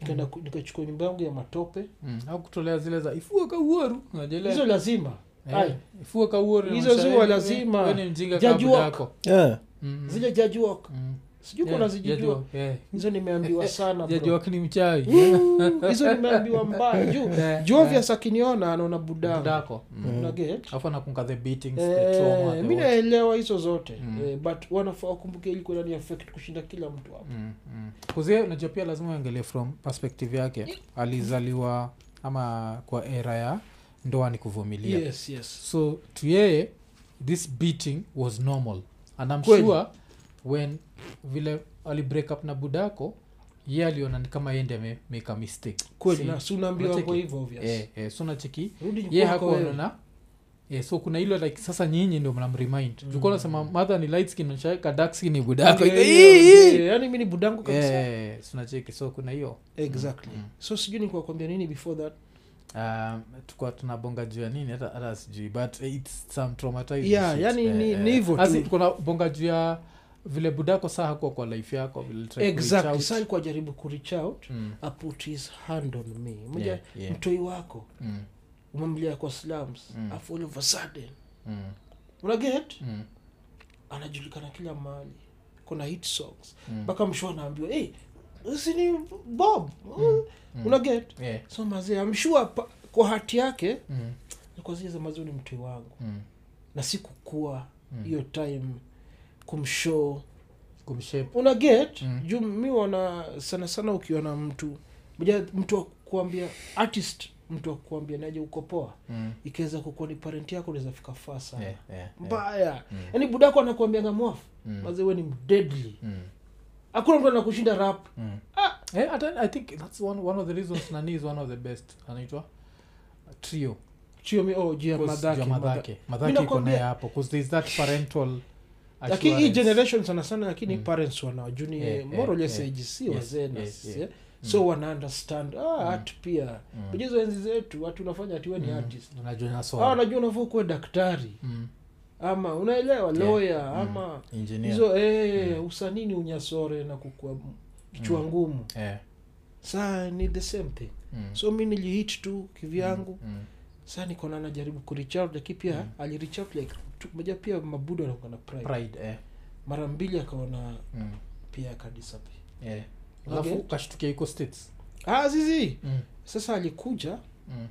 [SPEAKER 2] nikaenda ku- nikachukua nyumba yangu ya matope
[SPEAKER 1] mm. au kutolea zile za ifua kauoru
[SPEAKER 2] hizo
[SPEAKER 1] najelea
[SPEAKER 2] lazima
[SPEAKER 1] Eh,
[SPEAKER 2] Ai,
[SPEAKER 1] ifua kauoru
[SPEAKER 2] Hizo ziwa lazima.
[SPEAKER 1] ni mjinga
[SPEAKER 2] Jaji walk.
[SPEAKER 1] kabudako
[SPEAKER 3] Yeah.
[SPEAKER 2] zile jaji walk
[SPEAKER 1] Mm.
[SPEAKER 2] sijui kuna
[SPEAKER 1] Jajua,
[SPEAKER 2] zijijua
[SPEAKER 1] eh.
[SPEAKER 2] hizo
[SPEAKER 1] [laughs]
[SPEAKER 2] nimeambiwa sana bro.
[SPEAKER 1] Jajua kini mchawi
[SPEAKER 2] Woo, hizo nimeambiwa mbaya juu
[SPEAKER 1] [laughs] Eh,
[SPEAKER 2] juu obvious akiniona anaona budangu
[SPEAKER 1] dako
[SPEAKER 2] Una get?
[SPEAKER 1] afu anakunga Mm. the beatings the trauma
[SPEAKER 2] Eh,
[SPEAKER 1] the Mm.
[SPEAKER 2] mi
[SPEAKER 1] what.
[SPEAKER 2] naelewa hizo zote eh, but wanafaa wakumbuke ilikuwa nani affect kushinda kila mtu hapo
[SPEAKER 1] Mm, mm. kuzie unajua pia lazima uangalie from perspective yake alizaliwa ama kwa era ya ndoa ni kuvumilia
[SPEAKER 2] yes yes
[SPEAKER 1] so to yeye this beating was normal and i'm
[SPEAKER 2] Kweli.
[SPEAKER 1] sure when vile ali break up na budako ye aliona ni kama yende amemake a mistake
[SPEAKER 2] kweli
[SPEAKER 1] See?
[SPEAKER 2] na si unaambiwa
[SPEAKER 1] Unacheki?
[SPEAKER 2] kwa hivyo obvious
[SPEAKER 1] eh, eh, so nacheki
[SPEAKER 2] rudi nyumbani
[SPEAKER 1] ye
[SPEAKER 2] kwa wewe.
[SPEAKER 1] hakuonana eh, so kuna hilo like sasa nyinyi ndio mnamremind mm. jukuwa nasema mother ni light skin nashaweka dark skin ni budako
[SPEAKER 2] Ndio,
[SPEAKER 1] Hii, hii.
[SPEAKER 2] ndio, yani Yaani mi ni budangu kabisa
[SPEAKER 1] Eh, Mm. so nacheki so kuna hiyo
[SPEAKER 2] exactly so sijui nikuwakwambia nini before that
[SPEAKER 1] um, tukua tunabonga juu ya nini hata hata sijui but its some traumatizing
[SPEAKER 2] Yeah,
[SPEAKER 1] shit. Eh,
[SPEAKER 2] yani ni- ni hivyo
[SPEAKER 1] Asi,
[SPEAKER 2] tu.
[SPEAKER 1] kuna bonga juu ya vile budako saa hakuwa kwa life yako vile ulitry ku reach
[SPEAKER 2] exactly
[SPEAKER 1] out.
[SPEAKER 2] sa alikuwa jaribu kureach out
[SPEAKER 1] Mm,
[SPEAKER 2] I put his hand on me Moja,
[SPEAKER 1] Yeah, yeah.
[SPEAKER 2] mtoi wako
[SPEAKER 1] mm,
[SPEAKER 2] umemlia kwa slums
[SPEAKER 1] Mm.
[SPEAKER 2] afu all of a sudden
[SPEAKER 1] mm,
[SPEAKER 2] unaget
[SPEAKER 1] mm,
[SPEAKER 2] anajulikana kila mahali kuna hit songs
[SPEAKER 1] mm,
[SPEAKER 2] mpaka msho anaambiwa hey, si ni bob mm. unaget
[SPEAKER 1] yeah,
[SPEAKER 2] so mazee amshua pa, kwa hati yake
[SPEAKER 1] Eh, mm,
[SPEAKER 2] nikuazia mazee ni mtoi wangu
[SPEAKER 1] mm.
[SPEAKER 2] na si kukua
[SPEAKER 1] Mm.
[SPEAKER 2] hiyo time kumshow
[SPEAKER 1] kumshape
[SPEAKER 2] una get
[SPEAKER 1] Mm.
[SPEAKER 2] mm. juu mi wana sana sana ukiwa na mtu moja mtu akuambia artist mtu akuambia naje uko poa
[SPEAKER 1] mm,
[SPEAKER 2] ikiweza kukuwa ni parent yako unaweza fika faa sana
[SPEAKER 1] yeah, yeah, yeah,
[SPEAKER 2] mbaya
[SPEAKER 1] Mm.
[SPEAKER 2] yaani budako anakuambianga mwafu
[SPEAKER 1] Mm.
[SPEAKER 2] maze we ni mdedli
[SPEAKER 1] mm,
[SPEAKER 2] hakuna mtu anakushinda rap
[SPEAKER 1] mm.
[SPEAKER 2] Ah.
[SPEAKER 1] Eh, hata i think thats one, one of the reasons nani is one of the best anaitwa trio
[SPEAKER 2] chio mi oh jia
[SPEAKER 1] Because
[SPEAKER 2] madhake
[SPEAKER 1] juu ya
[SPEAKER 2] madhake
[SPEAKER 1] madhake madhake iko naye
[SPEAKER 2] nakwambia-
[SPEAKER 1] hapo 'cause there's that parental
[SPEAKER 2] lakini hii
[SPEAKER 1] assurance.
[SPEAKER 2] generation sana sana lakini
[SPEAKER 1] Mm.
[SPEAKER 2] mm. parents wana juu ni
[SPEAKER 1] Yeah,
[SPEAKER 2] yeah,
[SPEAKER 1] yeah,
[SPEAKER 2] more or less
[SPEAKER 1] yeah.
[SPEAKER 2] age si
[SPEAKER 1] Yes,
[SPEAKER 2] wazee na
[SPEAKER 1] yes,
[SPEAKER 2] sisi
[SPEAKER 1] yeah.
[SPEAKER 2] eh. so wana understand ah art pia
[SPEAKER 1] Mm.
[SPEAKER 2] mm. hizo enzi zetu watu unafanya ati we ni
[SPEAKER 1] Mm,
[SPEAKER 2] artist
[SPEAKER 1] unajua
[SPEAKER 2] ah
[SPEAKER 1] nasoma
[SPEAKER 2] unajua unavua kuwe daktari
[SPEAKER 1] Mm,
[SPEAKER 2] ama unaelewa
[SPEAKER 1] Yeah.
[SPEAKER 2] lawyer
[SPEAKER 1] mm,
[SPEAKER 2] ama
[SPEAKER 1] engineer. Mm.
[SPEAKER 2] hizo eh, usanii ni unyasore na kukua kichwa ngumu
[SPEAKER 1] Eh,
[SPEAKER 2] saa ni the same thing
[SPEAKER 1] mm,
[SPEAKER 2] so mi nilihit tu kivyangu
[SPEAKER 1] mm,
[SPEAKER 2] saa nikona najaribu kurich out lakini pia mm. alirich out like tu- moja pia mabudu anakuwa na pride
[SPEAKER 1] pride, eh,
[SPEAKER 2] mara mbili akaona
[SPEAKER 1] mm,
[SPEAKER 2] pia akadisapi
[SPEAKER 1] eh. Alafu
[SPEAKER 2] Okay.
[SPEAKER 1] kashtukia iko states
[SPEAKER 2] ah zizi
[SPEAKER 1] Mm,
[SPEAKER 2] sasa alikuja
[SPEAKER 1] mm,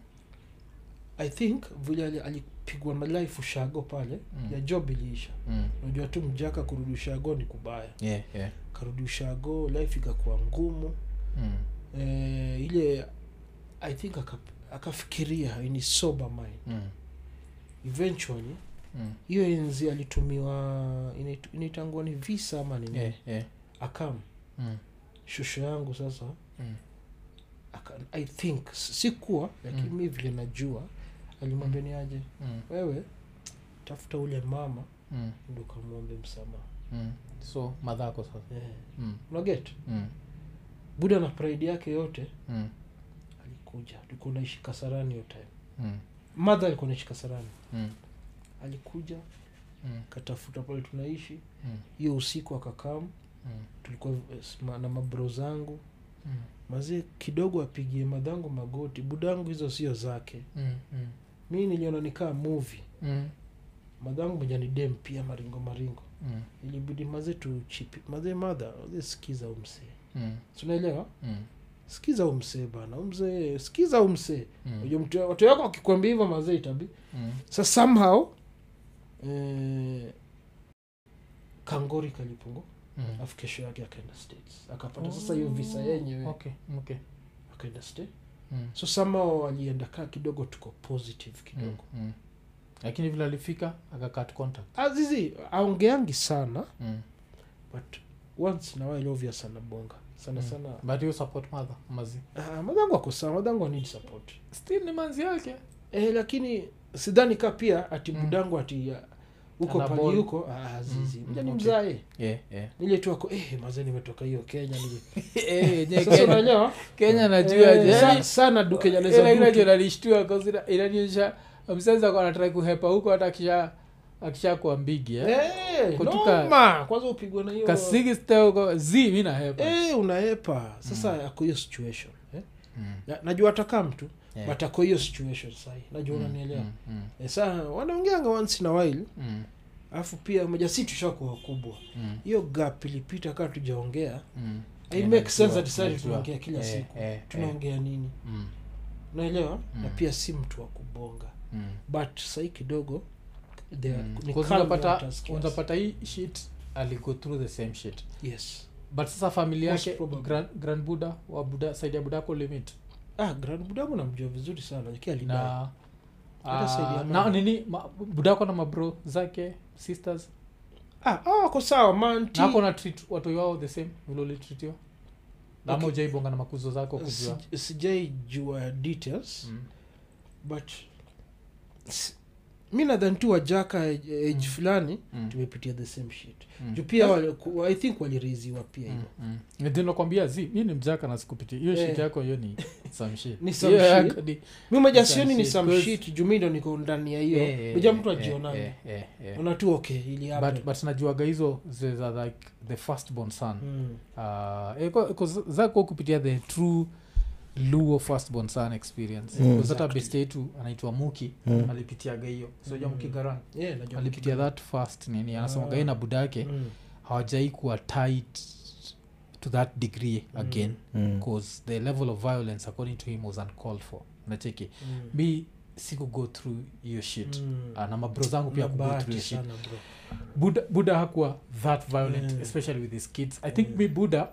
[SPEAKER 2] i think vile ali- alipigwa malaifu shago pale
[SPEAKER 1] Mm.
[SPEAKER 2] mm. ya job iliisha
[SPEAKER 1] mm.
[SPEAKER 2] unajua tu mjaka kurudi ushago ni kubaya
[SPEAKER 1] Yeah, yeah.
[SPEAKER 2] karudi ushago life ikakuwa ngumu
[SPEAKER 1] Mm,
[SPEAKER 2] eh, ile i think aka, akafikiria in his sober mind
[SPEAKER 1] mm,
[SPEAKER 2] eventually
[SPEAKER 1] mm.
[SPEAKER 2] hiyo enzi alitumiwa inaitu- inaitangwa ni visa ama nini
[SPEAKER 1] Yeah, yeah.
[SPEAKER 2] akam
[SPEAKER 1] Mm,
[SPEAKER 2] shosho yangu sasa
[SPEAKER 1] mm,
[SPEAKER 2] aka, i think s- sikuwa lakini
[SPEAKER 1] Mm.
[SPEAKER 2] mi vile najua alimwambia ni aje
[SPEAKER 1] mm,
[SPEAKER 2] wewe tafuta ule mama
[SPEAKER 1] mm,
[SPEAKER 2] ndo kamwombe msamaha Eh.
[SPEAKER 1] mm. so madhako sasa
[SPEAKER 2] yeah.
[SPEAKER 1] Mm,
[SPEAKER 2] unaget
[SPEAKER 1] mm,
[SPEAKER 2] buda na pride yake yote
[SPEAKER 1] mm,
[SPEAKER 2] alikuja alikuwa naishi kasarani hiyo time
[SPEAKER 1] mm,
[SPEAKER 2] madha alikuwa naishi kasarani
[SPEAKER 1] mm,
[SPEAKER 2] alikuja
[SPEAKER 1] mm,
[SPEAKER 2] katafuta pale tunaishi
[SPEAKER 1] Mm.
[SPEAKER 2] hiyo usiku akakam
[SPEAKER 1] mm,
[SPEAKER 2] tulikuwa eh, s- ma- na mabro zangu
[SPEAKER 1] mm,
[SPEAKER 2] mazee kidogo apigie madhangu magoti budangu hizo sio zake
[SPEAKER 1] mm, mm,
[SPEAKER 2] mi niliona nikaa movie
[SPEAKER 1] mm,
[SPEAKER 2] madhangu moja ni dem pia maringo maringo
[SPEAKER 1] mm,
[SPEAKER 2] ilibidi mazee tuchipi mazee madha mazee sikiza umsee
[SPEAKER 1] mm,
[SPEAKER 2] tunaelewa
[SPEAKER 1] mm,
[SPEAKER 2] sikiza umsee bana umsee sikiza umsee
[SPEAKER 1] mm,
[SPEAKER 2] mm. watu wako wakikwambia hivyo mazee itabi
[SPEAKER 1] mm.
[SPEAKER 2] sa somehow eh, kangori kalipungua
[SPEAKER 1] Mm.
[SPEAKER 2] afu kesho yake akaenda states akapata sasa hiyo visa yenyewe
[SPEAKER 1] Okay, okay.
[SPEAKER 2] akaenda state
[SPEAKER 1] Mm.
[SPEAKER 2] so somehow alienda kaa kidogo tuko positive
[SPEAKER 1] Mm,
[SPEAKER 2] kidogo
[SPEAKER 1] mm. lakini vile alifika akakat contact
[SPEAKER 2] mm. azizi aongeangi sana
[SPEAKER 1] mm.
[SPEAKER 2] but once na while obvious anabonga sana
[SPEAKER 1] Mm.
[SPEAKER 2] sana
[SPEAKER 1] but hiyo support mother mazi
[SPEAKER 2] ah, madhangu ako sawa madhangu anid support
[SPEAKER 1] still ni manzi yake
[SPEAKER 2] eh, lakini sidhani ka pia ati
[SPEAKER 1] Mm.
[SPEAKER 2] budangu ati ah, huko
[SPEAKER 1] Ana
[SPEAKER 2] pali
[SPEAKER 1] ball.
[SPEAKER 2] huko ah, azizi
[SPEAKER 1] Mm,
[SPEAKER 2] mja ni
[SPEAKER 1] okay.
[SPEAKER 2] mzae
[SPEAKER 1] yeah, [laughs] yeah.
[SPEAKER 2] nile tu ako eh, mazee nimetoka hiyo kenya
[SPEAKER 1] [laughs]
[SPEAKER 2] nile sasa
[SPEAKER 1] Eh, kenya,
[SPEAKER 2] unaelewa
[SPEAKER 1] kenya
[SPEAKER 2] eh, sa-
[SPEAKER 1] najuaje
[SPEAKER 2] sana du
[SPEAKER 1] eh,
[SPEAKER 2] kenya naweza
[SPEAKER 1] najuanalishtua inanionyesha msezi ako anatrai kuhepa huko hata akisha akisha kuwa mbigi eh?
[SPEAKER 2] Eh,
[SPEAKER 1] Kutoka-
[SPEAKER 2] noma. kwanza upigwe na hiyo
[SPEAKER 1] kasigi steuko z mi nahepa
[SPEAKER 2] Eh, unaepa sasa ako hiyo situation eh?
[SPEAKER 1] Mm.
[SPEAKER 2] Na- najua atakaa mtu
[SPEAKER 1] Yeah.
[SPEAKER 2] but ako hiyo situation sahi najua unanielewa
[SPEAKER 1] Mm, mm,
[SPEAKER 2] eh, saa wanaongeanga once in a while
[SPEAKER 1] mm,
[SPEAKER 2] alafu pia moja si tushakuwa wakubwa
[SPEAKER 1] mm,
[SPEAKER 2] hiyo gap ilipita kaa tujaongea
[SPEAKER 1] mm.
[SPEAKER 2] yeah,
[SPEAKER 1] Yeah,
[SPEAKER 2] make sense
[SPEAKER 1] najua,
[SPEAKER 2] ati sasa
[SPEAKER 1] najua.
[SPEAKER 2] tunaongea kila
[SPEAKER 1] Eh,
[SPEAKER 2] siku
[SPEAKER 1] eh, eh.
[SPEAKER 2] tunaongea nini
[SPEAKER 1] Mm,
[SPEAKER 2] unaelewa na
[SPEAKER 1] Mm.
[SPEAKER 2] pia si mtu wa kubonga
[SPEAKER 1] mm.
[SPEAKER 2] but sahii kidogo they are-
[SPEAKER 1] Mm.
[SPEAKER 2] ni
[SPEAKER 1] Because
[SPEAKER 2] calm
[SPEAKER 1] unapata-
[SPEAKER 2] watasikia.
[SPEAKER 1] unapata hii shit aligo through the same shit
[SPEAKER 2] yes
[SPEAKER 1] but sasa famili
[SPEAKER 2] Most
[SPEAKER 1] yake
[SPEAKER 2] probably.
[SPEAKER 1] grand, grand buda wa buda side ya budako limit
[SPEAKER 2] ah grand budangu namjua vizuri sana nikia alidai
[SPEAKER 1] na
[SPEAKER 2] Hata Saidi
[SPEAKER 1] ah,
[SPEAKER 2] Amani.
[SPEAKER 1] na nini ma- budako na mabro zake sisters
[SPEAKER 2] ah ah, wako sawa manti
[SPEAKER 1] nako na treat watu wao the same vile ulitritiwa ama
[SPEAKER 2] Okay.
[SPEAKER 1] ujaibonga na makuzo zako kujua
[SPEAKER 2] Si- sijaijua details
[SPEAKER 1] Mm.
[SPEAKER 2] but s- mi nadhani tu wajaka age age fulani
[SPEAKER 1] Mm.
[SPEAKER 2] tumepitia the same shit
[SPEAKER 1] Mm.
[SPEAKER 2] juu pia wale, ku- i think waliriziwa pia hivyo
[SPEAKER 1] nakwambia zi mi ni mjaka na sikupitia hiyo
[SPEAKER 2] Eh.
[SPEAKER 1] shit yako hiyo ni some shit.
[SPEAKER 2] [laughs] Ni some
[SPEAKER 1] Hiyo
[SPEAKER 2] shit.
[SPEAKER 1] yako ni-
[SPEAKER 2] mi majasioni ni
[SPEAKER 1] Because-
[SPEAKER 2] some shit juu mi ndo niko ndani ya
[SPEAKER 1] Eh,
[SPEAKER 2] hiyo
[SPEAKER 1] eh,
[SPEAKER 2] uja
[SPEAKER 1] eh,
[SPEAKER 2] mtu
[SPEAKER 1] eh,
[SPEAKER 2] ajionani
[SPEAKER 1] eh, eh, eh.
[SPEAKER 2] ona tu okay ili happen.
[SPEAKER 1] but but najuaga hizo ze- za like the first born son
[SPEAKER 2] Mm.
[SPEAKER 1] Ah, eh, kwa- 'cause zako kupitia the true luo firstborn son experience
[SPEAKER 3] Mm.
[SPEAKER 1] Because hata best yetu anaitwa muki
[SPEAKER 3] Mm.
[SPEAKER 1] alipitiaga hiyo soja
[SPEAKER 2] Mm.
[SPEAKER 1] muki Ah. garang
[SPEAKER 2] Yeah, najua
[SPEAKER 1] alipitia that first nini anasemaga yeye na buda yake
[SPEAKER 2] Mm.
[SPEAKER 1] hawajai kuwa tight to that degree again
[SPEAKER 3] Mm.
[SPEAKER 1] because the level of violence according to him was uncalled for nacheki
[SPEAKER 2] Mm.
[SPEAKER 1] mi siku go through hiyo shit
[SPEAKER 2] Mm.
[SPEAKER 1] Ah, na mabro zangu pia
[SPEAKER 2] Na
[SPEAKER 1] kugo through
[SPEAKER 2] bahati
[SPEAKER 1] hiyo shit
[SPEAKER 2] sana bro.
[SPEAKER 1] buddha, buddha hakuwa that violent
[SPEAKER 2] Mm.
[SPEAKER 1] mm. especially with his kids i think
[SPEAKER 2] Mm.
[SPEAKER 1] mm. mi buddha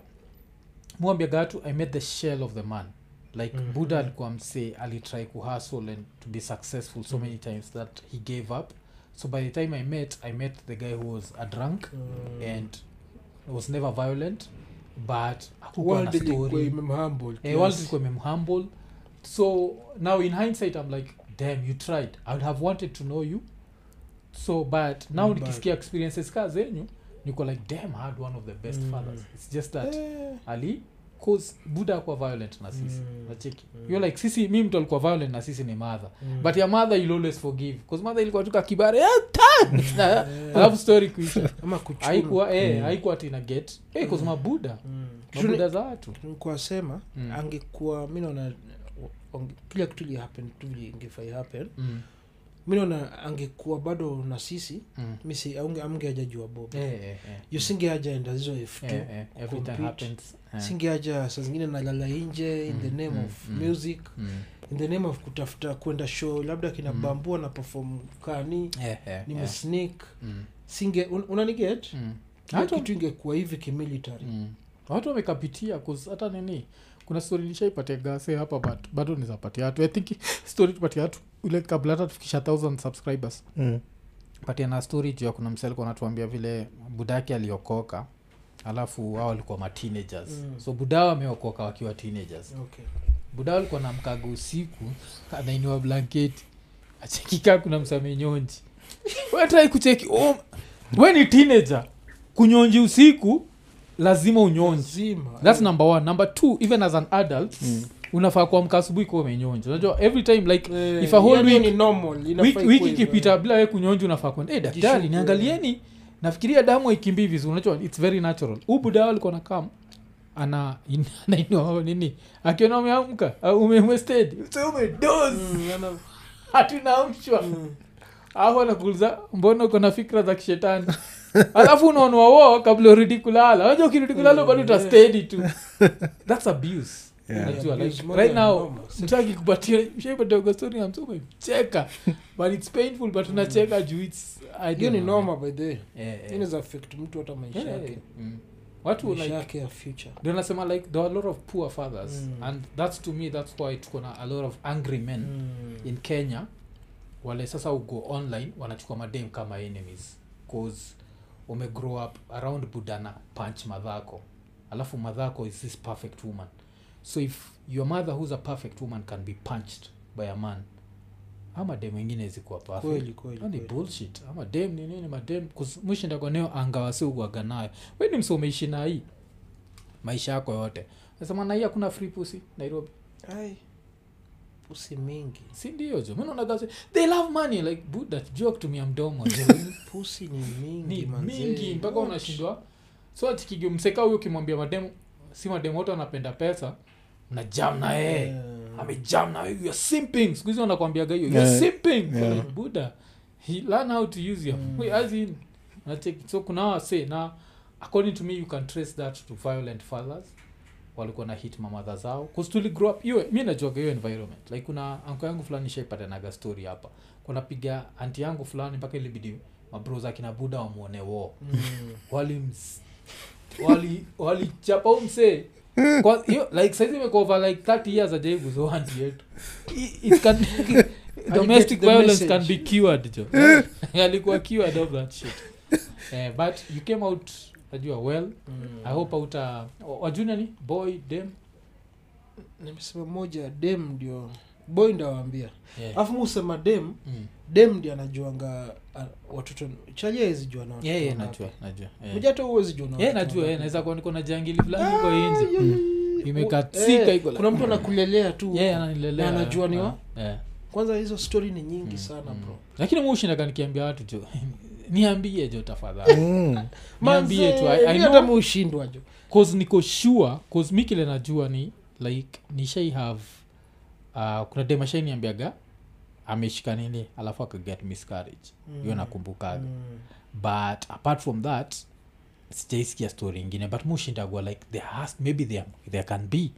[SPEAKER 1] muambiaga watu i met the shell of the man like
[SPEAKER 2] Mhm.
[SPEAKER 1] mm. buddha alikuwa msee alitry kuhustle and to be successful so mm. many times that he gave up so by the time i met i met the guy who was a drunk
[SPEAKER 2] Mm.
[SPEAKER 1] mm. and was never violent but hakukuwa na
[SPEAKER 2] World ilikuwa
[SPEAKER 1] story
[SPEAKER 2] imemhumble
[SPEAKER 1] Eh,
[SPEAKER 2] kiasi.
[SPEAKER 1] world ilikuwa imemhumble so now in hindsight i'm like damn you tried i would have wanted to know you so but now
[SPEAKER 2] Mm, But-
[SPEAKER 1] nikisikia experiences ka zenyu niko like damn I had one of the best
[SPEAKER 2] Mm.
[SPEAKER 1] fathers it's just that
[SPEAKER 2] Eh.
[SPEAKER 1] ali cause buda akuwa violent na sisi
[SPEAKER 2] Mm.
[SPEAKER 1] nacheki
[SPEAKER 2] Mm.
[SPEAKER 1] you're like sisi mi mtu alikuwa violent na sisi ni mother
[SPEAKER 2] Mm.
[SPEAKER 1] but your mother you'll always forgive cause mother ilikuwa tuka kibare "Eh, ta!"
[SPEAKER 2] Mm.
[SPEAKER 1] [laughs] Na- alafu story
[SPEAKER 2] [laughs]
[SPEAKER 1] kuisha
[SPEAKER 2] ama kuchuna.
[SPEAKER 1] haikuwa eh haikuwa tina get eh cause mabuda
[SPEAKER 2] Mm. Kitu
[SPEAKER 1] mabuda za watu
[SPEAKER 2] ni- nilikuwa sema
[SPEAKER 1] Mm.
[SPEAKER 2] angekuwa mi naona wange- kila kitu ilihappen tu ingefai happen
[SPEAKER 1] mm.
[SPEAKER 2] mi naona angekuwa bado na sisi
[SPEAKER 1] mm.
[SPEAKER 2] misi amgeajajua bob
[SPEAKER 1] eh, eh, eh.
[SPEAKER 2] yusingeaja enda hizo f
[SPEAKER 1] Eh, eh, everything
[SPEAKER 2] compete.
[SPEAKER 1] happens. Eh.
[SPEAKER 2] singeaja saa zingine nalala nje in the
[SPEAKER 1] Mm,
[SPEAKER 2] name
[SPEAKER 1] mm,
[SPEAKER 2] of
[SPEAKER 1] mm.
[SPEAKER 2] music
[SPEAKER 1] Mm.
[SPEAKER 2] in the name of kutafuta kwenda show labda kina
[SPEAKER 1] Mm.
[SPEAKER 2] bambua na perform kani
[SPEAKER 1] Eh, eh, eh.
[SPEAKER 2] nimesnik
[SPEAKER 1] Mm,
[SPEAKER 2] singe un, unaniget
[SPEAKER 1] mm.
[SPEAKER 2] hiyo
[SPEAKER 1] Hata-
[SPEAKER 2] kitu ingekuwa hivi kimilitary
[SPEAKER 1] Mm. watu wamekapitia 'cause hata nini kuna stori nishaipatia gase hapa but bado nizapatia watu i think [laughs] story tupatia watu ile kabla hata tufikisha 1000 subscribers
[SPEAKER 3] Mm.
[SPEAKER 1] patia na story juu ya kuna mselko anatuambia vile budake aliokoka alafu hao walikuwa ma teenagers
[SPEAKER 2] Mm.
[SPEAKER 1] so budao ameokoka wakiwa teenagers
[SPEAKER 2] okay.
[SPEAKER 1] buda alikuwa namkaga usiku anainiwa blanketi achekikaa kuna msamenyonji wetai kucheki oh, we ni teenager kunyonji usiku lazima unyonji
[SPEAKER 2] zima
[SPEAKER 1] thats number one number two even as an adult
[SPEAKER 2] Hmm.
[SPEAKER 1] mm. unafaa kuamka asubuhi kuwa umenyonji unajua every time like
[SPEAKER 2] Eh,
[SPEAKER 1] if a whole
[SPEAKER 2] yani
[SPEAKER 1] week-
[SPEAKER 2] ni normal, inafaa
[SPEAKER 1] wiki,
[SPEAKER 2] ikuwe
[SPEAKER 1] wiki
[SPEAKER 2] hivyo.
[SPEAKER 1] ikipita bila we kunyonji unafaa kwenda hey, daktari
[SPEAKER 2] Jishuke.
[SPEAKER 1] niangalieni nafikiria damu aikimbii vizuri unajua its very natural huu budao alikuwa nakam ana in- [laughs] anainua nini akiona umeamka au umemwested
[SPEAKER 2] Mm, yana-
[SPEAKER 1] [laughs] hatunaamshwa
[SPEAKER 2] mm.
[SPEAKER 1] au anakuuliza mbona uko na fikra za kishetani [laughs] alafu unaonwa wo kabla urudi kulala unajua ukirudi kulala
[SPEAKER 2] Mm,
[SPEAKER 1] bado utastedi tu thats abuse
[SPEAKER 3] Yeah.
[SPEAKER 1] Unajua,
[SPEAKER 2] Abuse
[SPEAKER 1] like,
[SPEAKER 2] more
[SPEAKER 1] right
[SPEAKER 2] than
[SPEAKER 1] now
[SPEAKER 2] normal.
[SPEAKER 1] mtaki kupatia mshaipatia gastori na mtu umecheka but its painful but unacheka juu its I
[SPEAKER 2] hiyo
[SPEAKER 1] don't
[SPEAKER 2] ni
[SPEAKER 1] know, man.
[SPEAKER 2] normal by the way.
[SPEAKER 1] Eh, eh.
[SPEAKER 2] inaweza affect mtu hata maisha
[SPEAKER 1] Yeah,
[SPEAKER 2] yake
[SPEAKER 1] mm. watu
[SPEAKER 2] maisha
[SPEAKER 1] like
[SPEAKER 2] yake ya future
[SPEAKER 1] ndio nasema like there are a lot of poor fathers
[SPEAKER 2] Mm.
[SPEAKER 1] and that's to me that's why tuko na a lot of angry men in kenya wale sasa ugo online wanachukua madem kama enemies cause umegrow up around budana punch madhako alafu madhako is this perfect woman so if your mother who's a perfect woman can be punched by a man ama dem wengine zikuwa perfect
[SPEAKER 2] kweli kweli
[SPEAKER 1] Hiyo ni
[SPEAKER 2] kweli.
[SPEAKER 1] bullshit ama dem ni nini madem mwishindakoneo angawasiuaga nayo we ni mse umeishi na hii maisha yako yote nasema na hii hakuna free pussy nairobi
[SPEAKER 2] Ai, pusi mingi
[SPEAKER 1] sindio jo minaonaga they love money like buda jua kutumia mdomo jo
[SPEAKER 2] pusi ni mingi
[SPEAKER 1] ni
[SPEAKER 2] manzee.
[SPEAKER 1] mingi mpaka
[SPEAKER 2] What?
[SPEAKER 1] unashindwa so atikigi mseka huyo ukimwambia mademu si mademu wote anapenda pesa na jam na yeye
[SPEAKER 2] Eh,
[SPEAKER 1] amejam na wewe, you are simping sikuhizi wanakwambiaga hiyo
[SPEAKER 3] Yeah.
[SPEAKER 1] yeah. simping
[SPEAKER 3] Yeah.
[SPEAKER 1] yeah. like, buda he learn how to use your
[SPEAKER 2] Mm.
[SPEAKER 1] mm. as in unacheki. so kuna wase na according to me you can trace that to violent fathers walikuwa na hit mamadha zao 'Cause tuli grow up hiyo mi najuaga hiyo environment like kuna anko yangu fulani shaipatanaga story hapa kunapiga anti yangu fulani mpaka ilibidi mabro za kina buda wamwone wo
[SPEAKER 2] mm.
[SPEAKER 1] walimchapa wali, wali walichapa huu msee Kwa- hiyo, like saizi imekuwa over like 30 years ajai kuzoa nti yetu I- it
[SPEAKER 2] [laughs]
[SPEAKER 1] can- domestic
[SPEAKER 2] the
[SPEAKER 1] violence
[SPEAKER 2] message. Eh.
[SPEAKER 1] can be cured
[SPEAKER 2] [laughs]
[SPEAKER 1] jo [laughs] alikuwa cured of that shit Eh, but you came out najua well
[SPEAKER 2] mm.
[SPEAKER 1] i hope auta wajuna ni boy dem
[SPEAKER 2] nimesema moja dem ndio boy ndo awaambia
[SPEAKER 1] yeah.
[SPEAKER 2] alafu musema dem
[SPEAKER 1] mm.
[SPEAKER 2] dem ndio anajuanga ah, watoto chalia hezijua na
[SPEAKER 1] yeah, yeah, najua najua yeah.
[SPEAKER 2] mjata huwezijua na
[SPEAKER 1] yeah,
[SPEAKER 2] watoto
[SPEAKER 1] najua yeah,
[SPEAKER 2] wangapi.
[SPEAKER 1] naweza kuwa niko na jangili fulani huko inje
[SPEAKER 2] Ah, Yo, yo, yo, yo.
[SPEAKER 1] Imekatika
[SPEAKER 2] Eh,
[SPEAKER 1] iko like-
[SPEAKER 2] kuna mtu anakulelea tu
[SPEAKER 1] yeah, ananilelea
[SPEAKER 2] Na anajua ni wa-
[SPEAKER 1] yeah.
[SPEAKER 2] kwanza hizo story ni nyingi sana bro
[SPEAKER 1] lakini muushindaga nikiambia watu jo [laughs] niambie jo tafadhali
[SPEAKER 3] Mm.
[SPEAKER 1] niambie tu I- I know-
[SPEAKER 2] hata muushindwa jo
[SPEAKER 1] cause niko sure cause mi kile najua ni like nishai have uh, kuna demashainiambiaga ameshika nini alafu akaget miscarriage
[SPEAKER 2] Mm.
[SPEAKER 1] hiyo nakumbukaga but apart from that sijaisikia story ingine but mushindagwa like there has, maybe there, there can be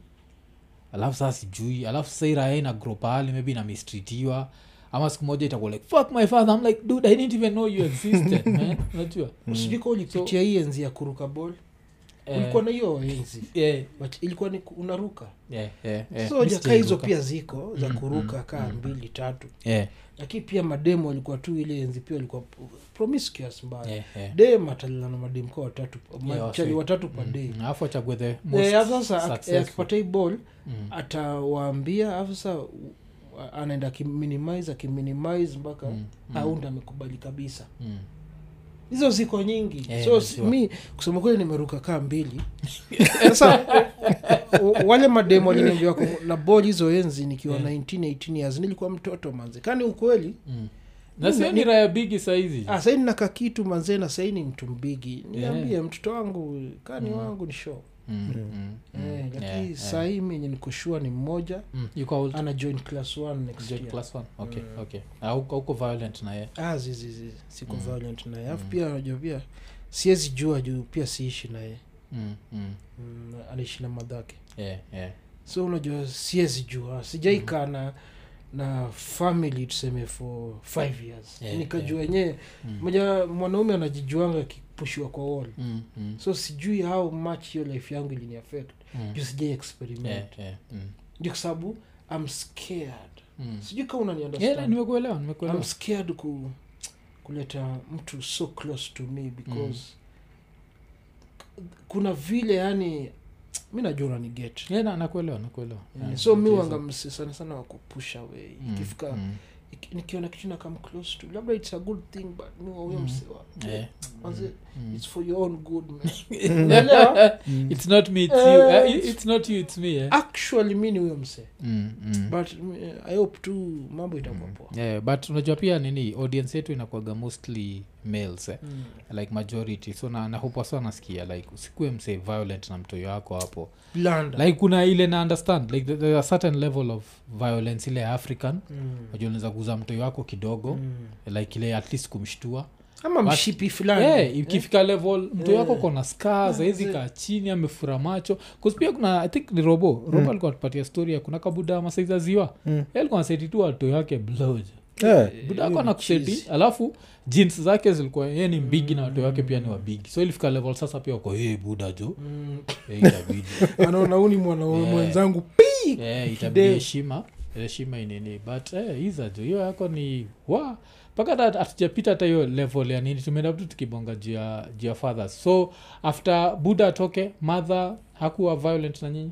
[SPEAKER 1] alafu saa sijui alafu sairae na grow pahali maybe inamistritiwa ama siku moja itakuwa like fuck my father I'm like dude i didn't even know you existed man [laughs] unajua
[SPEAKER 2] sijui kama ulipitia hii enzi ya kuruka bol
[SPEAKER 1] Eh,
[SPEAKER 2] ulikuwa na hiyo enzi
[SPEAKER 1] yeah,
[SPEAKER 2] but ilikuwa ni ku- unaruka
[SPEAKER 1] yeah, yeah, yeah.
[SPEAKER 2] so
[SPEAKER 1] Mi
[SPEAKER 2] jakaa hizo
[SPEAKER 1] sijairuka.
[SPEAKER 2] pia ziko za kuruka kaa mbili tatu
[SPEAKER 1] Yeah,
[SPEAKER 2] lakini pia mademu walikuwa tu ile enzi pia walikuwa promiscuous mbaya
[SPEAKER 1] yeah, yeah.
[SPEAKER 2] dem atalilana mademu kwa watatu
[SPEAKER 1] Yeah,
[SPEAKER 2] machali
[SPEAKER 1] wasi-
[SPEAKER 2] watatu per day
[SPEAKER 1] Mm, alafu achague the most
[SPEAKER 2] Eh, alafu sasa ak- eh,
[SPEAKER 1] successful.
[SPEAKER 2] akipata hii ball
[SPEAKER 1] Mm.
[SPEAKER 2] atawaambia alafu sasa u- anaenda akiminimize akiminimize mpaka
[SPEAKER 1] Mm, mm.
[SPEAKER 2] aunda amekubali kabisa
[SPEAKER 1] Mm.
[SPEAKER 2] hizo ziko nyingi
[SPEAKER 1] Eh,
[SPEAKER 2] so si-
[SPEAKER 1] najua.
[SPEAKER 2] mi kusema kweli nimeruka kaa mbili sasa w- wale mademu waliniambia wako na ball hizo enzi nikiwa 19 18 years nilikuwa mtoto manze kani ukweli
[SPEAKER 1] Eh. Mm. na sio ni raya bigi saizi
[SPEAKER 2] ah, sahii nina kakitu manze na sahii ni mtu mbigi
[SPEAKER 1] Yeah.
[SPEAKER 2] niambie mtoto wangu kani wangu ni show
[SPEAKER 1] Mm, mm, mm.
[SPEAKER 2] Eh, lakini
[SPEAKER 1] Yeah, yeah.
[SPEAKER 2] sahii mi yenye nikushua ni mmoja
[SPEAKER 1] Mm, you called
[SPEAKER 2] ana join class one next
[SPEAKER 1] Joint
[SPEAKER 2] year.
[SPEAKER 1] class one? Okay, okay. Ah, huko- huko violent na ye
[SPEAKER 2] ah, zi, zi, zi. siko
[SPEAKER 1] Mm.
[SPEAKER 2] violent naye alafu pia najua pia siwezi jua juu pia siishi naye
[SPEAKER 1] Mm, mm.
[SPEAKER 2] mm, anaishi na madhake
[SPEAKER 1] Yeah, yeah.
[SPEAKER 2] so unajua siwezi jua
[SPEAKER 1] Mm.
[SPEAKER 2] sijaikaa na na family tuseme for five years Yaani
[SPEAKER 1] Yeah,
[SPEAKER 2] nikajua wenyewe moja mwanaume anajijuanga akipushiwa kwa wall
[SPEAKER 1] Mm, mm,
[SPEAKER 2] so sijui how much hiyo life yangu ilini affect
[SPEAKER 1] mm.
[SPEAKER 2] juu sijai experiment
[SPEAKER 1] Yeah, yeah, mm,
[SPEAKER 2] ndio kwa sababu am scared
[SPEAKER 1] mm.
[SPEAKER 2] sijui kama
[SPEAKER 1] Yeah, na
[SPEAKER 2] unaniunderstand
[SPEAKER 1] nimekuelewa nimekuelewa
[SPEAKER 2] I'm scared ku, kuleta mtu so close to me because mm. kuna vile yani mi najua unaniget
[SPEAKER 1] Yeah, na- nakuelewa nakuelewa
[SPEAKER 2] yeah,
[SPEAKER 1] Yeah,
[SPEAKER 2] so mi
[SPEAKER 1] it is.
[SPEAKER 2] wanga msi sana sana wakupush away
[SPEAKER 1] Ah, Mm,
[SPEAKER 2] ikifika
[SPEAKER 1] mm.
[SPEAKER 2] iki- nikiona kitu na come close to labda it's a good thing but mi wauyo
[SPEAKER 1] Mm.
[SPEAKER 2] msi wa
[SPEAKER 1] Yeah.
[SPEAKER 2] Manze,
[SPEAKER 1] Mm.
[SPEAKER 2] it's for your own good man. [laughs] Unaelewa?
[SPEAKER 1] [laughs] It's not me, it's you.
[SPEAKER 2] Eh,
[SPEAKER 1] Eh, it's not you, it's me, eh.
[SPEAKER 2] actually mi ni huyo mse
[SPEAKER 1] Mm, mm.
[SPEAKER 2] but eh, i hope tu mambo itakuwa poa
[SPEAKER 1] yeah, but unajua pia nini audience yetu inakuaga mostly males eh?
[SPEAKER 2] Mm.
[SPEAKER 1] like majority so na nahopa sana nasikia like usikue mse violent na mtoyo wako hapo
[SPEAKER 2] blanda
[SPEAKER 1] like kuna ile na understand like there- there's a certain level of violence ile ya african
[SPEAKER 2] Mm.
[SPEAKER 1] najua unaweza kuuza mtoyo wako kidogo
[SPEAKER 2] Mm.
[SPEAKER 1] like ile at least kumshtua
[SPEAKER 2] ama
[SPEAKER 1] But-
[SPEAKER 2] mshipi fulani
[SPEAKER 1] yeah, ikifika level mtoyo
[SPEAKER 2] Yeah.
[SPEAKER 1] wako kona skaa zahizi
[SPEAKER 2] mzee.
[SPEAKER 1] kaa chini amefura macho bcause pia kuna i think ni robo robo alikuwa atupatia story ya kuna kabudama saiza ziwa
[SPEAKER 3] Mm.
[SPEAKER 1] Yeye alikuwa anaseti tu watoyo wake bloja
[SPEAKER 3] Yeah.
[SPEAKER 2] Eh.
[SPEAKER 1] budako anakuseti alafu jeans zake zilikuwa ye ni mbigi na watu wake pia ni wabigi so ilifika level sasa pia wako hey, buda jo
[SPEAKER 2] Mm.
[SPEAKER 1] Eh, itabidi
[SPEAKER 2] anaona huu ni mwanaume
[SPEAKER 1] Yeah.
[SPEAKER 2] mwenzangu pi
[SPEAKER 1] Eh, itabidi
[SPEAKER 2] Kideo.
[SPEAKER 1] heshima heshima inini but eh, hiza jo hiyo yako ni wa mpaka hata hatujapita hata hiyo level ya nini tumeenda tu tukibonga juu ya- juu ya father so after buda atoke mother hakuwa violent na nyinyi